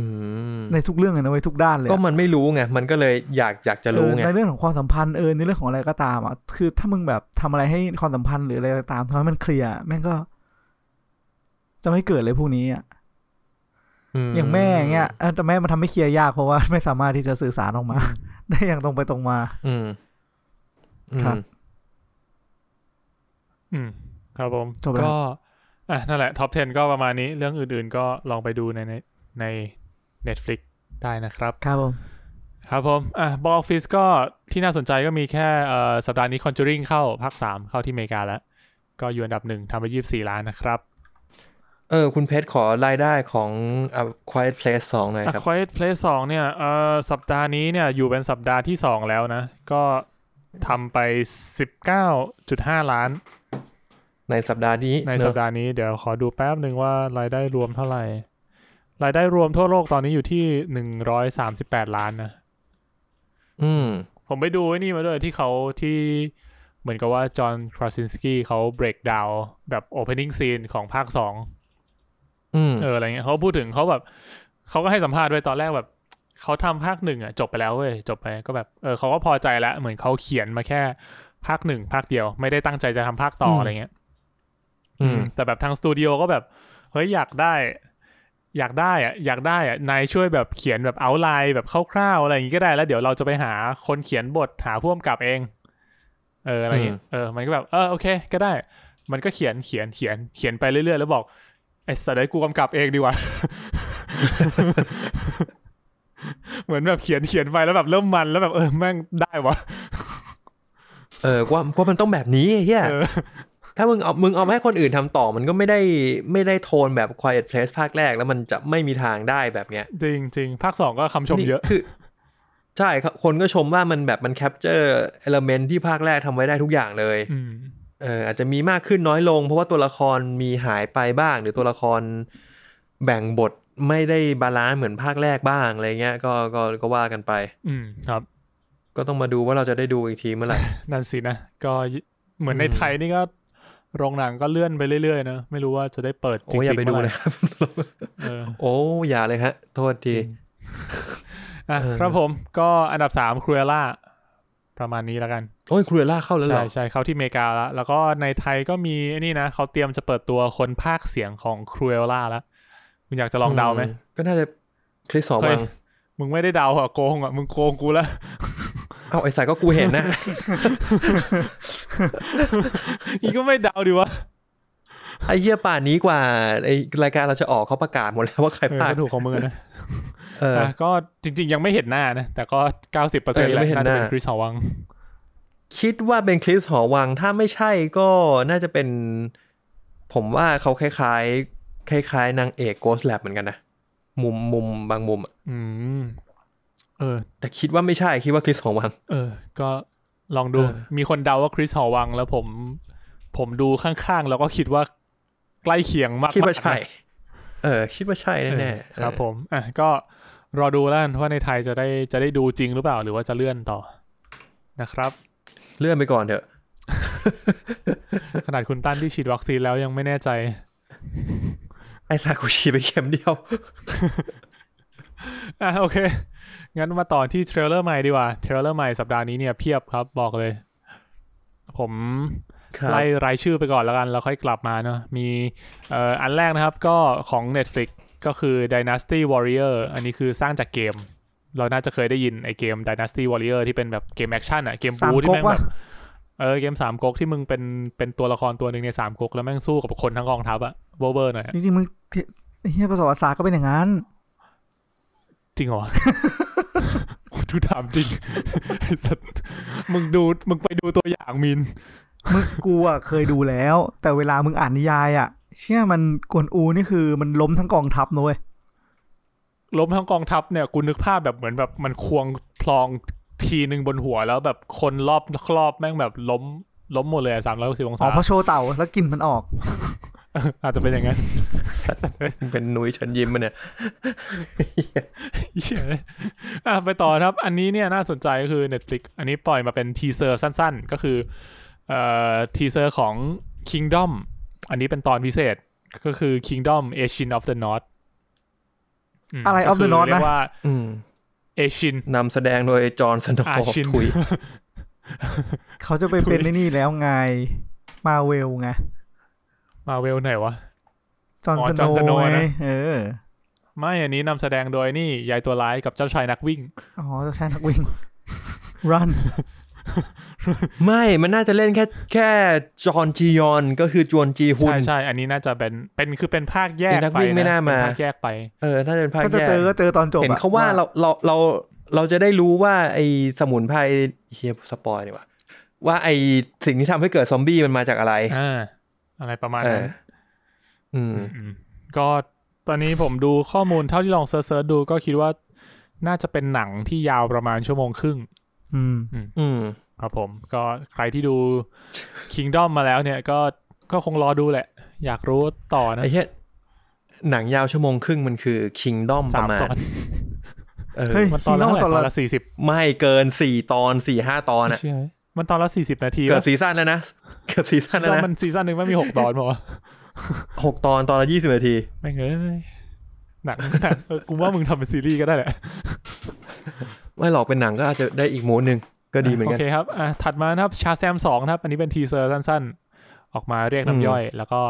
[SPEAKER 1] ม
[SPEAKER 3] ในทุกเรื่องเลยนะเว้ยทุกด้านเลย
[SPEAKER 1] ก็
[SPEAKER 3] อะ
[SPEAKER 1] มันไม่รู้ไง มันก็เลยอยากอยากจะรู้ไง
[SPEAKER 3] เออในเรื่องของความสัมพันธ์เออในเรื่องของอะไรก็ตามอ่ะคือถ้ามึงแบบทำอะไรให้ความสัมพันธ์หรืออะไรตามทำให้มันเคลียร์แม่งก็ จะไม่เกิดเลยพวกนี้อ่ะอย่างแม่เงี้ยเออแต่แม่มันทำให้เคลียร์ยากเพราะว่า ไม่สามารถที่จะสื่อสารออกมา ได้อย่างตรงไปตรงมา
[SPEAKER 1] อืม
[SPEAKER 3] ครั
[SPEAKER 1] อื
[SPEAKER 3] บ
[SPEAKER 1] ม
[SPEAKER 2] อืม ครับผม
[SPEAKER 3] จบแล้ว
[SPEAKER 2] ก็ อ่ะ นั่นแหละ ท็อป 10 ก็ประมาณนี้ เรื่องอื่นๆ ก็ลองไปดูในในใน Netflix ได้นะครับ
[SPEAKER 3] ครับผม
[SPEAKER 2] ครับผม อ่ะบอลฟิสก็ที่น่าสนใจก็มีแค่เอ่อสัปดาห์นี้ Conjuring เข้าภาค 3 เข้าที่อเมริกาแล้ว ก็อยู่อันดับหนึ่งทำไป 24 ล้านนะครับ
[SPEAKER 1] เออ คุณเพชรขอรายได้ของ A Quiet Place 2หน่อยครับ
[SPEAKER 2] A Quiet Place 2เนี่ยเอ่อสัปดาห์นี้เนี่ยอยู่เป็นสัปดาห์ที่ 2 แล้วนะ ก็ทำไป 19.5 ล้าน
[SPEAKER 1] ในสัปดาห์นี้
[SPEAKER 2] ใน
[SPEAKER 1] เน
[SPEAKER 2] สัป
[SPEAKER 1] อะ
[SPEAKER 2] ดาห์นี้เดี๋ยวขอดูแป๊บหนึ่งว่ารายได้รวมเท่าไหร่ รายได้รวมทั่วโลกตอนนี้อยู่ที่ 138 ล้านนะ
[SPEAKER 1] อืม
[SPEAKER 2] ผมไปดูไอ้นี่มาด้วยที่เขาที่เหมือนกับว่าจอห์นคราซินสกี้เขา break down แบบ opening scene ของภาค 2
[SPEAKER 1] อืม
[SPEAKER 2] เอออะไรเงี้ยเขาพูดถึงเขาแบบเขาก็ให้สัมภาษณ์ไว้ตอนแรกแบบเขาทำภาคหนึ่งอ่ะจบไปแล้วเว้ยจบไปก็แบบเออเขาก็พอใจแล้วเหมือนเขาเขียนมาแค่ภาคหนึ่งภาคเดียว ไม่ได้ตั้งใจจะทำภาคต่อ
[SPEAKER 3] ม
[SPEAKER 2] อะไรเงี้ย
[SPEAKER 1] อืม
[SPEAKER 2] แต่แบบทางสตูดิโอก็แบบเฮ้ยอยากได้ อยากได้อ่ะอยากได้อ่ะนายช่วยแบบเขียนแบบเอาไลน์แบบคร่าวๆอะไรอย่างงี้ก็ได้แล้วเดี๋ยวเราจะไปหาคนเขียนบทหาพ่วงกับเอง เอออะไรเงี้ยเออมันก็แบบเออโอเค ก็ได้ มันก็เขียนเขียนเขียนเขียนไปเรื่อยๆแล้วบอกไอ้สัตว์ไอ้ยกูกำกับเองดีกว่า เหมือนแบบเขียนเขียนไปแล้วแบบเริ่มมันแล้วแบบเออแม่งได้วะ
[SPEAKER 1] เออว่าว่ามันต้องแบบนี้ไอ้เฮีย
[SPEAKER 2] เออ
[SPEAKER 1] ถ้ามึงเอามึงเอามาให้คนอื่นทำต่อมันก็ไม่ได้ไม่ได้โทนแบบ Quiet Place ภาคแรกแล้วมันจะไม่มีทางได้แบบเนี้ย
[SPEAKER 2] จริงจริงภาคสองก็คำชม
[SPEAKER 1] นี่
[SPEAKER 2] เยอะ
[SPEAKER 1] คือ ใช่ครับคนก็ชมว่ามันแบบมันแคปเจอร์เอลเมนที่ภาคแรกทำไว้ได้ทุกอย่างเลย
[SPEAKER 2] อืม
[SPEAKER 1] เอออาจจะมีมากขึ้นน้อยลง เพราะว่าตัวละครมีหายไปบ้าง หรือตัวละครแบ่งบทไม่ได้บาลานซ์เหมือนภาคแรกบ้างอะไรเงี้ยก็ก็ก็ว่ากันไป
[SPEAKER 2] อืมครับ
[SPEAKER 1] ก็ต้องมาดูว่าเราจะได้ดูอีกทีเมื่อไหร่
[SPEAKER 2] นั่นสินะ ก็เหมือนใน
[SPEAKER 1] อืม
[SPEAKER 2] ไทยนี่ก็โรงหนังก็เลื่อนไปเรื่อยๆนะไม่รู้ว่าจะได้เปิดจ
[SPEAKER 1] โอ้
[SPEAKER 2] ริง
[SPEAKER 1] อย่า
[SPEAKER 2] ๆ
[SPEAKER 1] ไป
[SPEAKER 2] เมื่
[SPEAKER 1] ดู
[SPEAKER 2] อไหร่
[SPEAKER 1] นะครับ
[SPEAKER 2] เออ
[SPEAKER 1] โอ้อย่าเลยฮะ โทษที
[SPEAKER 2] จริง อ่ะ
[SPEAKER 1] เออ
[SPEAKER 2] ครับผมก็อันดับสามครูเอล่าประมาณนี้แล้วกัน
[SPEAKER 1] โอ้ยครูเอล่าเข้าแล้วเหร
[SPEAKER 2] ใช่
[SPEAKER 1] อ
[SPEAKER 2] ใช่เข้าที่อเมริกาแล้ว แล้วก็ในไทยก็มีไอ้นี่นะเขาเตรียมจะเปิดตัวคนภาคเสียงของครูเอล่าแล้วมึงอยากจะลองเดาไหม
[SPEAKER 1] ก็น่าจะคลิสสอง
[SPEAKER 2] เฮ้
[SPEAKER 1] วั
[SPEAKER 2] ย
[SPEAKER 1] ง
[SPEAKER 2] มึงไม่ได้เดาอ่ะโกงอ่ะ มึงโกงกูแล้ว
[SPEAKER 1] เอาไอ้สายก็กูเห็นนะ
[SPEAKER 2] อีก็ไม่เดาดิวะ
[SPEAKER 1] ไอ้เหี้ยป่านนี้กว่าไอ้รายการเราจะออกเขาประกาศหมดแล้วว่าใคร
[SPEAKER 2] เออ
[SPEAKER 1] พลาด
[SPEAKER 2] ก็ถูกของมึงอะนะ
[SPEAKER 1] เออ
[SPEAKER 2] ะก็จริง ๆ ยังไม่เห็นหน้านะ แต่ก็เก้าสิบเปอร์
[SPEAKER 1] เอ
[SPEAKER 2] เซ็น
[SPEAKER 1] อ
[SPEAKER 2] ต์
[SPEAKER 1] ยัง
[SPEAKER 2] แหละ
[SPEAKER 1] ไม่เห็น
[SPEAKER 2] น่าจะเป็
[SPEAKER 1] ห
[SPEAKER 2] น
[SPEAKER 1] น้า
[SPEAKER 2] คริสหอวัง
[SPEAKER 1] คิดว่าเป็นคริสหอวัง ถ้าไม่ใช่ก็น่าจะเป็น ผมว่าเขาคล้ายๆ คล้ายๆ นางเอกโกสแลบเหมือนกันนะ มุมมุมบางมุมอะ
[SPEAKER 2] อืม เออ
[SPEAKER 1] แต่คิดว่าไม่ใช่คิดว่าคริสหอ วัง
[SPEAKER 2] เออ ก็ลองดู
[SPEAKER 1] เออ
[SPEAKER 2] มีคนเดาว่าคริสหอวังแล้วผม ผมดูข้างๆ แล้วก็คิดว่าใกล้เคียงมากๆ
[SPEAKER 1] คิดว่าใช่
[SPEAKER 2] นะ
[SPEAKER 1] เออ คิดว่าใช่แน่
[SPEAKER 2] เอ
[SPEAKER 1] ๆ
[SPEAKER 2] อครับผม อ่ะ ก็รอดูแล้วกันว่าในไทยจะได้จะได้ดูจริงหรือเปล่าหรือว่าจะเลื่อนต่อนะครับ
[SPEAKER 1] เลื่อนไปก่อนเถอะ
[SPEAKER 2] ขนาดคุณตั้นที่ฉีดวัคซีนแล้วยังไม่แน่ใจ
[SPEAKER 1] ไอ้ซากุชิไปเข็มเดียว
[SPEAKER 2] อ่ะ โอเค งั้นมาต่อที่เทรลเลอร์ใหม่ดีกว่า เทรลเลอร์ใหม่สัปดาห์นี้เนี่ยเพียบครับบอกเลย ผม
[SPEAKER 1] ครับ
[SPEAKER 2] ไล่รายชื่อไปก่อนแล้วกัน แล้วค่อยกลับมาเนาะมีเอ่ออันแรกนะครับก็ของ Netflix ก็คือ Dynasty Warrior อันนี้คือสร้างจากเกม เราน่าจะเคยได้ยินไอเกม Dynasty Warrior ที่เป็นแบบเกมแอคชั่นอะเกม
[SPEAKER 3] สาม
[SPEAKER 2] บูที่
[SPEAKER 3] ก๊ก
[SPEAKER 2] แม่งแบ
[SPEAKER 3] วะ
[SPEAKER 2] บ เออเกมสามก๊กที่มึงเป็นเป็นตัวละครตัวหนึ่งในสามก๊กแล้วแม่งสู้กับคนทั้งกองทัพอะเวอร์เวอร์หน่อยอะ
[SPEAKER 3] จริงๆมึงเฮียประสบการณ์ศาสตร์ก็เป็นอย่างนั้น
[SPEAKER 2] จริงเหรอ ทูถามจริง ไอ้สัตว์มึงดูมึงไปดูตัวอย่างมิน
[SPEAKER 3] มึงกูอ่ะเคยดูแล้ว แต่เวลามึงอ่านนิยายอ่ะ เชื่อมันกวนอูนี่คือมันล้มทั้งกองทัพนะเว้ย
[SPEAKER 2] ล้มทั้งกองทัพเนี่ยกูนึกภาพแบบเหมือนแบบมันควงพลองทีหนึ่งบนหัวแล้วแบบคนรอบครอบแม่งแบบล้มล้มหมดเลยสามร้อยหกสิบอง
[SPEAKER 3] อ๋อ
[SPEAKER 2] ศา
[SPEAKER 3] เพราะโชว์เต่าแล้วกลิ่นมันออก
[SPEAKER 2] อาจจะเป็นอย่าง นั้น
[SPEAKER 1] เป็นนุ้ยเชิญยิ้มมา เนี่ย
[SPEAKER 2] เหี้ยอ่ะไปต่อครับ อันนี้เนี่ยน่าสนใจก็คือ Netflix อันนี้ปล่อยมาเป็นทีเซอร์สั้นๆ ก็คือเอ่อทีเซอร์ของ Kingdom อันนี้เป็นตอนพิเศษก็คือ Kingdom a s i a n of the North ม
[SPEAKER 3] อะไร of the
[SPEAKER 2] ก็คื
[SPEAKER 3] North นะ
[SPEAKER 2] เรียกว่า
[SPEAKER 1] อืม
[SPEAKER 2] เอชิน
[SPEAKER 1] นำแสดงโดยจอห์นสโน
[SPEAKER 2] อา
[SPEAKER 1] ว์
[SPEAKER 2] ชิน
[SPEAKER 1] ถุย
[SPEAKER 3] เขาจะไปเป็นในนี่แล้วไงมาเวลไง
[SPEAKER 2] มาเวลไหนวะ
[SPEAKER 3] จอห์น
[SPEAKER 2] อ๋อ
[SPEAKER 3] ส
[SPEAKER 2] Jon
[SPEAKER 3] โน
[SPEAKER 2] Snow
[SPEAKER 3] ว์ไง
[SPEAKER 2] นะ
[SPEAKER 3] เออ
[SPEAKER 2] ไม่อันนี้นำแสดงโดยนี่ยายตัวร้ายกับเจ้าชายนักวิ่ง
[SPEAKER 3] อ๋อเจ้าชายนัก วิ่ง run
[SPEAKER 1] ไม่มันน่าจะเล่นแค่แค่จอห์นจียอนก็คือจวนจีฮุน
[SPEAKER 2] ใช่ใช่อันนี้น่าจะเป็นเป็นคือเป็นภาคแยก
[SPEAKER 1] เป็นนัก
[SPEAKER 2] ไป
[SPEAKER 1] วิ่งไม่
[SPEAKER 2] ะ
[SPEAKER 1] น่ามา
[SPEAKER 2] เป็นภาคแยกไป
[SPEAKER 1] เออน่าจะเป็นภาค
[SPEAKER 3] ก็จะ
[SPEAKER 1] แยก
[SPEAKER 3] เจอก็เจอตอนจบอะ
[SPEAKER 1] เห็นเขาว่าเราเราเราเราจะได้รู้ว่าไอสมุนไพรเฮียสปอยนี่ว่าว่าไอสิ่งที่ทำให้เกิดซอมบี้มันมาจากอะไร
[SPEAKER 2] อ่า อะไรประมาณ
[SPEAKER 1] เอ
[SPEAKER 2] นั้
[SPEAKER 1] อน อืม
[SPEAKER 2] อืมก็ตอนนี้ผมดูข้อมูลเท่าที่ลองเซิร์ชๆดูก็คิดว่าน่าจะเป็นหนังที่ยาวประมาณชั่วโมงครึ่ง
[SPEAKER 3] อืม
[SPEAKER 1] อืม
[SPEAKER 2] ครับผมก็ใครที่ดู Kingdom มาแล้วเนี่ยก็ก็คงรอดูแหละ อยากรู้ต่อนะ
[SPEAKER 1] ไอ้เหี้ยหนังยาวชั่วโมงครึ่งมันคือ Kingdom ป
[SPEAKER 2] สา
[SPEAKER 1] ระ
[SPEAKER 2] ม
[SPEAKER 1] มาณ
[SPEAKER 2] ตอน
[SPEAKER 1] เออ
[SPEAKER 3] เฮ้ย
[SPEAKER 2] มันตอนละเท่าไหร่ตอน
[SPEAKER 3] Kingdom ตอละ
[SPEAKER 2] นละสี่สิบ
[SPEAKER 1] ไม่เกินสี่ตอนสี่ห้าตอนอะ
[SPEAKER 2] ใช่ไหมมันตอนละสี่สิบนาที
[SPEAKER 1] เกือ
[SPEAKER 2] วะ
[SPEAKER 1] บซีซั่นแล้วนะ เกือบซีซั่นแล้ว
[SPEAKER 2] แล้ว
[SPEAKER 1] นะ
[SPEAKER 2] มันซีซั่นหนึ่งไม่มีหกตอนหรอ
[SPEAKER 1] หกตอนตอนละยี่สิบนาที
[SPEAKER 2] ไม่งเอ้ยหนักหนักเออกูว่ามึงทำเป็นซีรีส์ก็ได้แหละ
[SPEAKER 1] ไม่หรอกเป็นหนังก็อาจจะได้อีกมูดหนึ่งก็ดีเหมือนกัน
[SPEAKER 2] โอเคครับอ่ะถัดมานะครับชาแซมสองนะครับ อันนี้เป็นทีเซอร์สั้นๆ ออกมาเรียก
[SPEAKER 1] อืม
[SPEAKER 2] น้ำย่อย แล้วก็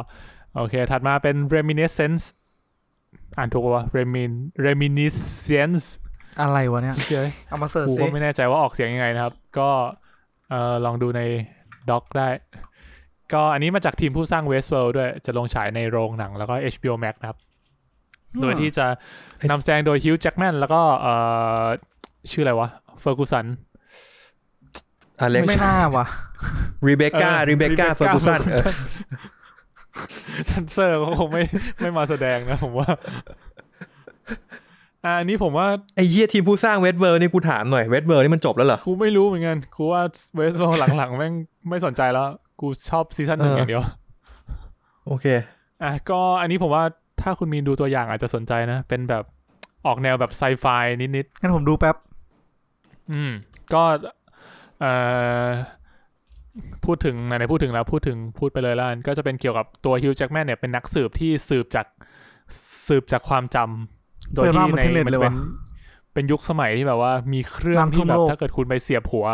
[SPEAKER 2] โอเค ถัดมาเป็น reminiscence อ่านถูกปะวะ remin reminiscence
[SPEAKER 3] อะไรวะเนี่ย
[SPEAKER 2] เชื่อ
[SPEAKER 3] เอามาเสิร์ช
[SPEAKER 2] กู
[SPEAKER 3] ซิ
[SPEAKER 2] ก็ไม่แน่ใจว่าออกเสียงยังไงนะครับ ก็เอ่อลองดูในด็อกได้ ก็อันนี้มาจากทีมผู้สร้าง Westworld ด้วย จะลงฉายในโรงหนังแล้วก็ HBO Max นะครับ โดยที่จะนำแสดงโดยฮิวจ์แจ็กแมนแล้วก็เอ่อชื่ออะไรวะเฟอร์กูสัน
[SPEAKER 1] อเล็ก
[SPEAKER 3] ไม่น่าวะ
[SPEAKER 1] รีเบคก้า
[SPEAKER 2] เออ
[SPEAKER 1] รีเบคก้า
[SPEAKER 2] Rebecca
[SPEAKER 1] เฟอร์กูสัน
[SPEAKER 2] Ferguson แดนเซอร์เขาคงไม่ไม่มาแสดงนะผมว่า อ่าอันนี้ผมว่า
[SPEAKER 1] ไอ้เหี้ยทีมผู้สร้างเว s เวิร์นี่กูถามหน่อยเว s เวิร์นี่มันจบแล้วเหรอ
[SPEAKER 2] กูไม่รู้เหมือนกันกูว่าเวสโซหลังๆแม่งไม่สนใจแล้ว กูชอบซีซั่นหนึ่ง
[SPEAKER 1] เออ
[SPEAKER 2] อ
[SPEAKER 1] อ
[SPEAKER 2] ย่างเดียว
[SPEAKER 1] โอเค
[SPEAKER 2] อ่ะก็อันนี้ผมว่าถ้าคุณมีนดูตัวอย่างอาจจะสนใจนะ เป็นแบบออกแนวแบบไซไฟนิด
[SPEAKER 3] งั้นผมดูแป๊บ
[SPEAKER 2] ๆอืม ก็เอ่อพูดถึงไหนๆพูดถึงแล้ว พูดถึงพูดไปเลยแล้วกันก็จะเป็นเกี่ยวกับตัวฮิวจ์แจ็กแมนเนี่ยเป็นนักสืบที่สืบจากสืบจากความจำโดย
[SPEAKER 3] เปิด
[SPEAKER 2] ที่
[SPEAKER 3] มาเหมื
[SPEAKER 2] ใน
[SPEAKER 3] อนเทนเน็ต
[SPEAKER 2] มัน
[SPEAKER 3] เล
[SPEAKER 2] จะ
[SPEAKER 3] ย
[SPEAKER 2] เป็
[SPEAKER 3] ว่ะ
[SPEAKER 2] น เป็นยุคสมัยที่แบบว่ามีเครื่อง
[SPEAKER 3] น้ำท่
[SPEAKER 2] ที่
[SPEAKER 3] วม
[SPEAKER 2] แบบ
[SPEAKER 3] โลก
[SPEAKER 2] ถ้าเกิดคุณไปเสียบหัว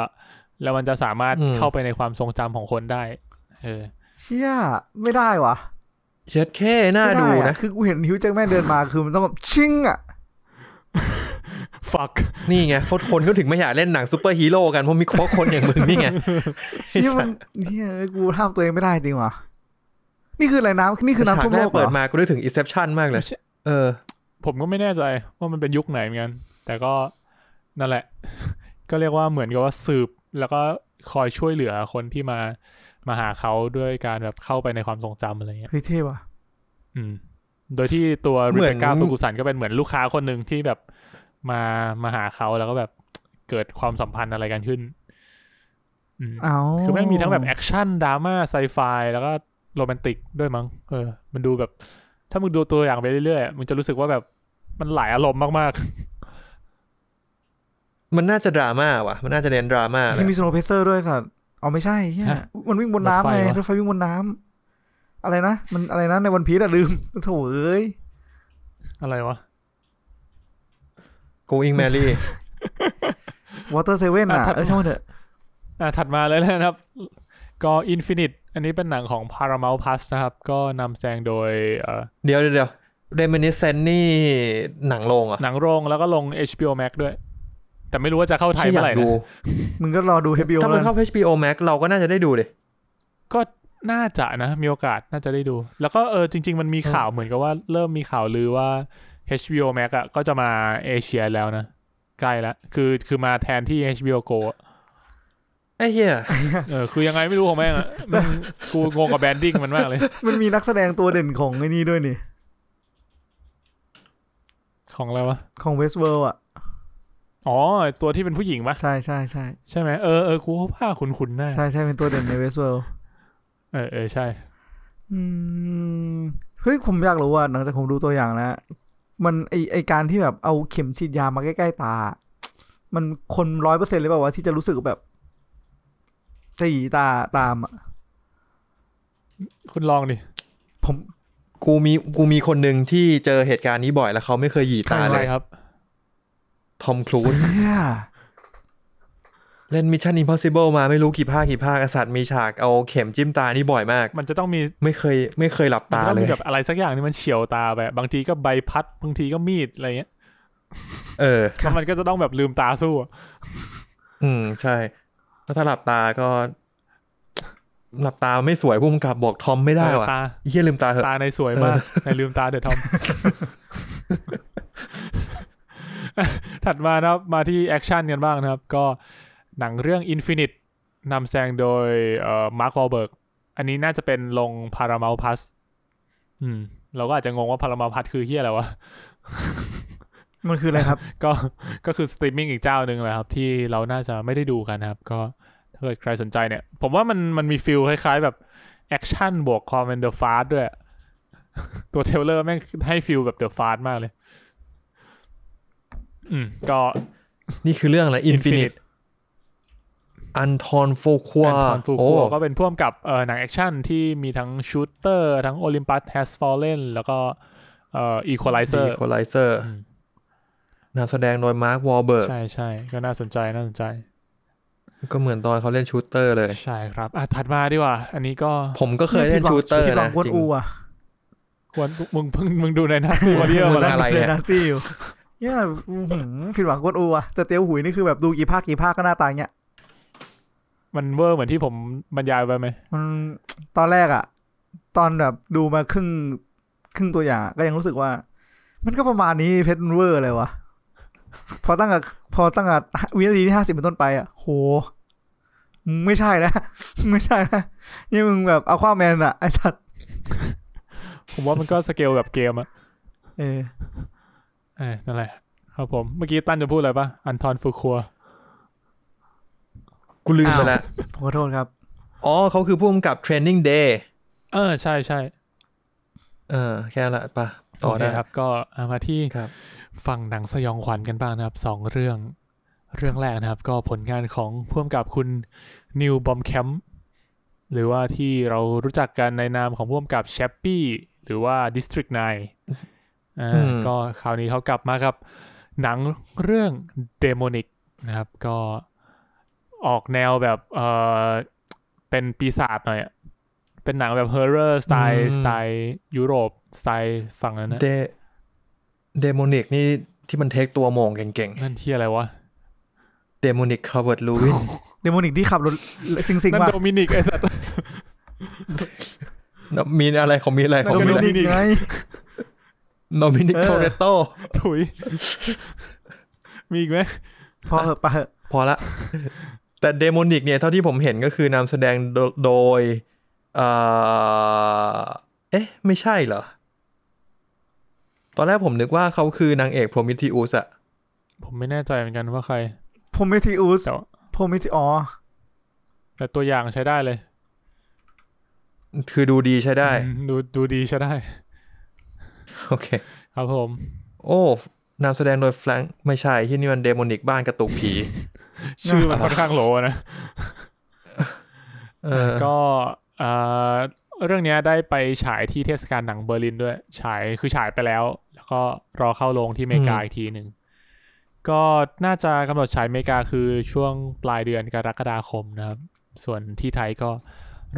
[SPEAKER 2] แล้วมันจะสามารถ
[SPEAKER 1] อืม
[SPEAKER 2] เข้าไปในความทรงจำของคนได้ เออ
[SPEAKER 3] เชี่ยไม่ได้วะ
[SPEAKER 1] เช็ดแค่น่า
[SPEAKER 3] ไม่
[SPEAKER 1] ดู
[SPEAKER 3] ไอ
[SPEAKER 1] นะ
[SPEAKER 3] คือกูเห็นฮิวจ์แจ็คแม่นเดินมาคือมันต้องแบบชิงอ่ะ
[SPEAKER 2] fuck
[SPEAKER 1] นี่ไงคนคนเขาถึงไม่อยากเล่นหนังซูเปอร์ฮีโร่กันเพราะมีเพราะคนอย่างมึงนี่ไง
[SPEAKER 3] เชี่ย มันเนี่ยกูห้ามตัวเองไม่ได้จริงวะนี่คืออะไรน้ำนี่คือน้ำ
[SPEAKER 1] ฉา
[SPEAKER 3] ท่ว
[SPEAKER 1] ก
[SPEAKER 3] ม
[SPEAKER 1] แร
[SPEAKER 3] โล
[SPEAKER 1] ก
[SPEAKER 3] กเหร
[SPEAKER 1] เปิด
[SPEAKER 3] อ
[SPEAKER 1] มากูนึกถึง Inception มากเลย
[SPEAKER 2] ไม่ใช่
[SPEAKER 1] เออ
[SPEAKER 2] ผมก็ไม่แน่ใจว่ามันเป็นยุคไหนเหมือนกัน แต่ก็นั่นแหละ ก็เรียกว่าเหมือนกับว่าสืบ แล้วก็คอยช่วยเหลือคนที่มามาหาเขาด้วยการแบบเข้าไปในความทรงจำอะไรเงี้ย
[SPEAKER 3] เฮ้ยเท่ว่ะ
[SPEAKER 2] อืม โดยที่ตัว
[SPEAKER 1] เหมื
[SPEAKER 2] ริ
[SPEAKER 1] อน
[SPEAKER 2] เบก้าฟูกุสันก็เป็นเหมือนลูกค้าคนหนึ่งที่แบบมามาหาเขาแล้วก็แบบเกิดความสัมพันธ์อะไรกันขึ้น อืม
[SPEAKER 3] เอา
[SPEAKER 2] คือแม่งมีทั้งแบบแอคชั่นดราม่าไซไฟแล้วก็โรแมนติกด้วยมั้งเออ มันดูแบบ ถ้ามึงดูตัวอย่างไปเรื่อยๆ มึงจะรู้สึกว่าแบบมันหลายอารมณ์มาก
[SPEAKER 1] มันน่าจะดราม่าว่ะ มันน่าจะเน้นดราม่าแหละ
[SPEAKER 3] ที่มีสโนว์เพเซอร์ด้วยสัตว์อ๋อไม่ใช่เหี้ยมันวิ่งบนน้ำไงรถไฟวิ่งบนน้ำอะไรนะมันอะไรนะในวันพีซอะลืมโถ่เอ้ย
[SPEAKER 2] ๆ อะไรวะ
[SPEAKER 1] กูอิงแมรี่
[SPEAKER 3] วอเตอร์เซเว่นอ่ะเออช่างมันเถอะ
[SPEAKER 2] อ่ะถัดมาเลยนะครับ ก็อินฟินิตอันนี้เป็นหนังของ Paramount Plus นะครับ ก็นำแสดงโดยเอ่อ
[SPEAKER 1] เดี๋ยวเดี๋ยวเดี๋ยวเรมินิเซนนี่หนังโรงเหรอ่ะ
[SPEAKER 2] หนังโรงแล้วก็ลง HBO Max ด้วย แต่ไม่รู้ว่าจะเข้าไทย
[SPEAKER 1] ที่
[SPEAKER 2] เมื่อย
[SPEAKER 1] อา
[SPEAKER 2] ไห
[SPEAKER 1] ก
[SPEAKER 2] ร่
[SPEAKER 1] ดู
[SPEAKER 2] นะ
[SPEAKER 3] มึงก็รอดูเฮบิโอ
[SPEAKER 1] ถ้า
[SPEAKER 3] เล
[SPEAKER 1] มัน
[SPEAKER 3] ย
[SPEAKER 1] เข้า HBO Max เราก็น่าจะได้ดูเลย
[SPEAKER 2] ก็น่าจะนะ มีโอกาสน่าจะได้ดู แล้วก็เออจริง ๆ มันมีข่าวเหมือนกับว่าเริ่มมีข่าวลือว่า HBO Max อ่ะก็จะมาเอเชียแล้วนะ ใกล้แล้วคือคือมาแทนที่ HBO Go อะ
[SPEAKER 1] ไอ้เหี้ย
[SPEAKER 2] เออคือยังไงไม่รู้ของแม่งอ่ะ แม่งกูงงกับแบรนดิ้งมันมากเลย
[SPEAKER 3] มันมีนักแสดงตัวเด่นของไอ้นี่ด้วยนี่
[SPEAKER 2] ของอะไรวะ
[SPEAKER 3] ของเวสเวิร์อ่ะ
[SPEAKER 2] อ๋อ ตัวที่เป็นผู้หญิงปะ
[SPEAKER 3] ใช่ใช่ใช่
[SPEAKER 2] ใช่ไหมเออเออกูก็ว่าคุณคุณหน้า
[SPEAKER 3] ใช่ใช่เป็นตัวเด่นในเวสเวิร์
[SPEAKER 2] เออเออใช่
[SPEAKER 3] เฮ้ยผมอยากรู้ว่าหลังจากผมดูตัวอย่างแล้ว มันไอไอการที่แบบเอาเข็มฉีดยามาใกล้ๆตา มันคนร้อยเปอร์เซ็นต์เลยเปล่าวะที่จะรู้สึกแบบจะหยีตาตามอะ
[SPEAKER 2] คุณลองดิ
[SPEAKER 3] ผม
[SPEAKER 1] กูมีกูมีคนหนึ่งที่เจอเหตุการณ์นี้บ่อยแล้วเขาไม่เคยหยีตา
[SPEAKER 2] ใค
[SPEAKER 1] เล
[SPEAKER 2] ร
[SPEAKER 1] ย
[SPEAKER 2] ครับ
[SPEAKER 1] ทอมครูซ
[SPEAKER 3] เชี่ย
[SPEAKER 1] เล่น Mission Impossible มาไม่รู้กี่ภาคกี่ภาคไอสัตว์มีฉากเอาเข็มจิ้มตานี่บ่อยมาก
[SPEAKER 2] มันจะต้องมี
[SPEAKER 1] ไม่เคยไม่เคยหลับ
[SPEAKER 2] มัน
[SPEAKER 1] ตา
[SPEAKER 2] จะต้อง
[SPEAKER 1] เล
[SPEAKER 2] มี
[SPEAKER 1] ย
[SPEAKER 2] แบบอะไรสักอย่างที่มันเฉียวตาไปบางทีก็ใบพัดบางทีก็มีดอะไรเงี้ย
[SPEAKER 1] เออ
[SPEAKER 2] แล้วมันก็จะต้องแบบลืมตาสู้อะ
[SPEAKER 1] อืมใช่แล้วถ้าหลับตาก็ หลับตาไม่สวยพุ่มกับบอกทอมไม่ได้ว่ะ
[SPEAKER 2] ตา
[SPEAKER 1] ไอ้เฮียลืมตาเหอะ
[SPEAKER 2] ตาในสวยมากในลืมตาเดอะทอม ถัดมานะครับมาที่แอคชั่นกันบ้างนะครับ ก็หนังเรื่อง Infinite นำแสดงโดยเอ่อมาร์ควอลเบิร์กอันนี้น่าจะเป็นลง Paramount Plus อืม เราก็อาจจะงงว่า Paramount Plus คือเฮียอะไรวะ
[SPEAKER 3] มันคืออะไรครับ
[SPEAKER 2] ก็ ก็คือสตรีมมิ่งอีกเจ้าหนึ่งแหละครับ ที่เราน่าจะไม่ได้ดูกันนะครับ ก็ถ้าเกิดใครสนใจเนี่ย ผมว่ามันมันมีฟิลคล้ายๆ แบบแอคชั่นบวกคอมเมนเดอร์ฟาสด้วย ตัวเทรลเลอร์แม่งให้ฟิลแบบเดอะฟาสมากเลย อืม ก็
[SPEAKER 1] นี่คือเรื่องอะไร Infinite
[SPEAKER 2] Infinite
[SPEAKER 1] อันทอนโฟควา
[SPEAKER 2] แอนทอนฟูคัวก็เป็นพ่วมกับเอ่อหนังแอคชั่นที่มีทั้งชูตเตอร์ทั้งโอลิมปัสแฮสฟอลเลนแล้วก็เอ่ออีควอไลเซอร์
[SPEAKER 1] ดีโคไลเซอร์
[SPEAKER 2] อืม
[SPEAKER 1] นำแสดงโดยมาร์ควอลเบิร์ก
[SPEAKER 2] ใช่ใช่ก็น่าสนใจน่าสนใจ
[SPEAKER 1] ก็เหมือนตอนเขาเล่นชูตเตอร์เลย
[SPEAKER 2] ใช่ครับอ่ะถัดมาดีกว่า อันนี้ก็
[SPEAKER 1] ผมก็เคยเล่นชูตเตอร์
[SPEAKER 3] ผิดห
[SPEAKER 1] นะ
[SPEAKER 3] วังกวน
[SPEAKER 1] จริง
[SPEAKER 3] อูอ่ะ
[SPEAKER 2] ควรมึงเพิ่งมึงดูในหนัาซีวอเดียมาแล้ว
[SPEAKER 1] อะไรเนี่ย
[SPEAKER 3] นาตี้อยู่เนี่ยอื้อหือผิดหวังกวนอูอ่ะแต่เตียวหุยนี่คือแบบดูกี่ภาคกี่ภาคก็หน้าตาอย่างเงี้ย
[SPEAKER 2] มันเวอร์เหมือนที่ผมบรรยายไปไหม
[SPEAKER 3] มันตอนแรกอ่ะ ตอนแบบดูมาครึ่งครึ่งตัวอย่างอะก็ยังรู้สึกว่า มันก็ประมาณนี้เพชรเวอร์เลยวะพอตั้งแต่พอตั้งแต่วินาทีที่ห้าสิบเป็นต้นไปอ่ะโหมึงไม่ใช่นะมึ งไม่ใช่นะนี่มึงแบบเอาความแมนอ่ะไอ้สัตว์
[SPEAKER 2] ผมว่ามันก็สเกลแบบเกมอะ
[SPEAKER 3] เออ
[SPEAKER 2] เออนั่นแหละครับผม เมื่อกี้ตั้นจะพูดอะไรปะอันทอนฟูคัว
[SPEAKER 1] กูลืมไป
[SPEAKER 3] อ้าว
[SPEAKER 1] แล้ว
[SPEAKER 3] ผมขอโทษครับ
[SPEAKER 1] อ๋อเขาคือผู้กำกับ Training Day
[SPEAKER 2] เออ ใช่ใช่
[SPEAKER 1] เออแค่ละปะต่
[SPEAKER 2] โอ
[SPEAKER 1] อ
[SPEAKER 2] เค
[SPEAKER 1] ได้
[SPEAKER 2] ครับ ก็เอามาที่
[SPEAKER 1] ครับ
[SPEAKER 2] ฝั่งหนังสยองขวัญกันบ้างนะครับสองเรื่อง เรื่องแรกนะครับ ก็ผลงานของพ่วมกับคุณนิวบอมแคมป์หรือว่าที่เรารู้จักกันในนามของพ่วมกับแชปปี้หรือว่า District 9อ่า
[SPEAKER 1] อืม
[SPEAKER 2] ก็คราวนี้เขากลับมากับ หนังเรื่อง Demonic นะครับ ก็ออกแนวแบบเออเป็นปีศาจหน่อยอะเป็นหนังแบบ horror สไต
[SPEAKER 1] อื
[SPEAKER 2] ล์
[SPEAKER 1] ม
[SPEAKER 2] สไตล์ยุโรปสไตล์ฝั่งนั้นนะ
[SPEAKER 1] เดเดโมนิกนี่ที่มันเทคตัวโมงเก่ง
[SPEAKER 2] นั่นที่อะไรวะ
[SPEAKER 1] ๆเดโมนิกคาร์เวิร์ดลู วิน
[SPEAKER 3] เดโมนิกที่ขับรถซิงซิง
[SPEAKER 2] นั่น
[SPEAKER 3] ว่า
[SPEAKER 2] โดมินิกไอ้สัตว์
[SPEAKER 1] มีอะไรของมีอะไรของ
[SPEAKER 2] โด
[SPEAKER 1] มี
[SPEAKER 2] มิ
[SPEAKER 1] อะไร
[SPEAKER 2] นิก
[SPEAKER 3] ไง
[SPEAKER 1] โดมิ นิก
[SPEAKER 3] เออ
[SPEAKER 1] โทเรโต
[SPEAKER 2] ถุย มีอีกไหม
[SPEAKER 3] พอเหอะไปะเหอะ
[SPEAKER 1] พอละ แต่เดโมนิกเนี่ยเท่าที่ผมเห็นก็คือนำแสดงโดโดยเอ่อเอ๊ะ ไม่ใช่เหรอ ตอนแรกผมนึกว่าเขาคือนางเอกโพรมิทิอุสอะ
[SPEAKER 2] ผมไม่แน่ใจเหมือนกันว่าใคร
[SPEAKER 3] พรมิทิอุส
[SPEAKER 2] แต่ว่า
[SPEAKER 3] พรมิทิอ๋อ
[SPEAKER 2] แต่ตัวอย่างใช้ได้เลย
[SPEAKER 1] คือดูดีใช้ได้
[SPEAKER 2] อืมดูดูดีใช้ได้
[SPEAKER 1] โอเค
[SPEAKER 2] ครับผม
[SPEAKER 1] โอ้นำแสดงโดยแฟรงค์ไม่ใช่ที่นี่มันเดโมนิกบ้านกระตุกผี
[SPEAKER 2] ชื่อมันค่อนข้างโหลนะ
[SPEAKER 1] เออ
[SPEAKER 2] ก็เอ่อเรื่องเนี้ยได้ไปฉายที่เทศกาลหนังเบอร์ลินด้วย ฉายคือฉายไปแล้ว แล้วก็รอเข้าโรงที่อเมริกา
[SPEAKER 1] อืม
[SPEAKER 2] อีกทีหนึ่ง ก็น่าจะกำหนดฉายอเมริกาคือช่วงปลายเดือนกรกฎาคมนะครับ ส่วนที่ไทยก็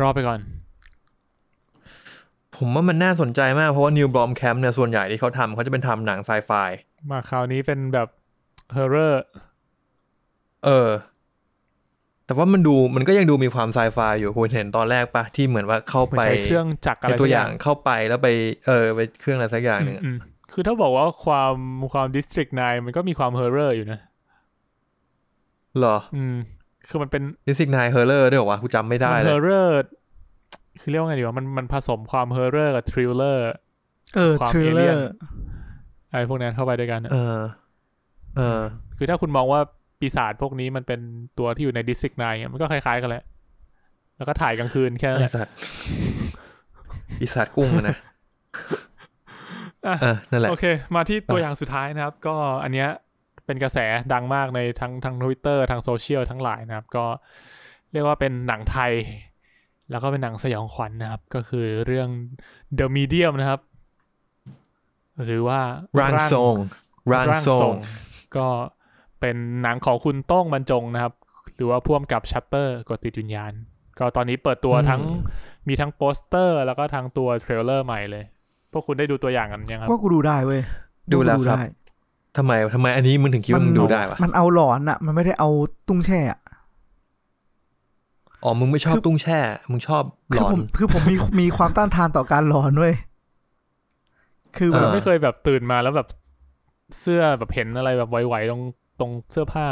[SPEAKER 2] รอไปก่อน
[SPEAKER 1] ผมว่ามันน่าสนใจมาก เพราะว่านิวบลอมแคมป์เนี่ยส่วนใหญ่ที่เขาทำเขาจะเป็นทำหนังไซไฟ
[SPEAKER 2] มาคราวนี้เป็นแบบเฮอร์เรอร์
[SPEAKER 1] เออ แต่ว่ามันดูมันก็ยังดูมีความไซไฟอยู่คุณเห็นตอนแรกปะที่เหมือนว่าเข้า
[SPEAKER 2] เหมือ
[SPEAKER 1] ไป
[SPEAKER 2] นใช้เครื่องจักรอะไร
[SPEAKER 1] เป็นตัว
[SPEAKER 2] สัก
[SPEAKER 1] อย่างเข้าไปแล้วไป เออไปเครื่องอะไรสักอย่างหนึ่งอะ
[SPEAKER 2] อืมๆคือถ้าบอกว่าความความดิสตริกนมันก็มีความเฮอร์เรอร์อยู่นะ
[SPEAKER 1] เหรอ
[SPEAKER 2] อืม คือมันเป็น
[SPEAKER 1] ดิสิกนายเฮอร์เลอร์ด้วยเหรอวะกูจำไม่ได้
[SPEAKER 2] มัน
[SPEAKER 1] เล
[SPEAKER 2] เฮอย ร์เรอร์คือเรียกว่าไงดีวะมันมันผสมความเฮอร์เรอร์กับทริลเลอร์
[SPEAKER 3] เออ
[SPEAKER 2] ความ
[SPEAKER 3] ทริลเลอ
[SPEAKER 2] alien
[SPEAKER 3] ร์
[SPEAKER 2] อะไรพวกนั้นเข้าไปด้วยกันอะ
[SPEAKER 1] เออ เออ
[SPEAKER 2] คือถ้าคุณมองว่าปีศาจพวกนี้มันเป็นตัวที่อยู่ในดิส t ิกไนมันก็คล้ายๆกันแหละ แล้วก็ถ่ายกลางคืนแค่นั้
[SPEAKER 1] ไอ
[SPEAKER 2] นแหละ
[SPEAKER 1] สัตว์อีสัตว์กุ้งอะนะ
[SPEAKER 2] อ่ะ
[SPEAKER 1] เออนั่นแหละ
[SPEAKER 2] โอเค มาที่ตัวอย่างสุดท้ายนะครับ ก็อันเนี้ยเป็นกระแสดังมากในทั้งทั้งทวิตเตอร์ทางโซเชียลทั้งหลายนะครับ ก็เรียกว่าเป็นหนังไทย แล้วก็เป็นหนังสยองขวัญนะครับ ก็คือเรื่อง The Medium นะครับ หรือว่า
[SPEAKER 1] ร่างทรงร่างทรง
[SPEAKER 2] ก็เป็นหนังของคุณโต้งบรรจงนะครับ หรือว่าพ่วมกับชัตเตอร์กดติดวิญญาณ ก็ตอนนี้เปิดตัว
[SPEAKER 1] อืม
[SPEAKER 2] ทั้งมีทั้งโปสเตอร์ แล้วก็ทั้งตัวเทรลเลอร์ใหม่เลย พวกคุณได้ดูตัวอย่างกันยังครับ
[SPEAKER 3] ก็กูดูได้เว้ย
[SPEAKER 1] ดูแล้วครับ
[SPEAKER 3] ไ
[SPEAKER 1] ทำไมทำไมอันนี้มึงถึงคิดว่ามึงดูได้วะ
[SPEAKER 3] มันเอาหลอนอะมันไม่ได้เอาตุ้งแช่อะ
[SPEAKER 1] อ๋อมึงไม่ชอบตุ้งแช่ มึงชอบหล
[SPEAKER 3] คือ
[SPEAKER 1] อ
[SPEAKER 3] ผ
[SPEAKER 1] น
[SPEAKER 3] มคือผมมีมีความต้านทานต่อการหลอนเว้ยคือแบ
[SPEAKER 1] เอ
[SPEAKER 3] บ
[SPEAKER 1] อ
[SPEAKER 2] ไม่เคยแบบตื่นมาแล้วแบบเสื้อแบบเห็นอะไรแบบไหวๆตรงตรงเสื้อผ้า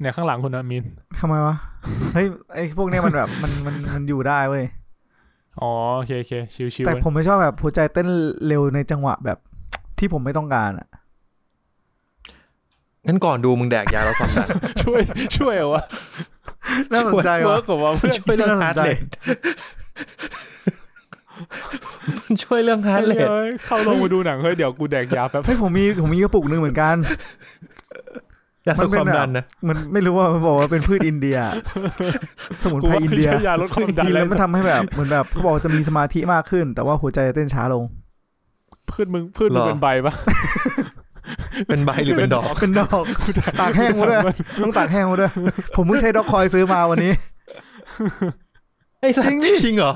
[SPEAKER 2] เนี่ยข้างหลังคุณนะมิน
[SPEAKER 3] ทำไมวะ เฮ้ยไอพวกเนี้ยมันแบบมันมันมันอยู่ได้เว้ย
[SPEAKER 2] อ๋อโอเคโอเคชิว
[SPEAKER 3] แต่
[SPEAKER 2] ๆ
[SPEAKER 3] ผมไม่ชอบแบบหัวใจเต้นเร็วในจังหวะแบบที่ผมไม่ต้องการอ่ะ
[SPEAKER 1] งั้นก่อนดูมึงแดกยาลดความดัน
[SPEAKER 2] ช่วย ช่วยเหรอวะ
[SPEAKER 3] น่าสนใจ
[SPEAKER 2] เวิ
[SPEAKER 3] วะ
[SPEAKER 2] ร์กผมว่าเพื่อน
[SPEAKER 1] ช่วยเรื่อง
[SPEAKER 3] น่าสนใจ
[SPEAKER 1] ฮาร์ดเรทมันช่วยเรื่องฮาร์ดเรท
[SPEAKER 2] ฮ้ยเข้าลงมาดูหนังเฮ้ยเดี๋ยวกูแดกยาแป๊บ
[SPEAKER 3] เฮ้ยผมมีผมมีกระปุกหนึงเหมือนกัน
[SPEAKER 1] ยาลดความดันนะ
[SPEAKER 3] มันไม่รู้ว่ามันบอกว่าเป็นพืชอินเดีย สมุน
[SPEAKER 2] กู
[SPEAKER 3] ไพร
[SPEAKER 2] ว่า
[SPEAKER 3] อิน
[SPEAKER 2] ไม่
[SPEAKER 3] เดีย
[SPEAKER 2] ใช่ยาลดความดัน
[SPEAKER 3] กิน
[SPEAKER 2] แล้
[SPEAKER 3] แล้ว วมันทำให้แบบเหมือนแบบเขาบอกว่าจะมีสมาธิมากขึ้น แต่ว่าหัวใจเต้นช้าลง
[SPEAKER 2] พืชมึงพืชมึง
[SPEAKER 1] หรอ
[SPEAKER 2] เป็นใบปะ
[SPEAKER 1] เป็นใบหรือเป็นดอก
[SPEAKER 3] เป็นดอกตากแห้งหมดเลยต้องตากแห้งหมดเลยผมเพิ่งใช้ดอกคอยซื้อมาวันนี้
[SPEAKER 1] ไอ้สัตว์
[SPEAKER 3] จริงดิ
[SPEAKER 1] จริงเหรอ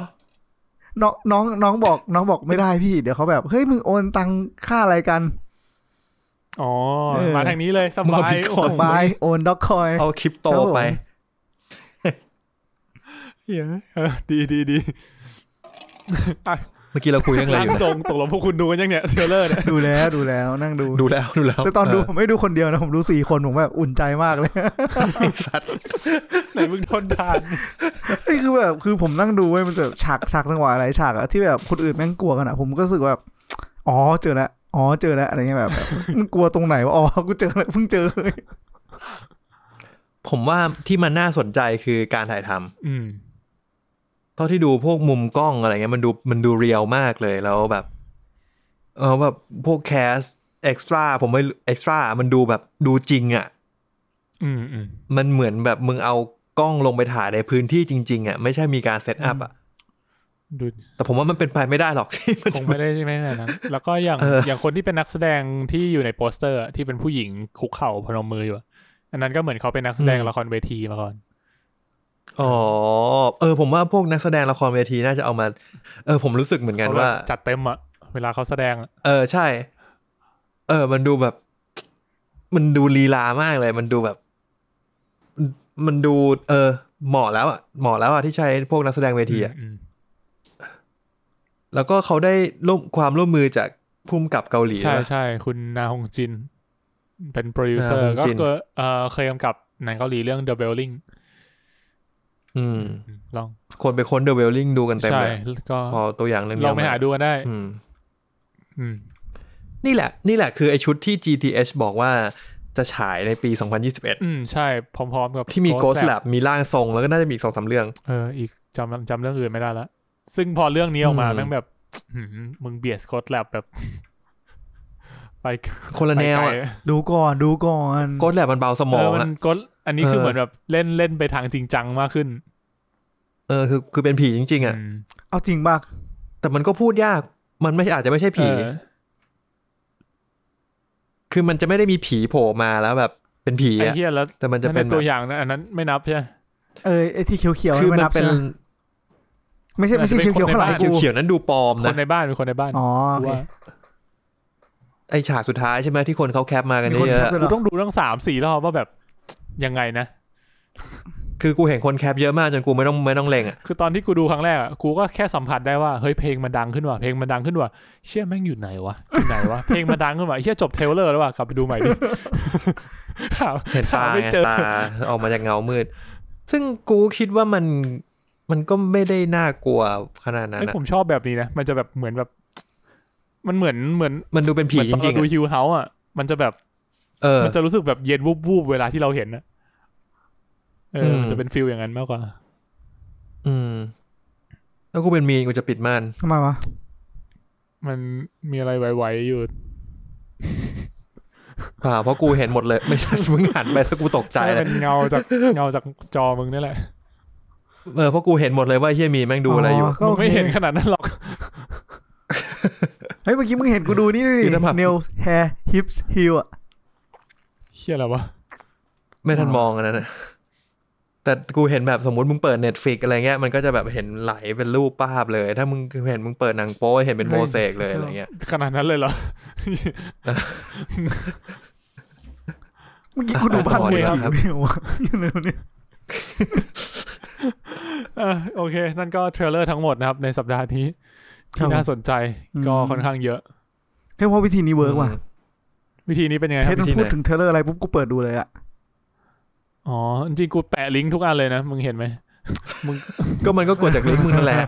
[SPEAKER 3] น้องน้องน้องบอกน้องบอกไม่ได้พี่ เดี๋ยวเขาแบบเฮ้ยมึงโอนตังค่าอะไรกัน
[SPEAKER 2] อ๋อ
[SPEAKER 3] เออ
[SPEAKER 2] มาทางนี้เลยส
[SPEAKER 1] มึง
[SPEAKER 2] บา
[SPEAKER 1] เอา
[SPEAKER 2] ย
[SPEAKER 1] บิตค
[SPEAKER 2] โอ้
[SPEAKER 1] อยน์
[SPEAKER 2] โห
[SPEAKER 3] บายโอนดอกคอย
[SPEAKER 1] เอาคริปโต
[SPEAKER 3] ครับผม
[SPEAKER 1] ไป
[SPEAKER 2] เหี้ยเออดีดีดี
[SPEAKER 1] เมื่อกี้เราคุยเรื่องอะไร
[SPEAKER 2] ร่า
[SPEAKER 1] อง ยู่นะ
[SPEAKER 2] ทรงตกลงพวกคุณดูกันยังเนี่ยเทรลเลอร์เนี่ย
[SPEAKER 3] ดูแล้วดูแล้วนั่งดู
[SPEAKER 1] ดูแล้วดูแล้ว
[SPEAKER 3] แต่ตอนดู
[SPEAKER 1] เ
[SPEAKER 3] ผมไม่ดูคนเดียวนะ ผมดูสี่คนผมแบบอุ่นใจมากเลย
[SPEAKER 1] ไอ้สัตว์
[SPEAKER 2] ไหนมึงทนทาน
[SPEAKER 3] นี่คือแบบคือผมนั่งดูไว้ยมันจะฉากฉากจังหวะอะไรฉากอะที่แบบคนอื่นแม่งกลัวกันอะผมก็รู้สึกแบบอ๋อเจอแล้วอ๋อเจอแล้วอะไรเงี้ยแบบมันกลัวตรงไหนวะอ๋อกูเจอแล้วเพิ่งเจอเลย
[SPEAKER 1] ผมว่าที่มันน่าสนใจคือการถ่ายทำ
[SPEAKER 2] อืม
[SPEAKER 1] เท่าที่ดูพวกมุมกล้องอะไรเงี้ยมันดูมันดูเรียลมากเลยแล้วแบบ เออแบบพวกแคสเอ็กซ์ตร้าผมไม่เอ็กซ์ตร้ามันดูแบบดูจริงอ่ะ
[SPEAKER 2] อืมอืม
[SPEAKER 1] มันเหมือนแบบมึงเอากล้องลงไปถ่ายในพื้นที่จริง ๆอ่ะไม่ใช่มีการเซตอัพอ่ะ
[SPEAKER 2] ดู
[SPEAKER 1] แต่ผมว่ามันเป็นไปไม่ได้ หรอกที่มัน
[SPEAKER 2] ค
[SPEAKER 1] จะ
[SPEAKER 2] ง
[SPEAKER 1] มา
[SPEAKER 2] ไม่ได้ใช่ไหมแบบนั้นแล้วก็อย่าง
[SPEAKER 1] เอออ
[SPEAKER 2] อย่างคนที่เป็นนักแสดงที่อยู่ในโปสเตอร์อะที่เป็นผู้หญิงคุกเข่าพนมมืออยู่อะอันนั้นก็เหมือนเขาเป็นนักแสดงละครเวทีมาก่อน
[SPEAKER 1] อ๋อเออ ผมว่าพวกนักแสดงละครเวทีน่าจะเอามา เออ ผมรู้สึกเหมือนกัน
[SPEAKER 2] เขาแบบ
[SPEAKER 1] ว่า
[SPEAKER 2] จัดเต็มอะเวลาเขาแสดงอะ
[SPEAKER 1] เออใช่ เออ มันดูแบบ มันดูลีลามากเลย มันดูแบบ มันดู เออเหมาะแล้วอ่ะเหมาะแล้วอ่ะที่ใช้พวกนักแสดงเวทีอ่ะ
[SPEAKER 2] อืม
[SPEAKER 1] แล้วก็เขาได้ร่วมความร่วมมือจากพุ่มกับเกาหลี
[SPEAKER 2] ใช่
[SPEAKER 1] ด้วย
[SPEAKER 2] ใช่คุณนาฮงจิน เป็นโปรดิวเซอร์
[SPEAKER 1] นาฮง
[SPEAKER 2] ก็
[SPEAKER 1] จิน
[SPEAKER 2] เคยเอ่อเคยกำกับหนังเกาหลีเรื่อง The Belling
[SPEAKER 1] อืม
[SPEAKER 2] ลอง
[SPEAKER 1] คนไปค้นเดอะเวลลิงดูกันเต็ม
[SPEAKER 2] ใช่
[SPEAKER 1] เลย
[SPEAKER 2] ก็
[SPEAKER 1] พอตัวอย่างเรื่องนี้
[SPEAKER 2] ลองไปหาดูกันได้
[SPEAKER 1] อืม
[SPEAKER 2] อืม
[SPEAKER 1] นี่แหละ นี่แหละคือไอชุดที่ GTH บอกว่าจะฉายในปี 2021
[SPEAKER 2] อืม ใช่ พร้อมๆกับ
[SPEAKER 1] ที่มี Ghost
[SPEAKER 2] Ghost Lab
[SPEAKER 1] Lab มีร่างทรงแล้วก็น่าจะมีอีกสองสามเรื่อง
[SPEAKER 2] เอออีกจำจำเรื่องอื่นไม่ได้ละ ซึ่งพอเรื่องนี้ออกมา
[SPEAKER 1] อืม
[SPEAKER 2] แม่งแบบหืมมึงเบียด Ghost Lab แบบ ไป
[SPEAKER 1] คนละ
[SPEAKER 2] ไป
[SPEAKER 1] แนว
[SPEAKER 2] ไกล
[SPEAKER 1] อะ
[SPEAKER 2] อะ
[SPEAKER 3] ดูก่อนดูก่อน
[SPEAKER 1] Ghost Lab มันเบาสม
[SPEAKER 2] เอ
[SPEAKER 1] อ
[SPEAKER 2] อง มั
[SPEAKER 1] อะ
[SPEAKER 2] นก็อันนี้คื
[SPEAKER 1] เอ
[SPEAKER 2] อ
[SPEAKER 1] อ
[SPEAKER 2] เหมือนแบบเล่นเล่นไปทางจริงจังมากขึ้น
[SPEAKER 1] เออคือคือเป็นผีจริง ๆ อ่ะ
[SPEAKER 2] ม
[SPEAKER 3] เอาจริงปะ
[SPEAKER 1] แต่มันก็พูดยาก มันไม่อาจจะไม่ใช่ผี
[SPEAKER 2] เออ
[SPEAKER 1] คือมันจะไม่ได้มีผีโผล่มาแล้วแบบเป็นผี
[SPEAKER 2] ไอ้
[SPEAKER 1] อะ
[SPEAKER 2] เหี้ยแล้ว
[SPEAKER 1] แต่มันจะเป็น
[SPEAKER 2] นั่น
[SPEAKER 1] แบ
[SPEAKER 2] ตั
[SPEAKER 1] บ
[SPEAKER 2] วอย่างนะอันนั้นไม่นับใช่ไหม
[SPEAKER 3] เออไอที่เขียวๆ
[SPEAKER 1] คือมั
[SPEAKER 3] ไม่
[SPEAKER 1] น
[SPEAKER 3] นับ
[SPEAKER 1] เป็
[SPEAKER 3] ใช่
[SPEAKER 1] น
[SPEAKER 3] ไหมไม่ใช่ไม่ใช่
[SPEAKER 2] มันเป็น
[SPEAKER 3] เขียว
[SPEAKER 2] คน
[SPEAKER 3] ๆ
[SPEAKER 2] ใน
[SPEAKER 3] ข้างหลั
[SPEAKER 2] บ้าน
[SPEAKER 3] ง
[SPEAKER 1] เขียว
[SPEAKER 3] กู
[SPEAKER 1] เขียวๆนั้นดูปลอม
[SPEAKER 2] ค
[SPEAKER 1] นะ
[SPEAKER 2] นในบ้านเป็นคนในบ้าน
[SPEAKER 3] อ๋อโอ
[SPEAKER 2] กู
[SPEAKER 3] เค
[SPEAKER 2] ว่า
[SPEAKER 1] ไอฉากสุดท้ายใช่ไหมที่คนเขาแคปมากัน
[SPEAKER 3] มีคน
[SPEAKER 1] เย
[SPEAKER 3] แคป
[SPEAKER 1] อะ
[SPEAKER 3] ด้วย
[SPEAKER 2] กูต้องดูตั้งสามสี่รอบว่าแบบยังไงนะ
[SPEAKER 1] ๆคือกูเห็นคนแคปเยอะมากจนกูไม่ต้องไม่ต้องเล็งอ่ะ
[SPEAKER 2] คือตอนที่กูดูครั้งแรกอ่ะกูก็แค่สัมผัสได้ว่าเฮ้ยเพลงมันดังขึ้นว่ะเพลงมันดังขึ้นว่ะเชี่ยแม่งอยู่ไหนวะอยู่ไหนวะ เพลงมันดังขึ้นว่ะไอ้เชี่ยจบเทรลเลอร์แล้วว่ะกลับไปดูใหม่ดิ หา
[SPEAKER 1] เห็น
[SPEAKER 2] หา
[SPEAKER 1] ตา
[SPEAKER 2] ไม่
[SPEAKER 1] ไง
[SPEAKER 2] เจอ
[SPEAKER 1] ตาออกมาจากเงามืด ซึ่งกูคิดว่ามันมันก็ไม่ได้น่ากลัวขนาดนั้น
[SPEAKER 2] ไอ้ย
[SPEAKER 1] อะ
[SPEAKER 2] ผมชอบแบบนี้นะมันจะแบบเหมือนแบบ มันเหมือนเหมือน
[SPEAKER 1] มันดูเป็นผี
[SPEAKER 2] เหมือน
[SPEAKER 1] จ
[SPEAKER 2] ตอน
[SPEAKER 1] ริง
[SPEAKER 2] เรา
[SPEAKER 1] ๆอะ
[SPEAKER 2] ดูฮิวเฮาอ่ะมันจะแบบ
[SPEAKER 1] เออ
[SPEAKER 2] มันจะรู้สึกแบบเย็นวูบวูบๆเวลาที่เราเห็นนะเอออ
[SPEAKER 1] ม
[SPEAKER 2] มันจะเป็นฟิลอย่างนั้นมากกว่า
[SPEAKER 1] อืมแล้วกูเป็นมีนกูจะปิดม่าน
[SPEAKER 3] ทำไมวะ
[SPEAKER 2] มันมีอะไรไหวๆอยู่
[SPEAKER 1] อ่าเพราะกูเห็นหมดเลย ไม่ใช่ มึงหันไปถ้ากูตกใจ
[SPEAKER 2] น่าจะ
[SPEAKER 1] เล
[SPEAKER 2] เป็
[SPEAKER 1] ย
[SPEAKER 2] นเงาจากเงาจากจอมึงนี่แหละ
[SPEAKER 1] เออเพราะกูเห็นหมดเลยว่าเฮียมีแม่งดูอะไรอยู่
[SPEAKER 3] ก็
[SPEAKER 2] มึ
[SPEAKER 3] โอง เค
[SPEAKER 2] ไม่เห็นขนาดนั้นหรอก
[SPEAKER 3] ไอ เฮ้ยเมื่อกี้มึงเห็นกูดูนี่ด้วย
[SPEAKER 1] คื
[SPEAKER 3] ดิ
[SPEAKER 1] อถ้าแบบ
[SPEAKER 3] nails hair hips heel อ่ะ
[SPEAKER 2] เฮียอะไรวะ
[SPEAKER 1] ไม่ทัน
[SPEAKER 3] อ่ามม
[SPEAKER 1] องอันนั้นนะแต่กูเห็นแบบสมมติมึงเปิด Netflix อะไรเงี้ยมันก็จะแบบเห็นไหลเป็นรูปภาพเลย ถ้ามึงเห็นมึงเปิดหนังโป๊เห็นเป็นโมเสกเลยอะไรเงี้ย
[SPEAKER 2] ขนาดนั้นเลย เหรอ
[SPEAKER 3] เมื่อกี้กูดูบ้าน
[SPEAKER 1] ต่อ
[SPEAKER 3] เม
[SPEAKER 1] เลย
[SPEAKER 3] จิ
[SPEAKER 1] ครับ
[SPEAKER 3] ไม่ เอาวะอยู่ในนี้
[SPEAKER 2] อ่ะโอเค นั่นก็เทรลเลอร์ทั้งหมดนะครับ ในสัปดาห์นี้ ที่น่าสนใจก็ค่อนข้างเยอะ
[SPEAKER 3] เฮ้ยเพราะวิธีนี้เวิร์กว่ะ
[SPEAKER 2] วิธีนี้เป็นยังไงค
[SPEAKER 3] เพ
[SPEAKER 2] รั
[SPEAKER 3] ช
[SPEAKER 2] บ
[SPEAKER 3] รมันพูดถึงเทเลอร์อะไรปุ๊บกูเปิดดูเลยอ่ะ
[SPEAKER 2] อ๋อ จริงๆกูแปะลิงก์ทุกอันเลยนะ มึงเห็นไหม
[SPEAKER 1] ก็มันก็กดจากลิงก์มึงนั่นแหละ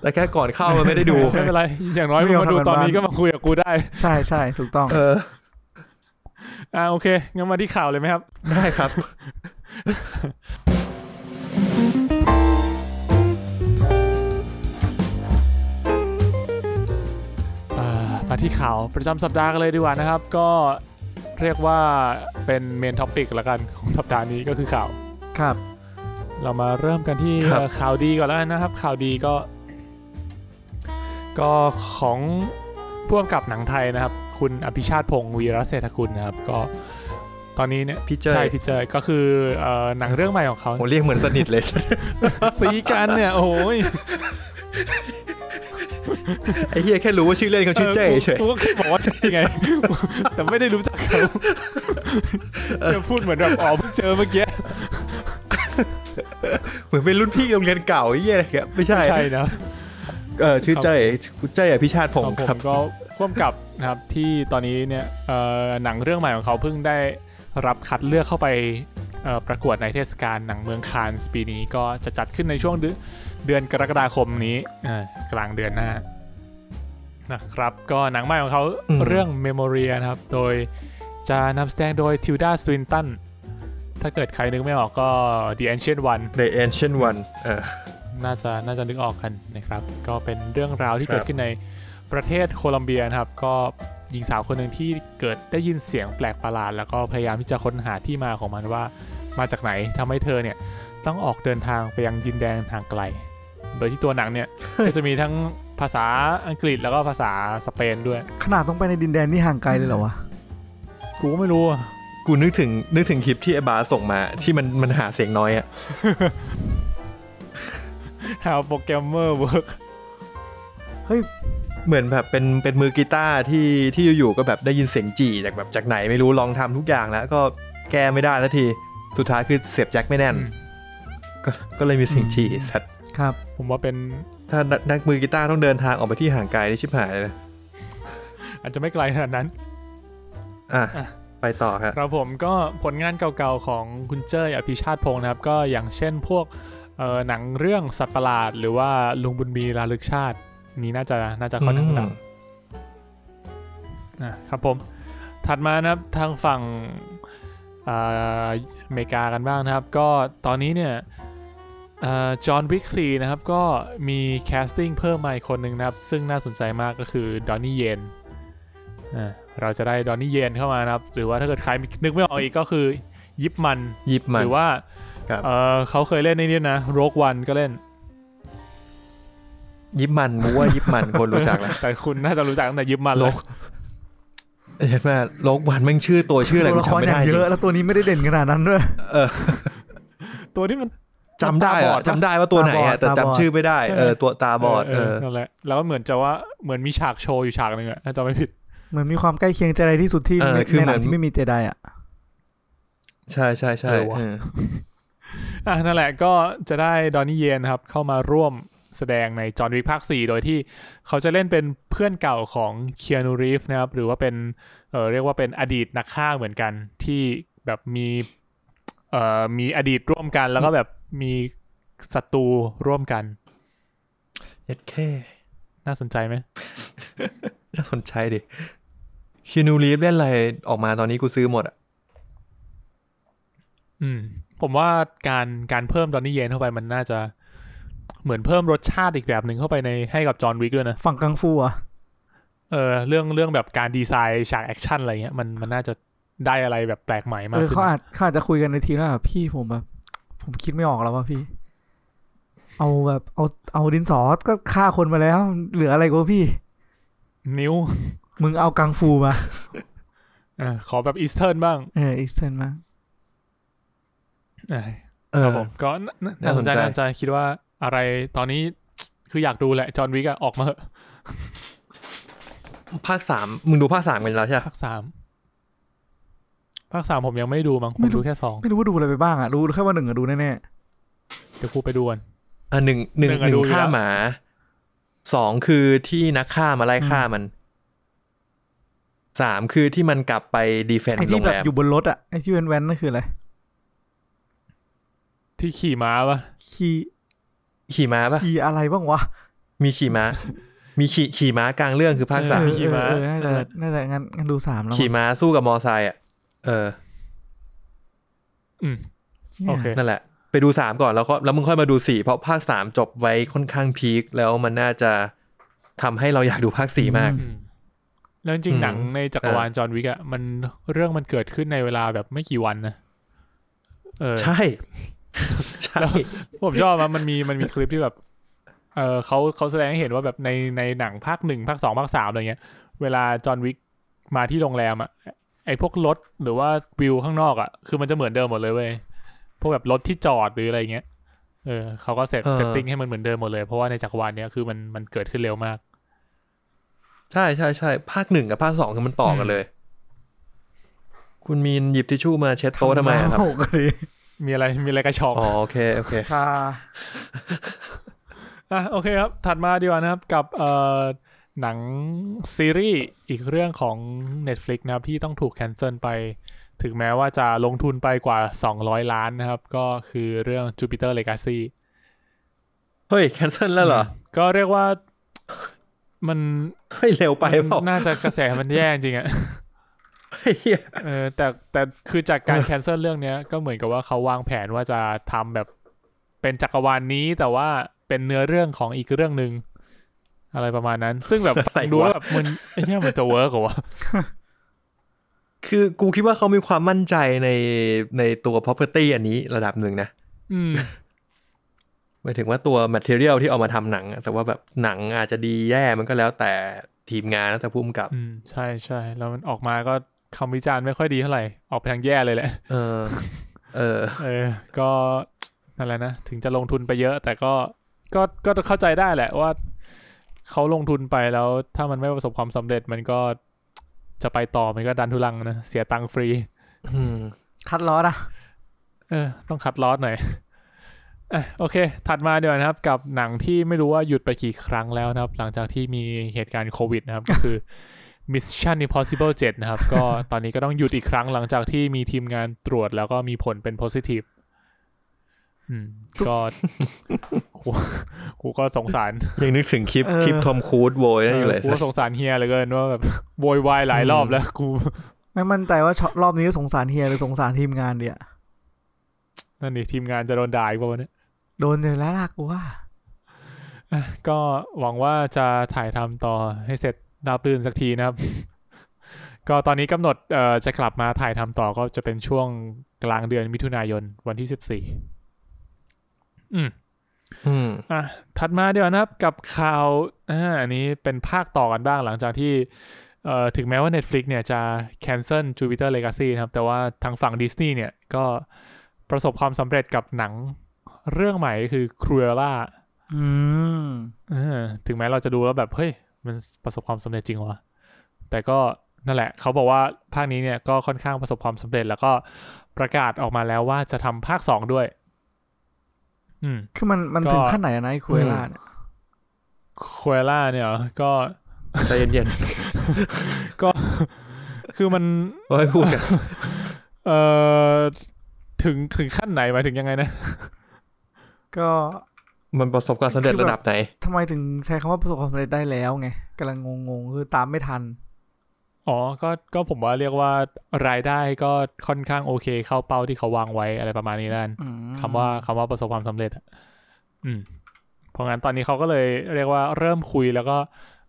[SPEAKER 1] แต่แค่ก่อนเข้ามันไม่ได้ดู
[SPEAKER 2] ไม่เป็นไร อย่างน้อย
[SPEAKER 3] ไม่
[SPEAKER 2] มึง
[SPEAKER 3] ยอม
[SPEAKER 2] มาดู
[SPEAKER 3] ทำกัน
[SPEAKER 2] ตอนนี้
[SPEAKER 3] บ้าน
[SPEAKER 2] ก็มาคุยกับกูได้
[SPEAKER 3] ใช่ใช่ถูกต้อง
[SPEAKER 1] เออ
[SPEAKER 2] อ่าโอเค งั้นมาที่ข่าวเลยไหมครับ
[SPEAKER 1] ได้ครับ
[SPEAKER 2] อ่ามาที่ข่าวประจำสัปดาห์กันเลยดีกว่านะครับ ก็เรียกว่าเป็นเมนท็อปิกละกันของสัปดาห์นี้ก็คือข่าว
[SPEAKER 3] ครับ
[SPEAKER 2] เรามาเริ่มกันที่
[SPEAKER 1] ครับ
[SPEAKER 2] เอ่อข่าวดีก่อนแล้วกันนะครับ ข่าวดีก็ ก็ของพ่วงกับหนังไทยนะครับ คุณอภิชาติพงศ์วีรเศรษฐกุลนะครับ ก็ตอนนี้เนี่ย
[SPEAKER 1] พี่เจ
[SPEAKER 2] ใช่
[SPEAKER 1] ย
[SPEAKER 2] พี่เจยก็คือเอ่อหนังเรื่องใหม่ของเขา
[SPEAKER 1] ผมเรียกเหมือนสนิทเลย
[SPEAKER 2] สีกันเนี่ยโอ้ย
[SPEAKER 1] ไอ้เฮียแค่รู้ว่าชื่อเล่นเขาชื่อเจยเฉย
[SPEAKER 2] กูก็แค่บอกว่ายังไง แต่ไม่ได้รู้จักเขาจะพูดเหมือนแบบอ๋อเพิ่งเจอเมื่อกี้
[SPEAKER 1] เหมือนเป็นรุ่นพี่โรงเรียนเก่าไอ้เฮียอะไรเงี้ยไม่ใช่
[SPEAKER 2] ใช่นะ
[SPEAKER 1] เออชื่อเจยเจยอภิชาติพงศ์ค
[SPEAKER 2] ค
[SPEAKER 1] รั
[SPEAKER 2] รั
[SPEAKER 1] บบ
[SPEAKER 2] ผมก็ร่วมกับนะครับที่ตอนนี้เนี่ยเอ่อหนังเรื่องใหม่ของเขาเพิ่งได้รับคัดเลือกเข้าไปเอ่อประกวดในเทศกาลหนังเมืองคานส์ปีนี้ก็จะจัดขึ้นในช่วงเดือนเดือนกรกฎาคมนี้เอ่อกลางเดือนหน้านะครับก็หนังใหม่ของเขาเรื่อง Memoria นะครับ โดยจะนำแสดงโดยทิวดาสวินตันถ้าเกิดใครนึกไม่ออกก็ The Ancient One
[SPEAKER 1] ใน ancient one เออ
[SPEAKER 2] น่าจะน่าจะนึกออกกันนะครับ ก็เป็นเรื่องราว
[SPEAKER 1] ค
[SPEAKER 2] ที่
[SPEAKER 1] รับ
[SPEAKER 2] เกิดขึ้นในประเทศโคลัมเบียนะครับ ก็หญิงสาวคนหนึ่งที่เกิดได้ยินเสียงแปลกประหลาด แล้วก็พยายามที่จะค้นหาที่มาของมันว่ามาจากไหนทำให้เธอเนี่ยต้องออกเดินทางไปยังดินแดนห่างไกล โดยที่ตัวหนังเนี่ย ก็จะมีทั้งภาษาอังกฤษแล้วก็ภาษาสเปนด้วย
[SPEAKER 3] ขนาดต้องไปในดินแดนที่ห่างไกลเลยเหรอวะ
[SPEAKER 2] กูก็ไม่รู้ อะ
[SPEAKER 1] กูนึกถึงนึกถึงคลิปที่ไอ้บาสส่งมาที่มันมันหาเสียงน้อยอะ
[SPEAKER 2] หาโปรแกรมเมอร์เวิร์ก
[SPEAKER 1] เหมือนแบบเป็นเป็นมือกีตาร์ที่ที่อยู่ๆก็แบบได้ยินเสียงจี่จากแบบจากไหนไม่รู้ลองทำทุกอย่างแล้ว ก็แก้ไม่ได้สักทีสุดท้ายคือเสียบแจ็คไม่แน่น ก็ก็เลยมีเสียงจี่สัตว์
[SPEAKER 3] ครับ
[SPEAKER 2] ผมว่าเป็น
[SPEAKER 1] ถ้านักนักมือกีตาร์ต้องเดินทางออกไปที่ห่างไกลนี่ชิบหายเลยนะ
[SPEAKER 2] อาจจะไม่ไกลขนาดนั้น
[SPEAKER 1] อ่ะ
[SPEAKER 2] อ่ะ
[SPEAKER 1] ไปต่อครับ
[SPEAKER 2] ครับผมก็ผลงานเก่าๆของคุณเจ้ยอภิชาติพงศ์นะครับ ก็อย่างเช่นพวกเอ่อหนังเรื่องสัตว์ประหลาด หรือว่าลุงบุญมีลาลึกชาติอันนี้น่าจะน่าจะค่อนข้างดังนะครับผม ถัดมานะครับทางฝั่งเอ่ออเมริกากันบ้างนะครับ ก็ตอนนี้เนี่ยจอห์นวิกซีนะครับ ก็มีแคสติ้งเพิ่มมาอีกคนหนึ่งนะครับ ซึ่งน่าสนใจมากก็คือดอนนี่เยนอ่าเราจะได้ดอนนี่เยนเข้ามานะครับ หรือว่าถ้าเกิดใครนึกไม่ออกอีกก็คือยิปมัน
[SPEAKER 1] ยิบมั
[SPEAKER 2] ห
[SPEAKER 1] น
[SPEAKER 2] รือว่า
[SPEAKER 1] ครับ
[SPEAKER 2] เออเขาเคยเล่นในนี้นะโรกวันก็เล่น
[SPEAKER 1] ยิบมันมูว่ายิบมันคนรู้จักแล้ว
[SPEAKER 2] แต่คุณน่าจะรู้จักตั้งแต่ยิบมันเลย
[SPEAKER 1] Rogue เห็นไหมโลกวันแม่งชื่อตัวชื่ออะไร
[SPEAKER 3] ตั
[SPEAKER 1] กู
[SPEAKER 3] วละคร
[SPEAKER 1] จำไม่
[SPEAKER 3] อย่า
[SPEAKER 1] ได้
[SPEAKER 3] ง
[SPEAKER 1] จ
[SPEAKER 3] เย
[SPEAKER 1] ริง
[SPEAKER 3] อะ แล้วตัวนี้ไม่ได้เด่นขนาดนั้นด้วย
[SPEAKER 1] เออ
[SPEAKER 2] ตัวที่มัน
[SPEAKER 1] จำได้
[SPEAKER 2] ตาบอ
[SPEAKER 1] อะ
[SPEAKER 2] ดปะ
[SPEAKER 1] จำได้ว่าตัวไหนอะแต่
[SPEAKER 3] ตาบอด
[SPEAKER 1] จำชื่อไม่ได้เออตัวตาบอดเออ
[SPEAKER 2] นั่นแหละแล้วก็เหมือนจะว่าเหมือนมีฉากโชว์อยู่ฉากหนึ่งอะถ้าจำไม่ผิด
[SPEAKER 3] เหมือนมีความใกล้เคียงเจไดที่สุดที่
[SPEAKER 1] เออ
[SPEAKER 3] ใน
[SPEAKER 1] คือ
[SPEAKER 3] ในหนั
[SPEAKER 1] เหมือน
[SPEAKER 3] งที่ไม่มีเจไดอ่ะ
[SPEAKER 1] ใช่ใช่ใช่
[SPEAKER 2] เออว่ะ
[SPEAKER 1] เออ
[SPEAKER 2] อ่ะนั่นแหละก็จะได้ดอนนี่เยนนะครับ เข้ามาร่วมแสดงในจอห์นวิกภาค 4 โดยที่เขาจะเล่นเป็นเพื่อนเก่าของเคียนูรีฟนะครับ หรือว่าเป็นเออเรียกว่าเป็นอดีตนักฆ่าเหมือนกันที่แบบมีเอ่อมีอดีตร่วมกัน แล้วก็แบบมีศัตรูร่วมกัน
[SPEAKER 1] เอ็ดเค
[SPEAKER 2] น่าสนใจไหม
[SPEAKER 1] น่าสนใจดิคินูรีฟเล่นอะไรออกมาตอนนี้กูซื้อหมดอ่ะ
[SPEAKER 2] อืมผมว่าการการเพิ่มดอนนี่เยนเข้าไปมันน่าจะเหมือนเพิ่มรสชาติอีกแบบหนึ่งเข้าไปในให้กับจอห์นวิกด้วยนะ
[SPEAKER 3] ฝั่งกังฟูอ่ะ
[SPEAKER 2] เออเรื่องเรื่องแบบการดีไซน์ฉากแอคชั่นอะไรเงี้ยมันมันน่าจะได้อะไรแบบแปลกใหม่มาก
[SPEAKER 3] เออ
[SPEAKER 2] ขึ้
[SPEAKER 3] เขา
[SPEAKER 2] น
[SPEAKER 3] อาจเขาอาจจะคุยกันในทีมว่าแบบพี่ผมแบบผมคิดไม่ออกแล้วว่าพี่ เอาแบบเอาเอาดินสอก็ฆ่าคนมาแล้ว เหลืออะไรกูพี่
[SPEAKER 2] นิ้ว
[SPEAKER 3] มึงเอากังฟูมา
[SPEAKER 2] เออขอแบบอีสเทิร์นบ้าง
[SPEAKER 3] เอออีสเทนมา
[SPEAKER 2] เออ
[SPEAKER 3] เอ
[SPEAKER 2] ค
[SPEAKER 3] อ
[SPEAKER 2] รับผมก็น่าน่าน่าสนใจ
[SPEAKER 1] น่าสนใจ
[SPEAKER 2] น่าสนใจคิดว่าอะไรตอนนี้คืออยากดูแหละ จอห์นวิกอะออกมาเหอะ
[SPEAKER 1] ภาคสามมึงดูภาคสามกันแล้วใช่ปะ
[SPEAKER 2] ภาคสามภาคสามผมยังไม่ดูมั้งผมดูแค่สอง
[SPEAKER 3] ไม่รู้ว่าดูอะไรไปบ้างอ่ะรู้แค่ว่าหนึ่งอะดูแน่
[SPEAKER 2] เดี๋ยวกูไปดูกัน
[SPEAKER 1] อ่ะหนึ่งหนึ่ง
[SPEAKER 2] หนึ่
[SPEAKER 1] ห
[SPEAKER 2] งอะดู
[SPEAKER 1] นึ่ง
[SPEAKER 2] อยู่
[SPEAKER 1] ฆ่า
[SPEAKER 2] แล้ว
[SPEAKER 1] หมาสองคือที่นักฆ่ามาไล่ฆ่ามันสามคือที่มันกลับไปดีเฟน
[SPEAKER 3] ๆไอ
[SPEAKER 1] ต์โร
[SPEAKER 3] ที่
[SPEAKER 1] ง
[SPEAKER 3] แบบ
[SPEAKER 1] แรม
[SPEAKER 3] อยู่บนรถอ่ะไอที่แว้นๆนั่นคืออะไร
[SPEAKER 2] ที่ขี่ม้าปะ
[SPEAKER 3] ขี่
[SPEAKER 1] ขี่ม้าปะ
[SPEAKER 3] ขี่อะไรบ้างวะ
[SPEAKER 1] มีขี่ม้า มีขี่ขี่ม้ากลางเรื่องคือภาค
[SPEAKER 2] ะ
[SPEAKER 1] สาม
[SPEAKER 3] เออ
[SPEAKER 2] ขี่
[SPEAKER 3] เออ
[SPEAKER 2] ม้า
[SPEAKER 3] เออน่าจะน่าจะงั้นงั้นดูสามแล้ว
[SPEAKER 1] ขี่ม้าสู้กับมอไซค์อ่ะเออ
[SPEAKER 2] อืม
[SPEAKER 3] หี้ย
[SPEAKER 2] โอเค
[SPEAKER 1] นั่นแหละ ไปดูสามก่อนแล้วก็แล้วมึงค่อยมาดูสี่เพราะภาคสามจบไว้ค่อนข้างพีคแล้วมันน่าจะทำให้เราอยากดูภาคสี่มาก
[SPEAKER 2] อืมแล้วจริง
[SPEAKER 1] อืม
[SPEAKER 2] ๆหนังในจักรวาลจอห์นวิกอะมันเรื่องมันเกิดขึ้นในเวลาแบบไม่กี่วันนะเออ
[SPEAKER 1] ใช่ ใช่
[SPEAKER 2] ผมชอบอะมันมีมันมีคลิปที่แบบ เออเขาเขาแสดงให้เห็นว่าแบบในในหนังภาคหนึ่งภาคสองภาคสามอะไรเงี้ย เวลาจอห์นวิกมาที่โรงแรมอะไอพวกรถหรือว่าวิวข้างนอกอะคือมันจะเหมือนเดิมหมดเลยเว้ยพวกแบบรถที่จอดหรืออะไรเงี้ยเออเขาก็เซต
[SPEAKER 1] เออ
[SPEAKER 2] เซตติ้งให้มันเหมือนเดิมหมดเลย เพราะว่าในจักรวาลเนี้ยคือมันมันเกิดขึ้นเร็วมาก
[SPEAKER 1] ใช่ใช่ใช่ภาคหนึ่งกับภาคสองคือมันต่อกันเลย คุณมีนหยิบทิชชู่มาเช็ดโต๊ะทำไมอะครับ
[SPEAKER 3] โอ้โหก็ดี
[SPEAKER 2] มีอะไรมีอะไรกระชอก
[SPEAKER 1] อ๋อโอเคโอเค
[SPEAKER 3] ชา
[SPEAKER 2] อ่ะโอเคครับ ถัดมาดีกว่านะครับกับเอ่อหนังซีรีส์อีกเรื่องของ Netflix นะครับ ที่ต้องถูกแคนเซิลไป ถึงแม้ว่าจะลงทุนไปกว่า 200 ล้านนะครับ ก็คือเรื่อง Jupiter Legacy
[SPEAKER 1] เฮ้ย แคนเซิลแล้วเหรอ
[SPEAKER 2] ก็เรียกว่ามัน
[SPEAKER 1] เฮ้ย เร็วไปเปล่า
[SPEAKER 2] น่าจะกระแสมันแย่จริงๆอะ
[SPEAKER 1] เฮ้ยเหี้ย
[SPEAKER 2] เออแต่แต่คือจากการแคนเซิลเรื่องเนี้ยก็เหมือนกับว่าเขาวางแผนว่าจะทำแบบเป็นจักรวาลนี้แต่ว่าเป็นเนื้อเรื่องของอีกเรื่องหนึ่งอะไรประมาณนั้น ซึ่ง แบบฟังดูแล้วแบบมันไอ้เนี่ยมันจะเวิร์กเหรอวะ
[SPEAKER 1] คือกูคิดว่าเขามีความมั่นใจในในตัว property อันนี้ระดับหนึ่งนะ
[SPEAKER 2] อืม
[SPEAKER 1] หมายถึงว่าตัว material ที่เอามาทำหนังอะแต่ว่าแบบหนังอาจจะดีแย่มันก็แล้วแต่ทีมงานแล้วแต่ผู้กำกับ
[SPEAKER 2] อืม ใช่ใช่แล้วมันออกมาก็คำวิจารณ์ไม่ค่อยดีเท่าไหร่ ออกไปทางแย่เลยแหละ
[SPEAKER 1] เออ เออ
[SPEAKER 2] เออ ก็นั่นแหละนะ ถึงจะลงทุนไปเยอะ แต่ก็ก็ก็เข้าใจได้แหละว่าเขาลงทุนไปแล้ว ถ้ามันไม่ประสบความสำเร็จมันก็จะไปต่อมันก็ดันทุลังนะ เสียตังค์ฟรี
[SPEAKER 1] อืม
[SPEAKER 3] คัดล้อนะ
[SPEAKER 2] เออ ต้องคัดลอสหน่อย อ่ะโอเค ถัดมาเดี๋ยวานะครับ กับหนังที่ไม่รู้ว่าหยุดไปกี่ครั้งแล้วนะครับ หลังจากที่มีเหตุการณ์โควิดนะครับ ก็คือ Mission Impossible 7 นะครับ ก็ตอนนี้ก็ต้องหยุดอีกครั้งหลังจากที่มีทีมงานตรวจแล้วก็มีผลเป็น positive อืม ก็ กูกูก็สงสาร
[SPEAKER 1] ยังนึกถึงคลิปคลิปทอมครูซโวยนั่นอยู่เลย
[SPEAKER 2] กูก็สงสารเฮียเหลือเกินว่าแบบ โวยวายหลายรอบแล้วกู
[SPEAKER 3] ไม่มั่นใจว่าช็อตรอบนี้สงสารเฮียหรือสงสารทีมงานเดีย
[SPEAKER 2] นั่นนี่ทีมงานจะโดนด่าอีกเปล่าวะเนี่ย
[SPEAKER 3] โดนเลยแล้วล่ะกูว่า
[SPEAKER 2] ก็หวังว่าจะถ่ายทำต่อให้เสร็จราบรื่นสักทีนะครับ ก็ตอนนี้กำหนดเอ่อจะกลับมาถ่ายทำต่อก็จะเป็นช่วงกลางเดือนมิถุนายนวันที่สิบสี่อืม
[SPEAKER 1] อืม
[SPEAKER 2] อ่ะถัดมาเดี๋ยวานะครับกับข่าวอ่าอันนี้เป็นภาคต่อกันบ้างหลังจากที่เอ่อถึงแม้ว่า Netflix เนี่ยจะ cancel Jupiter Legacy นะครับ แต่ว่าทางฝั่ง Disney เนี่ยก็ประสบความสำเร็จกับหนังเรื่องใหม่ก็คือ Cruella
[SPEAKER 3] อืม
[SPEAKER 2] เออถึงแม้เราจะดูแล้วแบบ เฮ้ย มันประสบความสำเร็จจริงวะแต่ก็นั่นแหละ เขาบอกว่าภาคนี้เนี่ยก็ค่อนข้างประสบความสำเร็จ แล้วก็ประกาศออกมาแล้วว่าจะทำภาคสองด้วย อืม
[SPEAKER 3] คือมันมัน
[SPEAKER 2] ก็
[SPEAKER 3] ถึงขั้นไหนอะนะไอ้คุยล่าเนี่ย
[SPEAKER 2] ควล่าเนี่ยเหรอก็
[SPEAKER 1] ใจเย็น
[SPEAKER 2] คือมัน
[SPEAKER 1] ๆโอ้ยพูดกัน
[SPEAKER 2] เอ่อถึงถึงขั้นไหนหมายถึงยังไงนะ
[SPEAKER 3] ก็
[SPEAKER 1] มันประสบความสำเร็จระดับไหน
[SPEAKER 3] ทำไมถึงใช้คำว่าประสบความสำเร็จได้แล้วไงกำลังงงๆคือตามไม่ทัน
[SPEAKER 2] อ๋อ ก็ก็ผมว่าเรียกว่ารายได้ก็ค่อนข้างโอเค เข้าเป้าที่เขาวางไว้อะไรประมาณนี้แล้วกัน
[SPEAKER 3] อืม
[SPEAKER 2] คำว่าคำว่าประสบความสำเร็จอะอืม เพราะงั้นตอนนี้เขาก็เลยเรียกว่าเริ่มคุยแล้วก็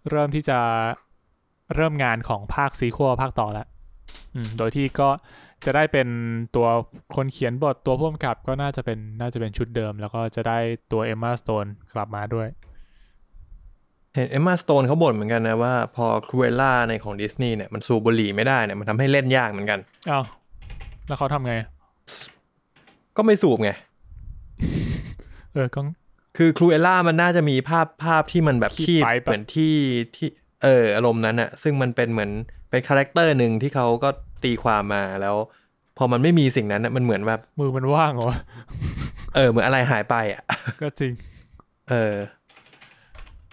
[SPEAKER 2] เริ่มที่จะเริ่มงานของภาคซีควลภาคต่อแล้วอืม โดยที่ก็ จะได้เป็นตัวคนเขียนบทตัวพ่วงกับก็น่าจะเป็นน่าจะเป็นชุดเดิม แล้วก็จะได้ตัวเอมมาสโตนกลับมาด้วย
[SPEAKER 1] เห็นเอมมาสโตนเขาบ่นเหมือนกันนะว่าพอครูเอล่าในของดิสนีย์เนี่ยมันสูบบุหรี่ไม่ได้เนี่ยมันทำให้เล่นยากเหมือนกัน
[SPEAKER 2] อ้าว แล้วเขาทำไง
[SPEAKER 1] ก็ไม่สูบไง
[SPEAKER 2] เออก็
[SPEAKER 1] คือครูเอล่ามันน่าจะมีภาพภาพที่มันแบบ
[SPEAKER 2] คี
[SPEAKER 1] คี
[SPEAKER 2] บบ ไว้ปะ
[SPEAKER 1] เหมือนที่ที่เอออารมณ์นั้นอะซึ่งมันเป็นเหมือนเป็นคาแรคเตอร์หนึ่งที่เขาก็ตีความมาแล้ว พอมันไม่มีสิ่งนั้นอะมันเหมือนแบบ
[SPEAKER 2] มือมันว่างเหรอวะ
[SPEAKER 1] เออเหมือนอะไรหายไปอะ
[SPEAKER 2] ก็จริง
[SPEAKER 1] เออ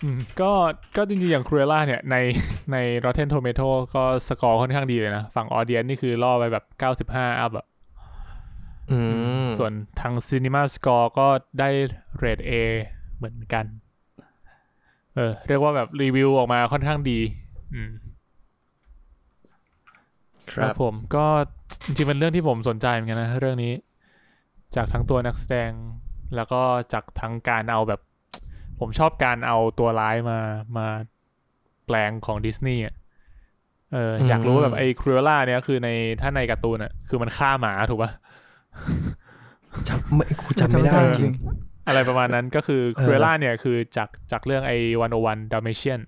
[SPEAKER 2] อืมก็ก็จริงๆ อย่างครูเอล่าเนี่ย ใน ใน Rotten Tomato ก็สกอร์ค่อนข้างดีเลยนะ ฝั่งออเดียนนี่คือล่อไปแบบ 95 อัพอะ
[SPEAKER 1] อืม
[SPEAKER 2] ส่วนทาง Cinema Score ก็ได้เรท A เหมือนกัน เออ เรียกว่าแบบรีวิวออกมาค่อนข้างดี อืม
[SPEAKER 1] ค
[SPEAKER 2] ค
[SPEAKER 1] รั
[SPEAKER 2] รั
[SPEAKER 1] บบ
[SPEAKER 2] ผมก็จริงๆเป็นเรื่องที่ผมสนใจเหมือนกันนะ เรื่องนี้ จากทั้งตัวนักแสดง แล้วก็จากทั้งการเอาแบบ ผมชอบการเอาตัวร้ายมามาแปลงของดิสนีย์อะเอออยากรู้ว่าแบบไอ้ครูล่าเนี่ยคือในถ้าในการ์ตูนอ่ะคือมันฆ่าหมาถูกปะ
[SPEAKER 1] จำไม่กูจำไม่ได้จริง
[SPEAKER 2] อะไรประมาณนั้นก็คือ
[SPEAKER 1] เออ
[SPEAKER 2] ครูล่าเนี่ยคือจากจากเรื่องไอวันโอวันดามเชียน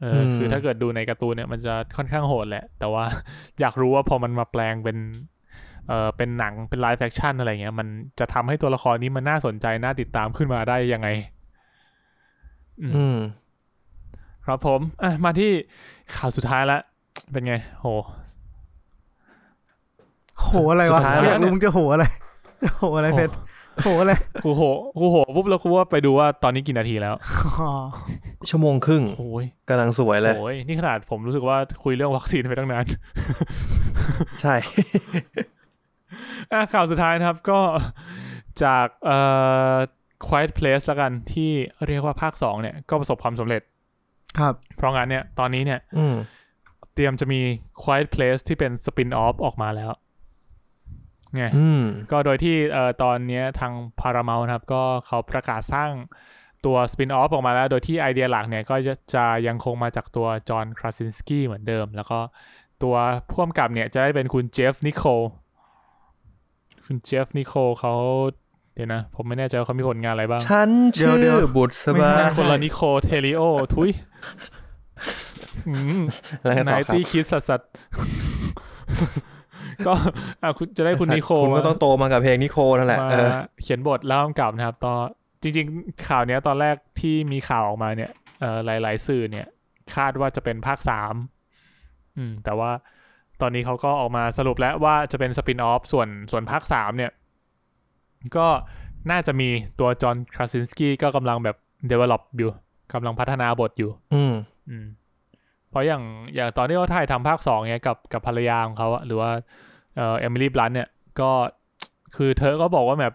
[SPEAKER 2] เอออ
[SPEAKER 1] ม
[SPEAKER 2] คือถ้าเกิดดูในการ์ตูนเนี่ยมันจะค่อนข้างโหดแหละ แต่ว่า อยากรู้ว่าพอมันมาแปลงเป็นเออเป็นหนังเป็นไลฟ์แฟคชั่นอะไรเงี้ย มันจะทำให้ตัวละครนี้มันน่าสนใจ น่าติดตามขึ้นมาได้ยังไง
[SPEAKER 1] อืม
[SPEAKER 2] ครับผมอ่ะมาที่ข่าวสุดท้ายละ เป็นไง โห
[SPEAKER 3] โหอะไร
[SPEAKER 1] สุ
[SPEAKER 3] วะ
[SPEAKER 1] ดท้าย
[SPEAKER 3] อยากรู้มึงจะโหอะไรจะโหอะไรเพชรโหอะไร
[SPEAKER 2] กูโหกูโหปุ๊บแล้วกูว่าไปดูว่าตอนนี้กี่นาทีแล้ว
[SPEAKER 3] อ๋อ
[SPEAKER 1] ชั่วโมงครึ่ง
[SPEAKER 2] โอ้ย
[SPEAKER 1] กำลังสวยเลย
[SPEAKER 2] โอ้ยนี่ขนาดผมรู้สึกว่าคุยเรื่องวัคซีนไปตั้งนาน
[SPEAKER 1] ใช่
[SPEAKER 2] อ่ะข่าวสุดท้ายนะครับก็ จากเอ่อ Quiet Place ละกันที่เรียกว่าภาค 2 เนี่ย ก็ประสบความสำเร็จ
[SPEAKER 3] ครับ
[SPEAKER 2] เพราะงั้นเนี่ย ตอนนี้เนี่ย
[SPEAKER 1] อืม
[SPEAKER 2] เตรียมจะมี Quiet Place ที่เป็นสปินออฟออกมาแล้วไง
[SPEAKER 1] อืม
[SPEAKER 2] ก็โดยที่เอ่อตอนเนี้ยทาง Paramount นะครับ ก็เขาประกาศสร้างตัวสปินออฟออกมาแล้ว โดยที่ไอเดียหลักเนี่ย ก็จะจะยังคงมาจากตัวจอห์นคราซินสกี้เหมือนเดิม แล้วก็ตัวพ่วมกับเนี่ย จะได้เป็นคุณเจฟนิโคลคุณเจฟนิโคลเขาเดี๋ยวนะ ผมไม่แน่ใจว่าเขามีผลงานอะไรบ้าง
[SPEAKER 1] ฉันชื่
[SPEAKER 3] เดี๋ยว
[SPEAKER 1] อ
[SPEAKER 3] เดี๋ยว
[SPEAKER 1] บุตรสบา
[SPEAKER 3] ไม่
[SPEAKER 1] ย
[SPEAKER 3] ใช่
[SPEAKER 2] คนละนิโคลเทลิโอ ทุยอืม
[SPEAKER 1] แล้วไง
[SPEAKER 2] ไน
[SPEAKER 1] ต่อครับ
[SPEAKER 2] ตี้คิดสัสสัส ก็อ่ะคุณจะได้คุณนิโคล
[SPEAKER 1] คุณก็ต้องโตมากับเพลงนิโคลนั่นแหละ
[SPEAKER 2] มา
[SPEAKER 1] เออ
[SPEAKER 2] เขียนบทแล้วกำกับนะครับตอนจริง ๆ ข่าวเนี้ยตอนแรกที่มีข่าวออกมาเนี่ยเอ่อหลาย ๆ สื่อเนี่ย คาดว่าจะเป็นภาคสามอืม แต่ว่าตอนนี้เขาก็ออกมาสรุปแล้วว่าจะเป็นสปินออฟส่วนส่วนภาคสามเนี่ย ก็น่าจะมีตัวจอห์นคราซินสกี้ก็กำลังแบบ develop อยู่กำลังพัฒนาบทอยู่
[SPEAKER 1] อืม
[SPEAKER 2] อืมเพราะอย่างอย่างตอนที่เขาถ่ายทำภาคสองเนี่ยกับกับภรรยาของเขาอะหรือว่าเอ่อเอมิลี่บลันเนี่ยก็ คือเธอก็บอกว่าแบบ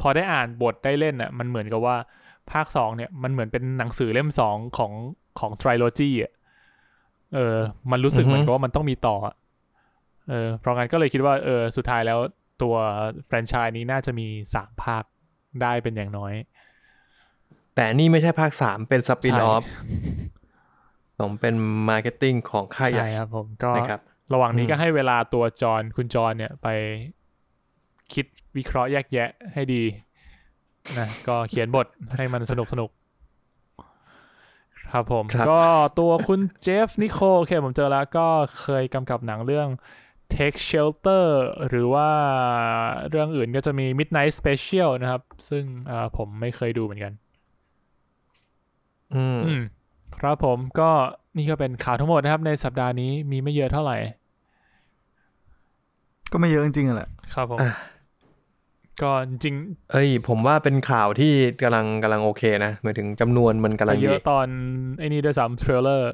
[SPEAKER 2] พอได้อ่านบทได้เล่นอะมันเหมือนกับว่าภาคสองเนี่ย มันเหมือนเป็นหนังสือเล่มสองของของทริโลจีอะเออ มันรู้สึก
[SPEAKER 1] อือฮึ
[SPEAKER 2] เหมือนกับว่ามันต้องมีต่ออะเออเพราะงั้นก็เลยคิดว่าเออสุดท้ายแล้วตัวแฟรนไชส์นี้น่าจะมีสามภาคได้เป็นอย่างน้อย
[SPEAKER 1] แต่นี่ไม่ใช่ภาคสามเป็นสปินออฟ
[SPEAKER 2] ใช่
[SPEAKER 1] ผมเป็นมาร์เก็ตติ้งของค่ายใหญ่
[SPEAKER 2] ใช่ครับผมก็
[SPEAKER 1] นะครับ
[SPEAKER 2] ระหว่างนี้
[SPEAKER 1] อืม
[SPEAKER 2] ก็ให้เวลาตัวจอนคุณจอนเนี่ยไปคิดวิเคราะห์แยกแยะให้ดีนะ ก็เขียนบท ให้มันสนุกสนุกครับผม
[SPEAKER 1] ครับ
[SPEAKER 2] ก็ตัวคุณเจฟนิโคลโอเคผมเจอแล้วก็เคยกำกับหนังเรื่อง Take Shelter หรือว่าเรื่องอื่นก็จะมี Midnight Special นะครับ ซึ่งเอ่อผมไม่เคยดูเหมือนกัน
[SPEAKER 1] อืม
[SPEAKER 2] อืมครับผมก็นี่ก็เป็นข่าวทั้งหมดนะครับ ในสัปดาห์นี้มีไม่เยอะเท่าไหร่
[SPEAKER 3] ก็ไม่เยอะจริงๆอะแหละ
[SPEAKER 2] ครับผม
[SPEAKER 1] อ่ะ
[SPEAKER 2] ก็จริง
[SPEAKER 1] เอ้ย ผมว่าเป็นข่าวที่กำลังกำลังโอเคนะหมายถึงจำนวนมันกำ
[SPEAKER 2] ไป
[SPEAKER 1] ลัง
[SPEAKER 2] เย
[SPEAKER 1] เย
[SPEAKER 2] อะ
[SPEAKER 1] อะ
[SPEAKER 2] ตอนไอ้นี่ด้วยซ้ำเทรลเลอร์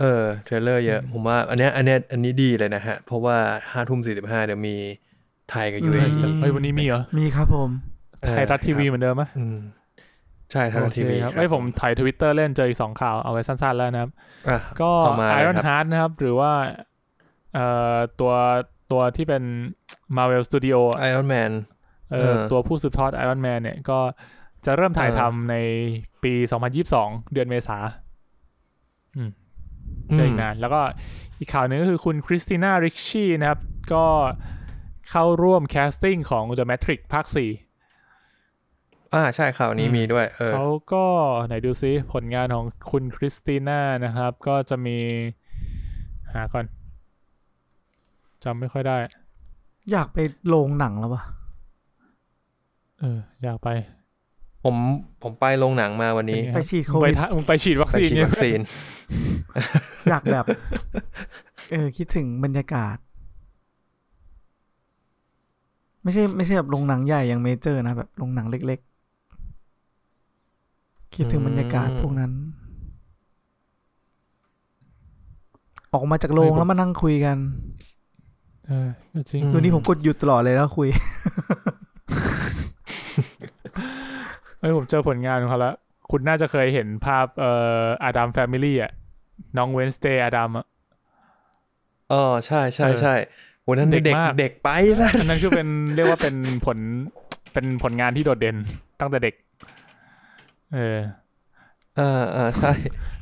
[SPEAKER 1] เออเทรลเลอร์เยอะ ผมว่าอันเนี้ยอันเนี้ยอันนี้ดีเลยนะฮะ เพราะว่าห้าทุ่มสี่สิบห้าเดี๋ยวมีไทยกับยูเอ
[SPEAKER 2] เฮ้ยวันนี้มีเหรอ
[SPEAKER 3] มีครับผม
[SPEAKER 2] ไทยรัฐทีวีเหมือนเดิมไหม
[SPEAKER 1] อืมใช่ไทยรัฐทีวี
[SPEAKER 2] โอเคครับ
[SPEAKER 1] บ
[SPEAKER 2] ไอ้ยผมถ่ายทวิตเตอร์เล่นเจออีกสองข่าวเอาไว้สั้นๆแล้วนะครับ
[SPEAKER 1] อ่ะ
[SPEAKER 2] ก็
[SPEAKER 1] เอามา
[SPEAKER 2] ไอ
[SPEAKER 1] เลย
[SPEAKER 2] รอน
[SPEAKER 1] ครับ
[SPEAKER 2] ฮาร์ดนะครับ หรือว่าเอ่อตัวตัวที่เป็น Marvel Studio อะ
[SPEAKER 1] ไอรอนแมน
[SPEAKER 2] เอ
[SPEAKER 1] เอ
[SPEAKER 2] อ
[SPEAKER 1] อ
[SPEAKER 2] ตัวผู้สืบทอดไอรอนแมนเนี่ยก็จะเริ่มถ่าย
[SPEAKER 1] เออ
[SPEAKER 2] ทำในปี 2022 เดือนเมษาอืมก็อีกนาน แล้วก็ อีกข่าวหนึ่งก็คือคุณคริสติน่าริกชี่นะครับ ก็เข้าร่วมแคสติ้งของ The Matrix ภาค 4
[SPEAKER 1] อ่าใช่ข่าวนี้มีด้วย เออ
[SPEAKER 2] เขาก็ไหนดูซิผลงานของคุณคริสติน่านะครับ ก็จะมีหาก่อนจำไม่ค่อยได้
[SPEAKER 3] อยากไปโรงหนังแล้ววะ
[SPEAKER 2] เออ อยากไป
[SPEAKER 1] ผมผมไปโรงหนังมาวันนี้
[SPEAKER 2] เป็นไง
[SPEAKER 3] ไปฉีดโค
[SPEAKER 2] ไป
[SPEAKER 3] วิด
[SPEAKER 2] ทะมึงไปฉีดวัค
[SPEAKER 1] ไป
[SPEAKER 2] ซีน
[SPEAKER 1] ฉีด
[SPEAKER 2] เนี่ย
[SPEAKER 1] วัคซีน
[SPEAKER 3] อยากแบบ เออคิดถึงบรรยากาศ ไม่ใช่ไม่ใช่แบบโรงหนังใหญ่อย่างเมเจอร์นะแบบโรงหนังเล็กๆ คิดถึงบรรยากาศ
[SPEAKER 1] อืม
[SPEAKER 3] พวกนั้น ออกมาจากโรงแล้วมานั่งคุยกัน
[SPEAKER 2] เออก็จริง
[SPEAKER 3] ตัวนี้ผมกดหยุดตลอดเลยแล้วคุย
[SPEAKER 2] เอ้ยผมเจอผลงานของเขาแล้ว คุณน่าจะเคยเห็นภาพเอ่ออาดัมแฟมิลี่อ่ะ น้องเวนสเตย์อาดัมอ่ะ
[SPEAKER 1] เออใช่ใช่
[SPEAKER 2] เออ
[SPEAKER 1] ใช่วันนั้น
[SPEAKER 2] เด็
[SPEAKER 1] เด็
[SPEAKER 2] ก
[SPEAKER 1] ก
[SPEAKER 2] มาก
[SPEAKER 1] เด็กไปแล้ว
[SPEAKER 2] อันนั้นคือเป็น เรียกว่าเป็นผลเป็นผลงานที่โดดเด่นตั้งแต่เด็ก เออ
[SPEAKER 1] เออเออใช่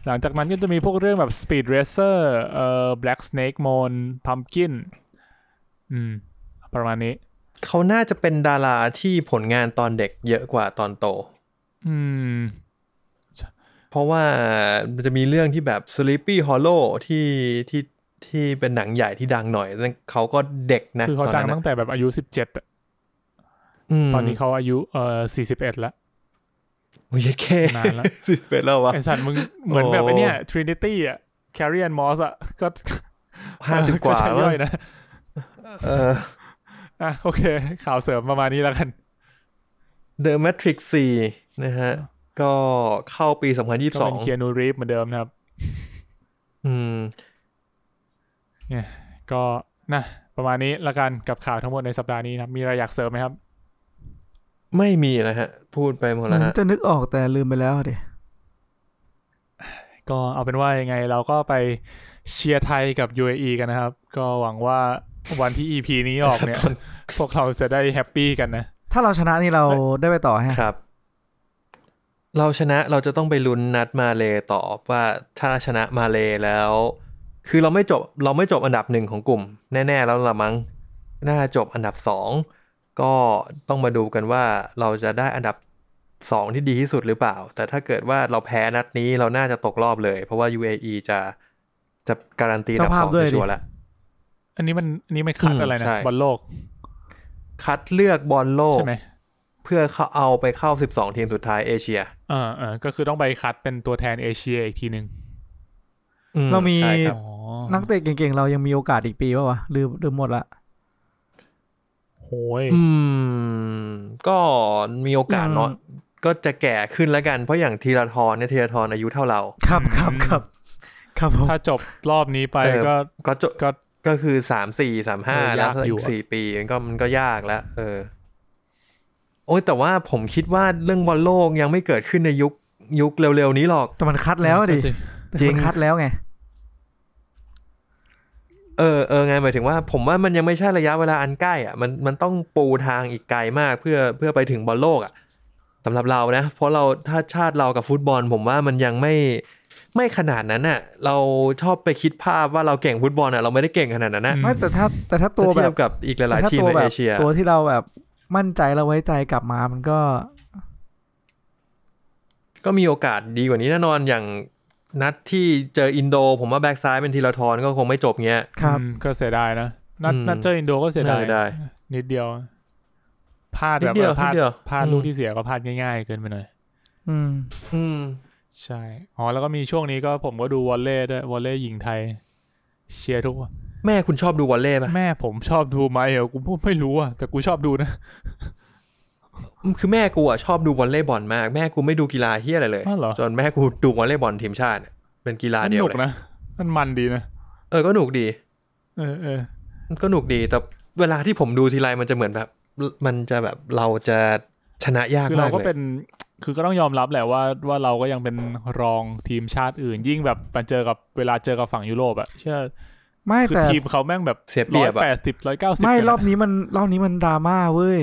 [SPEAKER 2] หลังจากนั้นก็จะมีพวกเรื่องแบบ Speed Racer เอ่อ Black Snake Moon Pumpkin อืม ประมาณนี้
[SPEAKER 1] เขาน่าจะเป็นดาราที่ผลงานตอนเด็กเยอะกว่าตอนโต
[SPEAKER 2] อืม
[SPEAKER 1] เพราะว่ามันจะมีเรื่องที่แบบ Sleepy Hollow ที่ที่ที่เป็นหนังใหญ่ที่ดังหน่อยซึ่งเขาก็เด็กนะ
[SPEAKER 2] คือเขา
[SPEAKER 1] ตอน
[SPEAKER 2] ดัง
[SPEAKER 1] นั้น
[SPEAKER 2] ตั้
[SPEAKER 1] นะ
[SPEAKER 2] งแต่แบบอายุสิบเจ็ด
[SPEAKER 1] ม
[SPEAKER 2] ตอนนี้เขาอายุเอ่อสี่สิบเอ็ดละ
[SPEAKER 1] โอ้ยเค
[SPEAKER 2] นา
[SPEAKER 1] าน
[SPEAKER 2] แล้ว
[SPEAKER 1] สิบเป็นแล้ววะ
[SPEAKER 2] ไอสัตว์มึงเหมือนแบบ
[SPEAKER 1] โอ้
[SPEAKER 2] ไอเนี่ย Trinity อ่ะ Carrie and Moss อ่ะ ก็
[SPEAKER 1] ห้าสิบกว่า
[SPEAKER 2] ใช่
[SPEAKER 1] แล้ว
[SPEAKER 2] ย่อยนะ
[SPEAKER 1] เออ
[SPEAKER 2] อ่ะโอเค ข่าวเสริมประมาณนี้แล้วกัน
[SPEAKER 1] The Matrix 4 นะฮะ ก็เข้าปี
[SPEAKER 2] ก็เป็นเคีย
[SPEAKER 1] 2022
[SPEAKER 2] นูรีฟเหมือนเดิมนะครับ
[SPEAKER 1] อืม
[SPEAKER 2] ก็นะประมาณนี้ละกันกับข่าวทั้งหมดในสัปดาห์นี้นะครับ มีอะไรอยากเสริมไหมครับ
[SPEAKER 1] ไม่มีนะฮะ พูดไปหมด
[SPEAKER 3] มั
[SPEAKER 1] แล้ว
[SPEAKER 3] น
[SPEAKER 1] ฮะ
[SPEAKER 3] จะนึกออกแต่ลืมไปแล้วเดี
[SPEAKER 2] ก็เอาเป็นว่ายังไงเราก็ไปเชียร์ไทยกับ UAE กันนะครับ ก็หวังว่าวันที่ EP นี้ออกเนี่ย พวกเราจะได้แฮปปี้กันนะ
[SPEAKER 3] ถ้าเราชนะนี่เราได้ไปต่อฮะ
[SPEAKER 1] ครับ เราชนะเราจะต้องไปลุ้นนัดมาเลต่อว่าถ้าชนะมาเลแล้ว คือเราไม่จบเราไม่จบอันดับหนึ่งของกลุ่ม แน่ๆแล้วละมั้งน่าจบอันดับสองก็ต้องมาดูกันว่าเราจะได้อันดับสองที่ดีที่สุดหรือเปล่า แต่ถ้าเกิดว่าเราแพ้นัดนี้เราน่าจะตกรอบเลย เพราะว่า UAE จะจะการันตีอันดับสอง
[SPEAKER 3] เจ้าภาพด้วยดิ
[SPEAKER 1] ไปชัวร์แล้ว
[SPEAKER 2] อันนี้มันอันนี้ไม่คัด
[SPEAKER 1] อืม
[SPEAKER 2] อะไรนะ
[SPEAKER 1] ใช่
[SPEAKER 2] บอลโลก
[SPEAKER 1] คัดเลือกบอลโลก
[SPEAKER 2] ใช่ไหม
[SPEAKER 1] เพื่อเขาเอาไปเข้า 12 ทีมสุดท้ายเอเชีย
[SPEAKER 2] เออเออก็คือต้องไปคัดเป็นตัวแทนเอเชียอีกทีหนึ่ง
[SPEAKER 1] อื
[SPEAKER 3] เรามี
[SPEAKER 1] ใช่ครับ
[SPEAKER 2] อ๋อ
[SPEAKER 3] นักเตะเก่งๆเรายังมีโอกาสอีกปีป่าวะลืมลืมหมดละ
[SPEAKER 2] โอ้ย
[SPEAKER 1] อืม ก็มีโอกาสเนาะ
[SPEAKER 3] อืม
[SPEAKER 1] ก็จะแก่ขึ้นแล้วกัน เพราะอย่างธีรทรเนี่ยธีรทรอายุเท่าเรา
[SPEAKER 3] ครับ
[SPEAKER 2] อืม
[SPEAKER 3] ครับครับครับผม
[SPEAKER 2] ถ้าจบรอบนี้ไป
[SPEAKER 1] เออ
[SPEAKER 2] ก็
[SPEAKER 1] ก็จะ
[SPEAKER 2] ก็
[SPEAKER 1] ก็คือสามสี่สามห้า
[SPEAKER 2] เออ
[SPEAKER 1] แล้
[SPEAKER 2] ยาว กอยู่
[SPEAKER 1] อี
[SPEAKER 2] อะ
[SPEAKER 1] กสี่ปีมันก็มันก็ยากแล้ว เออ โอ้ยแต่ว่าผมคิดว่าเรื่องบอลโลกยังไม่เกิดขึ้นในยุคยุคเร็วๆนี้หรอก
[SPEAKER 3] แต่มันคัดแล้วอะดิ
[SPEAKER 2] ก็สิ
[SPEAKER 1] จริง
[SPEAKER 3] มันคัดแล้วไง
[SPEAKER 1] เออเออไงหมายถึงว่า ผมว่ามันยังไม่ใช่ระยะเวลาอันใกล้อ่ะมันมันต้องปูทางอีกไกลมากเพื่อเพื่อไปถึงบอลโลกอ่ะสำหรับเรานะ เพราะเราถ้าชาติเรากับฟุตบอล ผมว่ามันยังไม่ไม่ขนาดนั้นอ่ะ เราชอบไปคิดภาพว่าเราเก่งฟุตบอลอ่ะเราไม่ได้เก่งขนาดนั้นนะ
[SPEAKER 2] อื
[SPEAKER 3] ไม่แต่ถ้าแต่ถ้าตัว
[SPEAKER 1] ถ้า
[SPEAKER 3] แบ
[SPEAKER 1] เทีย
[SPEAKER 3] บบ
[SPEAKER 1] กับอีกห
[SPEAKER 3] แต่
[SPEAKER 1] ลาย
[SPEAKER 3] ถ้า
[SPEAKER 1] ๆทีม
[SPEAKER 3] ตัว
[SPEAKER 1] ใน
[SPEAKER 3] แบบ
[SPEAKER 1] เอเชีย
[SPEAKER 3] ตัวที่เราแบบมั่นใจเราไว้ใจกลับมามันก็
[SPEAKER 1] ก็มีโอกาสดีกว่านี้แน่นอนอย่างนัดที่เจออินโด ผมว่าแบ็กซ้ายเป็นทีละทอนก็คงไม่จบเงี้ย
[SPEAKER 3] ครับ
[SPEAKER 2] อืมก็เสียดายนะนัด
[SPEAKER 1] อืม
[SPEAKER 2] นัดเจออินโดก็เสียดา
[SPEAKER 1] น่า
[SPEAKER 2] ย
[SPEAKER 1] เสียดาย
[SPEAKER 2] นิดเดียวพลาดแบบ
[SPEAKER 1] นิดเดียว
[SPEAKER 2] เออพลาด
[SPEAKER 1] นิดเดียว
[SPEAKER 2] พลาดลูก
[SPEAKER 1] อืม
[SPEAKER 2] ที่เสียก็พลาดง่ายๆเกินไปหน่อย
[SPEAKER 3] อืม
[SPEAKER 1] อืม
[SPEAKER 2] ใช่อ๋อแล้วก็มีช่วงนี้ก็ผมก็ดูวอลเล่ด้วยวอลเล่หญิงไทย เชียร์ทุกวัน
[SPEAKER 1] แม่คุณชอบดูวอลเล่ปะ
[SPEAKER 2] แม่ผมชอบดูไหมเหรอกูพูดไม่รู้อ่ะแต่กูชอบดูนะ
[SPEAKER 1] คือแม่กูอ่ะชอบดูวอลเล่บอลมากแม่กูไม่ดูกีฬาเฮียอะไรเลย
[SPEAKER 2] อ้าวเหรอ
[SPEAKER 1] จนแม่กูดูวอลเลย์บอลทีมชาติเนี่ยเป็นกีฬา
[SPEAKER 2] มัน
[SPEAKER 1] เดีย
[SPEAKER 2] ห
[SPEAKER 1] ว
[SPEAKER 2] นุก
[SPEAKER 1] เลย
[SPEAKER 2] นะมันมันดีนะ
[SPEAKER 1] เออก็หนุกดี
[SPEAKER 2] เออเออ
[SPEAKER 1] ก็หนุกดีแต่เวลาที่ผมดูทีไรมันจะเหมือนแบบ มันจะแบบเราจะชนะยาก
[SPEAKER 2] คือ
[SPEAKER 1] มา
[SPEAKER 2] เรา
[SPEAKER 1] ก
[SPEAKER 2] ก็
[SPEAKER 1] เล
[SPEAKER 2] เป็
[SPEAKER 1] ย
[SPEAKER 2] นคือก็ต้องยอมรับแหละว่าว่าเราก็ยังเป็นรองทีมชาติอื่น ยิ่งแบบมันเจอกับเวลาเจอกับฝั่งยุโรปอะเชื่อ
[SPEAKER 3] ไม่
[SPEAKER 2] คือ
[SPEAKER 3] แต่
[SPEAKER 2] ทีมเขาแม่งแบบ
[SPEAKER 1] เสียเป
[SPEAKER 2] ร้
[SPEAKER 1] รี
[SPEAKER 2] อย ย
[SPEAKER 1] บ
[SPEAKER 2] แป
[SPEAKER 1] อะ
[SPEAKER 2] ดสิบร้อยเก้าสิบ
[SPEAKER 3] ไม่รอบนี้มันรอบนี้มันดราม่าเว้ย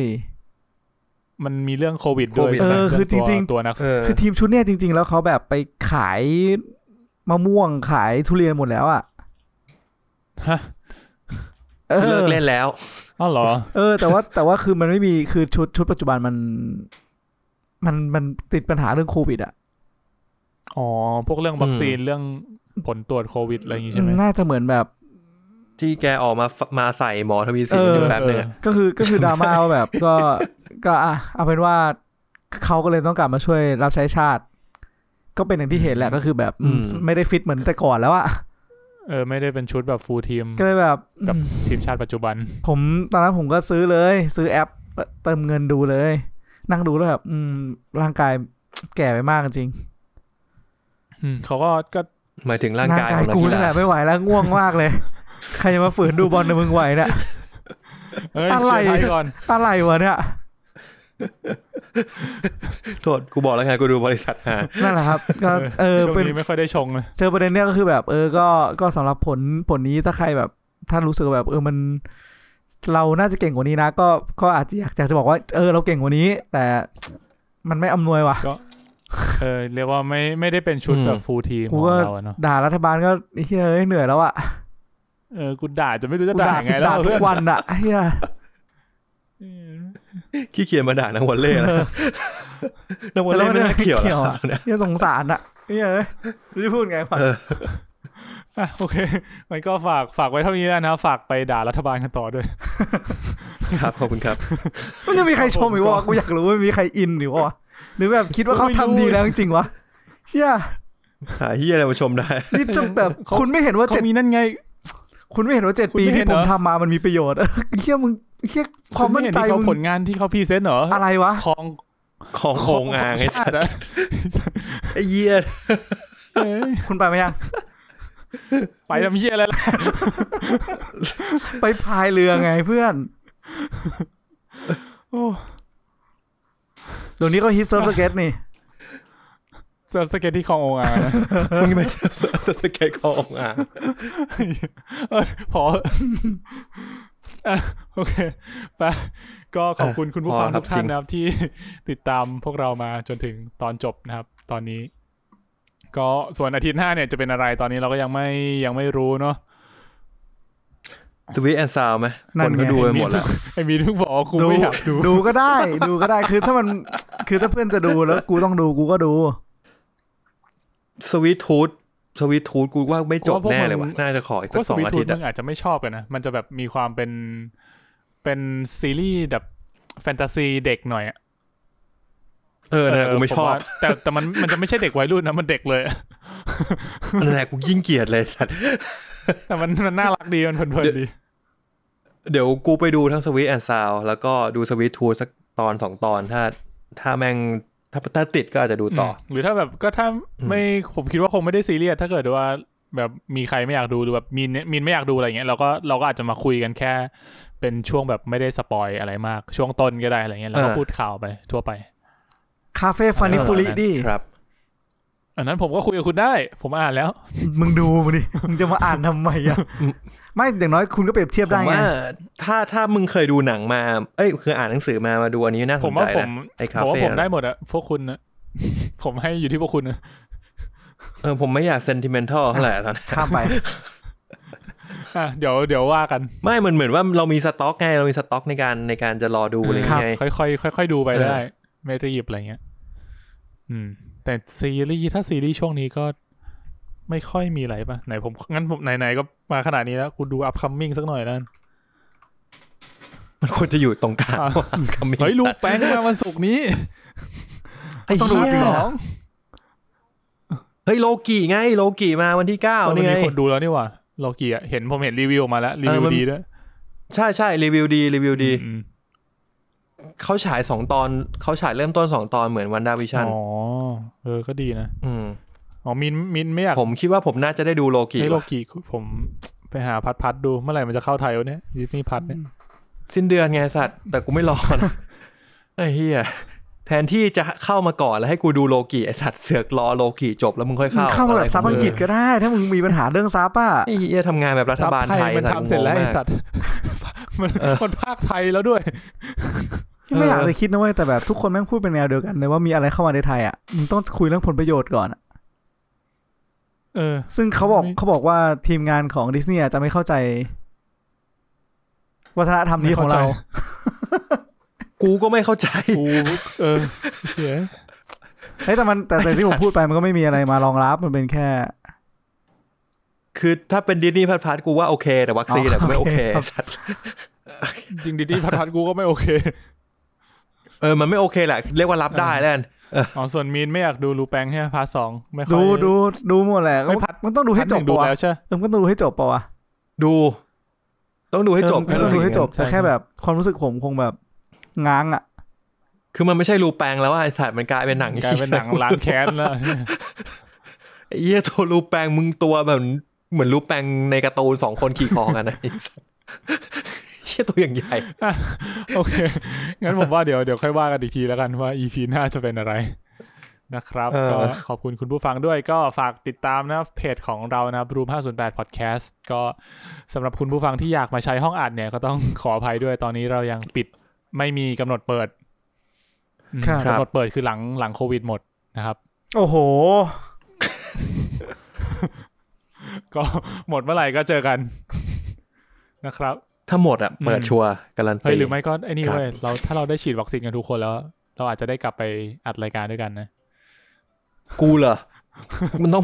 [SPEAKER 2] มันมีเรื่องโควิดด้วย
[SPEAKER 3] เออ
[SPEAKER 2] ใช่ไหม
[SPEAKER 3] คือจริงๆ
[SPEAKER 2] เอตัวตัวนัก
[SPEAKER 1] เออ
[SPEAKER 3] คือทีมชุดเนี่ยจริง ๆ แล้วเขาแบบไปขายมะม่วงขายทุเรียนหมดแล้วอะ
[SPEAKER 2] ฮะ
[SPEAKER 3] เออ
[SPEAKER 1] เลิกเล่นแล้ว
[SPEAKER 2] อ้าวเหรอ
[SPEAKER 3] เออ แต่ว่าแต่ว่าคือมันไม่มีคือชุดชุดปัจจุบันมัน มันมันติดปัญหาเรื่องโควิดอ่ะ
[SPEAKER 2] อ๋อ พวกเรื่องวัคซีนเรื่องผลตรวจโควิดอะไรอย่างงี้ใช่ไหม
[SPEAKER 3] น่าจะเหมือนแบบ
[SPEAKER 1] ที่แกออกมาฟมาใส่หมอทวีสินอยู่แป๊บหนึงอะ
[SPEAKER 3] ก็คือก็คือดราม่าว่าแบบ ก็ก็อ่ะเอาเป็นว่าเขาก็เลยต้องกลับมาช่วยรับใช้ชาติ ก็เป็นอย่างที่เห็นแหละก็คือแบบอืมไม่ได้ฟิตเหมือนแต่ก่อนแล้วอะ
[SPEAKER 2] เออ ไม่ได้เป็นชุดแบบฟูลทีม
[SPEAKER 3] ก็เลยแบบ
[SPEAKER 2] กับ
[SPEAKER 3] อืม
[SPEAKER 2] ทีมชาติปัจจุบัน
[SPEAKER 3] ผมตอนนั้นผมก็ซื้อเลย ซื้อแอปเติมเงินดูเลย นั่งดูแล้วแบบอืมร่างกายแก่ไปมากจริง
[SPEAKER 2] อืมเขาก็ก็
[SPEAKER 1] หมายถึงร่างกายของนัก
[SPEAKER 3] กู
[SPEAKER 1] กี
[SPEAKER 3] นี่
[SPEAKER 1] ฬา
[SPEAKER 3] แหละไม่ไหวแล้วง่วงมากเลย ใครจะมาฝืนดูบอลในยมึงไหวเนี่ย
[SPEAKER 2] เอ้ย
[SPEAKER 3] อะไร
[SPEAKER 2] เชียร์ไทยก่อน
[SPEAKER 3] อะไรวะเนี่ย
[SPEAKER 1] โทษกูบอกแล้วไงกูดูบริษัทหา
[SPEAKER 3] นั่นแหละครับ ก็เออ
[SPEAKER 2] ช่วง
[SPEAKER 3] เป็น
[SPEAKER 2] นี้ไม่ค่อยได้ชงเลย
[SPEAKER 3] เจอประเด็นเนี้ยก็คือแบบเออก็ก็สำหรับผลผลนี้ถ้าใครแบบท่านรู้สึกว่าแบบเออมัน เราน่าจะเก่งกว่านี้นะ ก็ก็อาจจะอยากอยากจะบอกว่าเออเราเก่งกว่านี้ แต่มันไม่อำนวยว่ะ
[SPEAKER 2] เออเรียกว่าไม่ไม่ได้เป็นชุดแบบฟูลทีมข
[SPEAKER 3] กู
[SPEAKER 2] อง
[SPEAKER 3] ก็
[SPEAKER 2] เราอะเนาะ
[SPEAKER 3] ด่ารัฐบาลก็ไอ้เฮ้ยเหนื่อยแล้วอะ
[SPEAKER 2] เออกูด่าจะไม่รู้จะ
[SPEAKER 3] กู
[SPEAKER 2] ด่ายังไงแล้ว
[SPEAKER 3] ด่าทุ
[SPEAKER 2] เพื่อก น
[SPEAKER 3] วันอะเฮีย
[SPEAKER 1] ขี้เกียจมาด่านักวอลเล่แล้วนักวอลเล่ไม่น่าเกี่ยวแล้วตอนเนี้ย
[SPEAKER 3] เฮียสงสารอะเฮียเอ้ยไม่รู้จะพูดไงวะ
[SPEAKER 1] เออ
[SPEAKER 2] อ่ะโอเคมันก็ฝากฝากไว้เท่านี้แล้วนะฝากไปด่ารัฐบาลกันต่อด้วย
[SPEAKER 1] ครับขอบคุณครับ
[SPEAKER 3] มันจะมีใครชมอีก
[SPEAKER 2] ผม
[SPEAKER 3] วะ
[SPEAKER 2] ก็
[SPEAKER 3] กูอยากรู้ว่ามีใครอินหรือวะหรือแบบคิดว่าเขาทำดีแล้วจริงๆวะเชี่ย
[SPEAKER 1] หาเฮียอะไรมาชมได้
[SPEAKER 3] นี่จะแบบคุณไม่เห็นว่า
[SPEAKER 2] เขา
[SPEAKER 3] เจ็ด
[SPEAKER 2] มีนั่นไง
[SPEAKER 3] คุณไม่เห็นว่าเจ็ด
[SPEAKER 2] คุณ
[SPEAKER 3] ปี
[SPEAKER 2] ไม่เห็นเหร
[SPEAKER 3] ที่ผ
[SPEAKER 2] อ
[SPEAKER 3] มทำมามันมีประโยชน์ เออเชี่ยมึงเชี่ยความ
[SPEAKER 2] ณ
[SPEAKER 3] มั่น
[SPEAKER 2] ไเห็
[SPEAKER 3] ใจ
[SPEAKER 2] ที่เขา
[SPEAKER 3] มึง
[SPEAKER 2] ผลงานที่เขาพรีเซนต์เหรอ
[SPEAKER 3] อะไรวะ
[SPEAKER 2] ของ
[SPEAKER 1] ของโคงอ่างไอ้
[SPEAKER 2] ชา
[SPEAKER 1] สัต
[SPEAKER 2] ติ
[SPEAKER 1] ว์
[SPEAKER 2] อะ
[SPEAKER 1] ไอ้เหี้ย
[SPEAKER 2] เอ้ย
[SPEAKER 3] คุณไปไหมยัง
[SPEAKER 2] ไปทำเหี้ยอะไรล่ะ
[SPEAKER 3] ไปพายเรือไงเพื่อน
[SPEAKER 2] โอ้
[SPEAKER 3] เดี๋ยวนี้ก็ฮิตเซิร์ฟสเก็ตนี่
[SPEAKER 2] เซิร์ฟสเก็ตที่คลององอ่างนะ
[SPEAKER 1] มึงไม่ชอบสเก็ตของโคงอ่าง
[SPEAKER 2] เอ้ย พออ่ะโอเคไปก็ขอบคุณคุณผู้ฟังทุกท่านนะครับที่ติดตามพวกเรามาจนถึงตอนจบนะครับ ตอนนี้ ก็ส่วนอาทิตย์หน้าเนี่ยจะเป็นอะไรตอนนี้เราก็ยังไม่ยังไม่รู้เนาะ
[SPEAKER 1] ทวีตแอนซาวไหม
[SPEAKER 3] นั่
[SPEAKER 1] คน น
[SPEAKER 3] ไง
[SPEAKER 1] ก็ดูไปหมดแล้ว
[SPEAKER 2] ไอ้มีทุกบอกว่ากูไม่อยากดู
[SPEAKER 3] ดูก็ได้ ดูก็ได้ คือถ้ามัน คือถ้าเพื่อนจะดูแล้วกูต้องดูกูก็ดู
[SPEAKER 1] สวิตทูธสวิตทูธกูว่าไม่จบแน่เลยว่ะ
[SPEAKER 2] กูว่าพวกมึง
[SPEAKER 1] น่าจะขออีกสั
[SPEAKER 2] ก็
[SPEAKER 1] ก
[SPEAKER 2] ส
[SPEAKER 1] สอง
[SPEAKER 2] วิต
[SPEAKER 1] อา
[SPEAKER 2] ทู
[SPEAKER 1] ทิ
[SPEAKER 2] ธ
[SPEAKER 1] ตย์
[SPEAKER 2] มึ
[SPEAKER 1] อะ
[SPEAKER 2] งอาจจะไม่ชอบกันนะ มันจะแบบมีความเป็นเป็นซีรีส์แบบแฟนตาซีเด็กหน่อยอะ
[SPEAKER 1] เออนั่นแหละกูไม่ชอบ
[SPEAKER 2] ผว่าแต่แต่มันมันจะไม่ใช่เด็กวัยรุ่นนะ มันเด็กเลย
[SPEAKER 1] นั่นแหละกูยิ่งเกลียดเลยสัตว์
[SPEAKER 2] แต่มันมันน่ารักดี มันเพลินๆดี
[SPEAKER 1] เดี๋ยวกูไปดูทั้งสวิตแอนซาวแล้วก็ดูสวิตทูธสักตอนสองตอนถ้า ถ้าแม่งถ้าถ้าติดก็อาจจะดูต่ออ
[SPEAKER 2] หรือถ้าแบบก็ถ้าไม่ผมคิดว่าคงไม่ได้ซีเรียส ถ้าเกิดว่าแบบมีใครไม่อยากดูหรือแบบมีนมีนไม่อยากดูอะไรเงี้ยเราก็เราก็อาจจะมาคุยกันแค่ เป็นช่วงแบบไม่ได้สปอยอะไรมาก ช่วงต้นก็ได้อะไรเงี้ยแล้วก็
[SPEAKER 1] เออ
[SPEAKER 2] พูดข่าวไปทั่วไป
[SPEAKER 3] คาเฟ่ฟานิฟูริดิ
[SPEAKER 1] ครับ
[SPEAKER 2] อันนั้นผมก็คุยกับคุณได้ ผมอ่านแล้ว
[SPEAKER 3] มึงดูมึงดิ มึงจะมาอ่านทำไมอ่ะ ไม่อย่างน้อยคุณก็เปรียบเทียบ
[SPEAKER 1] ผ
[SPEAKER 3] ได้
[SPEAKER 1] ม
[SPEAKER 3] ไง
[SPEAKER 1] ว่าถ้าถ้ามึงเคยดูหนังมา เอ้ยคืออ่านหนังสือมามาดูอันนี้น่าส
[SPEAKER 2] ผม
[SPEAKER 1] น
[SPEAKER 2] ว่า
[SPEAKER 1] ใจ
[SPEAKER 2] ผ
[SPEAKER 1] นะ
[SPEAKER 2] ม
[SPEAKER 1] ไอ้
[SPEAKER 2] ผ
[SPEAKER 1] คาม
[SPEAKER 2] ว่า
[SPEAKER 1] เฟ่
[SPEAKER 2] ผมได้
[SPEAKER 1] นะ
[SPEAKER 2] หมดอะพวกคุณนะ ผมให้อยู่ที่พวกคุณนะ
[SPEAKER 1] เออผมไม่อยากเซนติเมนทัลเท่าไหร่ตอนนั้น
[SPEAKER 3] ข้ามไป
[SPEAKER 2] อ่ะเดี๋ยวเดี๋ยวว่ากัน
[SPEAKER 1] ไม่มันเหมือนว่าเรามีสต็อกไงเรามีสต็อกในการในการจะรอดูอะไรอย่าง
[SPEAKER 3] ครับ
[SPEAKER 1] เงี้ย
[SPEAKER 2] ค่อยค่อยค่อยค่อยๆดูไป
[SPEAKER 1] เออ
[SPEAKER 2] ได้ ไม่รีบอะไรเงี้ย อืม แต่ซีรีส์ถ้าซีรีส์ช่วงนี้ก็ไม่ค่อยมีอะไรป่ะไหนผมงั้นผมไหนๆก็มาขนาดนี้แล้วคุณดูอัพคัมมิ่งสักหน่อยแล้วกัน
[SPEAKER 1] มันควรจะอยู่ตรงกลาง
[SPEAKER 2] อ่ะ
[SPEAKER 1] ระหว่างคำมี
[SPEAKER 2] เฮ้ยลูกแป้งมาวันศุกร์นี้
[SPEAKER 1] ไอ้
[SPEAKER 3] ต้องดู
[SPEAKER 1] เหี้ย
[SPEAKER 3] จริงเหรอ
[SPEAKER 1] เฮ้ยโลกีไงโลกีมาวันที่เก้า
[SPEAKER 2] เออมัน
[SPEAKER 1] นี่ไง
[SPEAKER 2] มีคนดูแล้วนี่หว่าเราเกียเห็นผมเห็นรีวิวออกมาแล้วรีวิว
[SPEAKER 1] เออมัน
[SPEAKER 2] ดีด้วย
[SPEAKER 1] ใช่ใช่รีวิวดีรีวิวดี
[SPEAKER 2] อืม
[SPEAKER 1] เขาฉายสองตอนเขาฉายเริ่มต้นสองตอนเหมือนวันดาวิชัน
[SPEAKER 2] อ๋อเออก็ดีนะอ๋อมินมินไม่อยาก
[SPEAKER 1] ผมคิดว่าผมน่าจะได้ดูโลกี
[SPEAKER 2] ไอ้โลกิผมไปหาพัดพัดดูเมื่อไหร่มันจะเข้าไทยวะเนี่ยดิสนีย์พัดเนี่ย
[SPEAKER 1] สิ้นเดือนไงสัตว์ แต่กูไม่รอ นะไอ้เหี้ยแทนที่จะเข้ามาก่อนแล้วให้กูดูโลกีไอสัตว์เสือกรอโลกีจบแล้วมึงค่อย
[SPEAKER 3] มึ
[SPEAKER 1] เข้าง
[SPEAKER 3] เข้ามา
[SPEAKER 1] ะ
[SPEAKER 3] แบบ
[SPEAKER 1] ไร
[SPEAKER 3] ซับอังกฤษก็ได้ ถ้ามึงมีปัญหาเรื่องซับอ่ะ
[SPEAKER 1] ไอ้เหี้ยทำงานแบบรัฐบาลไทย
[SPEAKER 2] มัน
[SPEAKER 1] สัต
[SPEAKER 2] ทำ
[SPEAKER 1] ว์
[SPEAKER 2] เสร็จแล้วไอ้
[SPEAKER 1] งงมาก
[SPEAKER 2] สัตว์ มัน
[SPEAKER 1] เออ
[SPEAKER 2] มันภาคไทยแล้วด้วย
[SPEAKER 3] ไม่อยากจะคิดนะเว้ยแต่แบบทุกคนแม่งพูดเป็นแนวเดียวกันเลยว่ามีอะไรเข้ามาในไทยอ่ะมึงต้องคุยเรื่องผลประโยชน์ก่อนอะ
[SPEAKER 2] เออ
[SPEAKER 3] ซึ่งเขาบอก
[SPEAKER 2] ไม่
[SPEAKER 3] เขาบอกว่าทีมงานของดิสนีย์จะไม่เข้าใจ วัฒนธรรมนี้ของเรา
[SPEAKER 1] กูก็ไม่เข้าใจ
[SPEAKER 2] กูเออเสีย
[SPEAKER 3] เฮ้ยแต่มันแต่แต่ที่ผมพูดไปมันก็ไม่มีอะไรมารองรับมันเป็นแค่
[SPEAKER 1] คือถ้าเป็นดิสนีย์พัดพัดกูว่าโอเค แต่วัคซีนอะกู
[SPEAKER 3] อ๋อ
[SPEAKER 1] ไม่โอเค
[SPEAKER 3] โอเคครับ
[SPEAKER 1] สัตว์
[SPEAKER 2] จริงดิดีพัทัดกูก็ไม่โอเค
[SPEAKER 1] เออมันไม่โอเคแหละ เรียกว่ารับได้แล้วกัน
[SPEAKER 2] อ๋อส่วนมีนไม่อยากดูรูแปงใช่ไหมพาร์ทสองไม่ค่อย
[SPEAKER 3] ดูดูดูหมดแหละก็
[SPEAKER 2] ไม่พัด
[SPEAKER 3] มันต้องดู
[SPEAKER 2] พา
[SPEAKER 3] ให้
[SPEAKER 2] ร์ท
[SPEAKER 3] จ
[SPEAKER 2] นึ่
[SPEAKER 3] บ
[SPEAKER 2] งดู
[SPEAKER 3] ปะวะ
[SPEAKER 2] แล้วใช่
[SPEAKER 3] เออมันก็ต้องดูให้จบปะวะ
[SPEAKER 1] ดู ต้องดูให้จบ
[SPEAKER 3] เออมันก็ต้องดูให้จบ
[SPEAKER 2] ใช่
[SPEAKER 3] แต่แค่แบบความรู้สึกผมคงแบบ ง้างอ่ะ
[SPEAKER 1] คือมันไม่ใช่รูแปลงแล้วว่าไอ้สัตว์มันกลายเป็นหนัง
[SPEAKER 2] กลายเป็นหนังล้างแค้นแล้ว
[SPEAKER 1] ไอ้เหี้ยตัวรูแปลงมึงตัวแบบเหมือนรูแปลงในการ์ตูนสองคนขี่คอกันนะไอ้สัตว์เหี้ยตัวอย่างใหญ่
[SPEAKER 2] โอเคงั้นผมว่าเดี๋ยวเดี๋ยวค่อยว่ากันอีกทีแล้วกันว่า EP หน้าจะเป็นอะไรนะครับ
[SPEAKER 1] เออ
[SPEAKER 2] ก็ขอบคุณคุณผู้ฟังด้วยก็ฝากติดตามนะเพจของเรานะ Room 508 Podcast ก็สำหรับคุณผู้ฟังที่อยากมาใช้ห้องอัดเนี่ยก็ต้องขออภัยด้วยตอนนี้เรายังปิดไม่มีกำหนดเปิดอืม
[SPEAKER 3] ครับ
[SPEAKER 2] กำหนดเปิดคือหลังหลังโควิดหมดนะครับ
[SPEAKER 3] โอ้โห
[SPEAKER 2] ก็หมดเมื่อไหร่ก็เจอกันนะครับ
[SPEAKER 1] ถ้าหมดอ่ะเปิดชัวร์การัน
[SPEAKER 2] เฮ้
[SPEAKER 1] ตี
[SPEAKER 2] ยหรือไม่ก็ไอ้นี่
[SPEAKER 1] ครับ
[SPEAKER 2] เว้ยเราถ้าเราได้ฉีดวัคซีนกันทุกคนแล้ว เราอาจจะได้กลับไปอัดรายการด้วยกันนะ
[SPEAKER 1] กูเหรอมันต้อง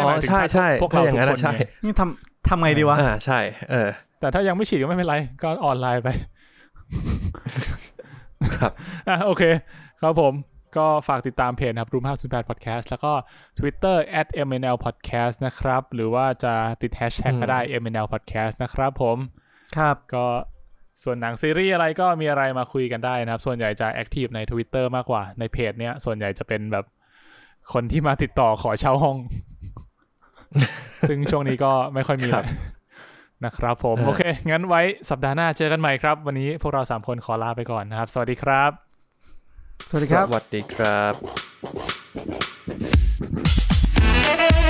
[SPEAKER 1] อ๋
[SPEAKER 2] ห
[SPEAKER 1] อ
[SPEAKER 2] มายถึง
[SPEAKER 1] ใช่ใช่
[SPEAKER 2] พวก
[SPEAKER 1] ถ้า
[SPEAKER 2] เรา
[SPEAKER 1] อย่า
[SPEAKER 2] ทุ
[SPEAKER 1] ง
[SPEAKER 2] ก
[SPEAKER 1] นั้น
[SPEAKER 2] ค
[SPEAKER 1] อะ
[SPEAKER 2] น
[SPEAKER 1] ใช่
[SPEAKER 2] ไง
[SPEAKER 3] นี่ทำทำไงดีวะ
[SPEAKER 1] อ่าใช่ เออ
[SPEAKER 2] แต่ถ้ายังไม่ฉีดก็ไม่เป็นไร ก็ออนไลน์ไป
[SPEAKER 1] ครับ
[SPEAKER 2] อ่ะโอเค ครับผมก็ฝากติดตามเพจนะครับ Room 508 Podcast แล้วก็ Twitter at mnl podcast นะครับ หรือว่าจะติด hashtag ก็ได้ mnl podcast นะครับผม
[SPEAKER 3] ครับ
[SPEAKER 2] ก็ส่วนหนังซีรีส์อะไรก็มีอะไรมาคุยกันได้นะครับ ส่วนใหญ่จะแอคทีฟใน Twitter มากกว่าในเพจเนี้ย ส่วนใหญ่จะเป็นแบบคนที่มาติดต่อขอเช่าห้อง ซึ่งช่วงนี้ก็ไม่ค่อยมี
[SPEAKER 1] ครับ
[SPEAKER 2] แหละนะครับผม โอเค งั้นไว้สัปดาห์หน้าเจอกันใหม่ครับ วันนี้พวกเราสามคนขอลาไปก่อนนะครับ สวัสดีครับ
[SPEAKER 3] สวัสดีครับ
[SPEAKER 1] สวัสดีครับ
[SPEAKER 4] Thank you.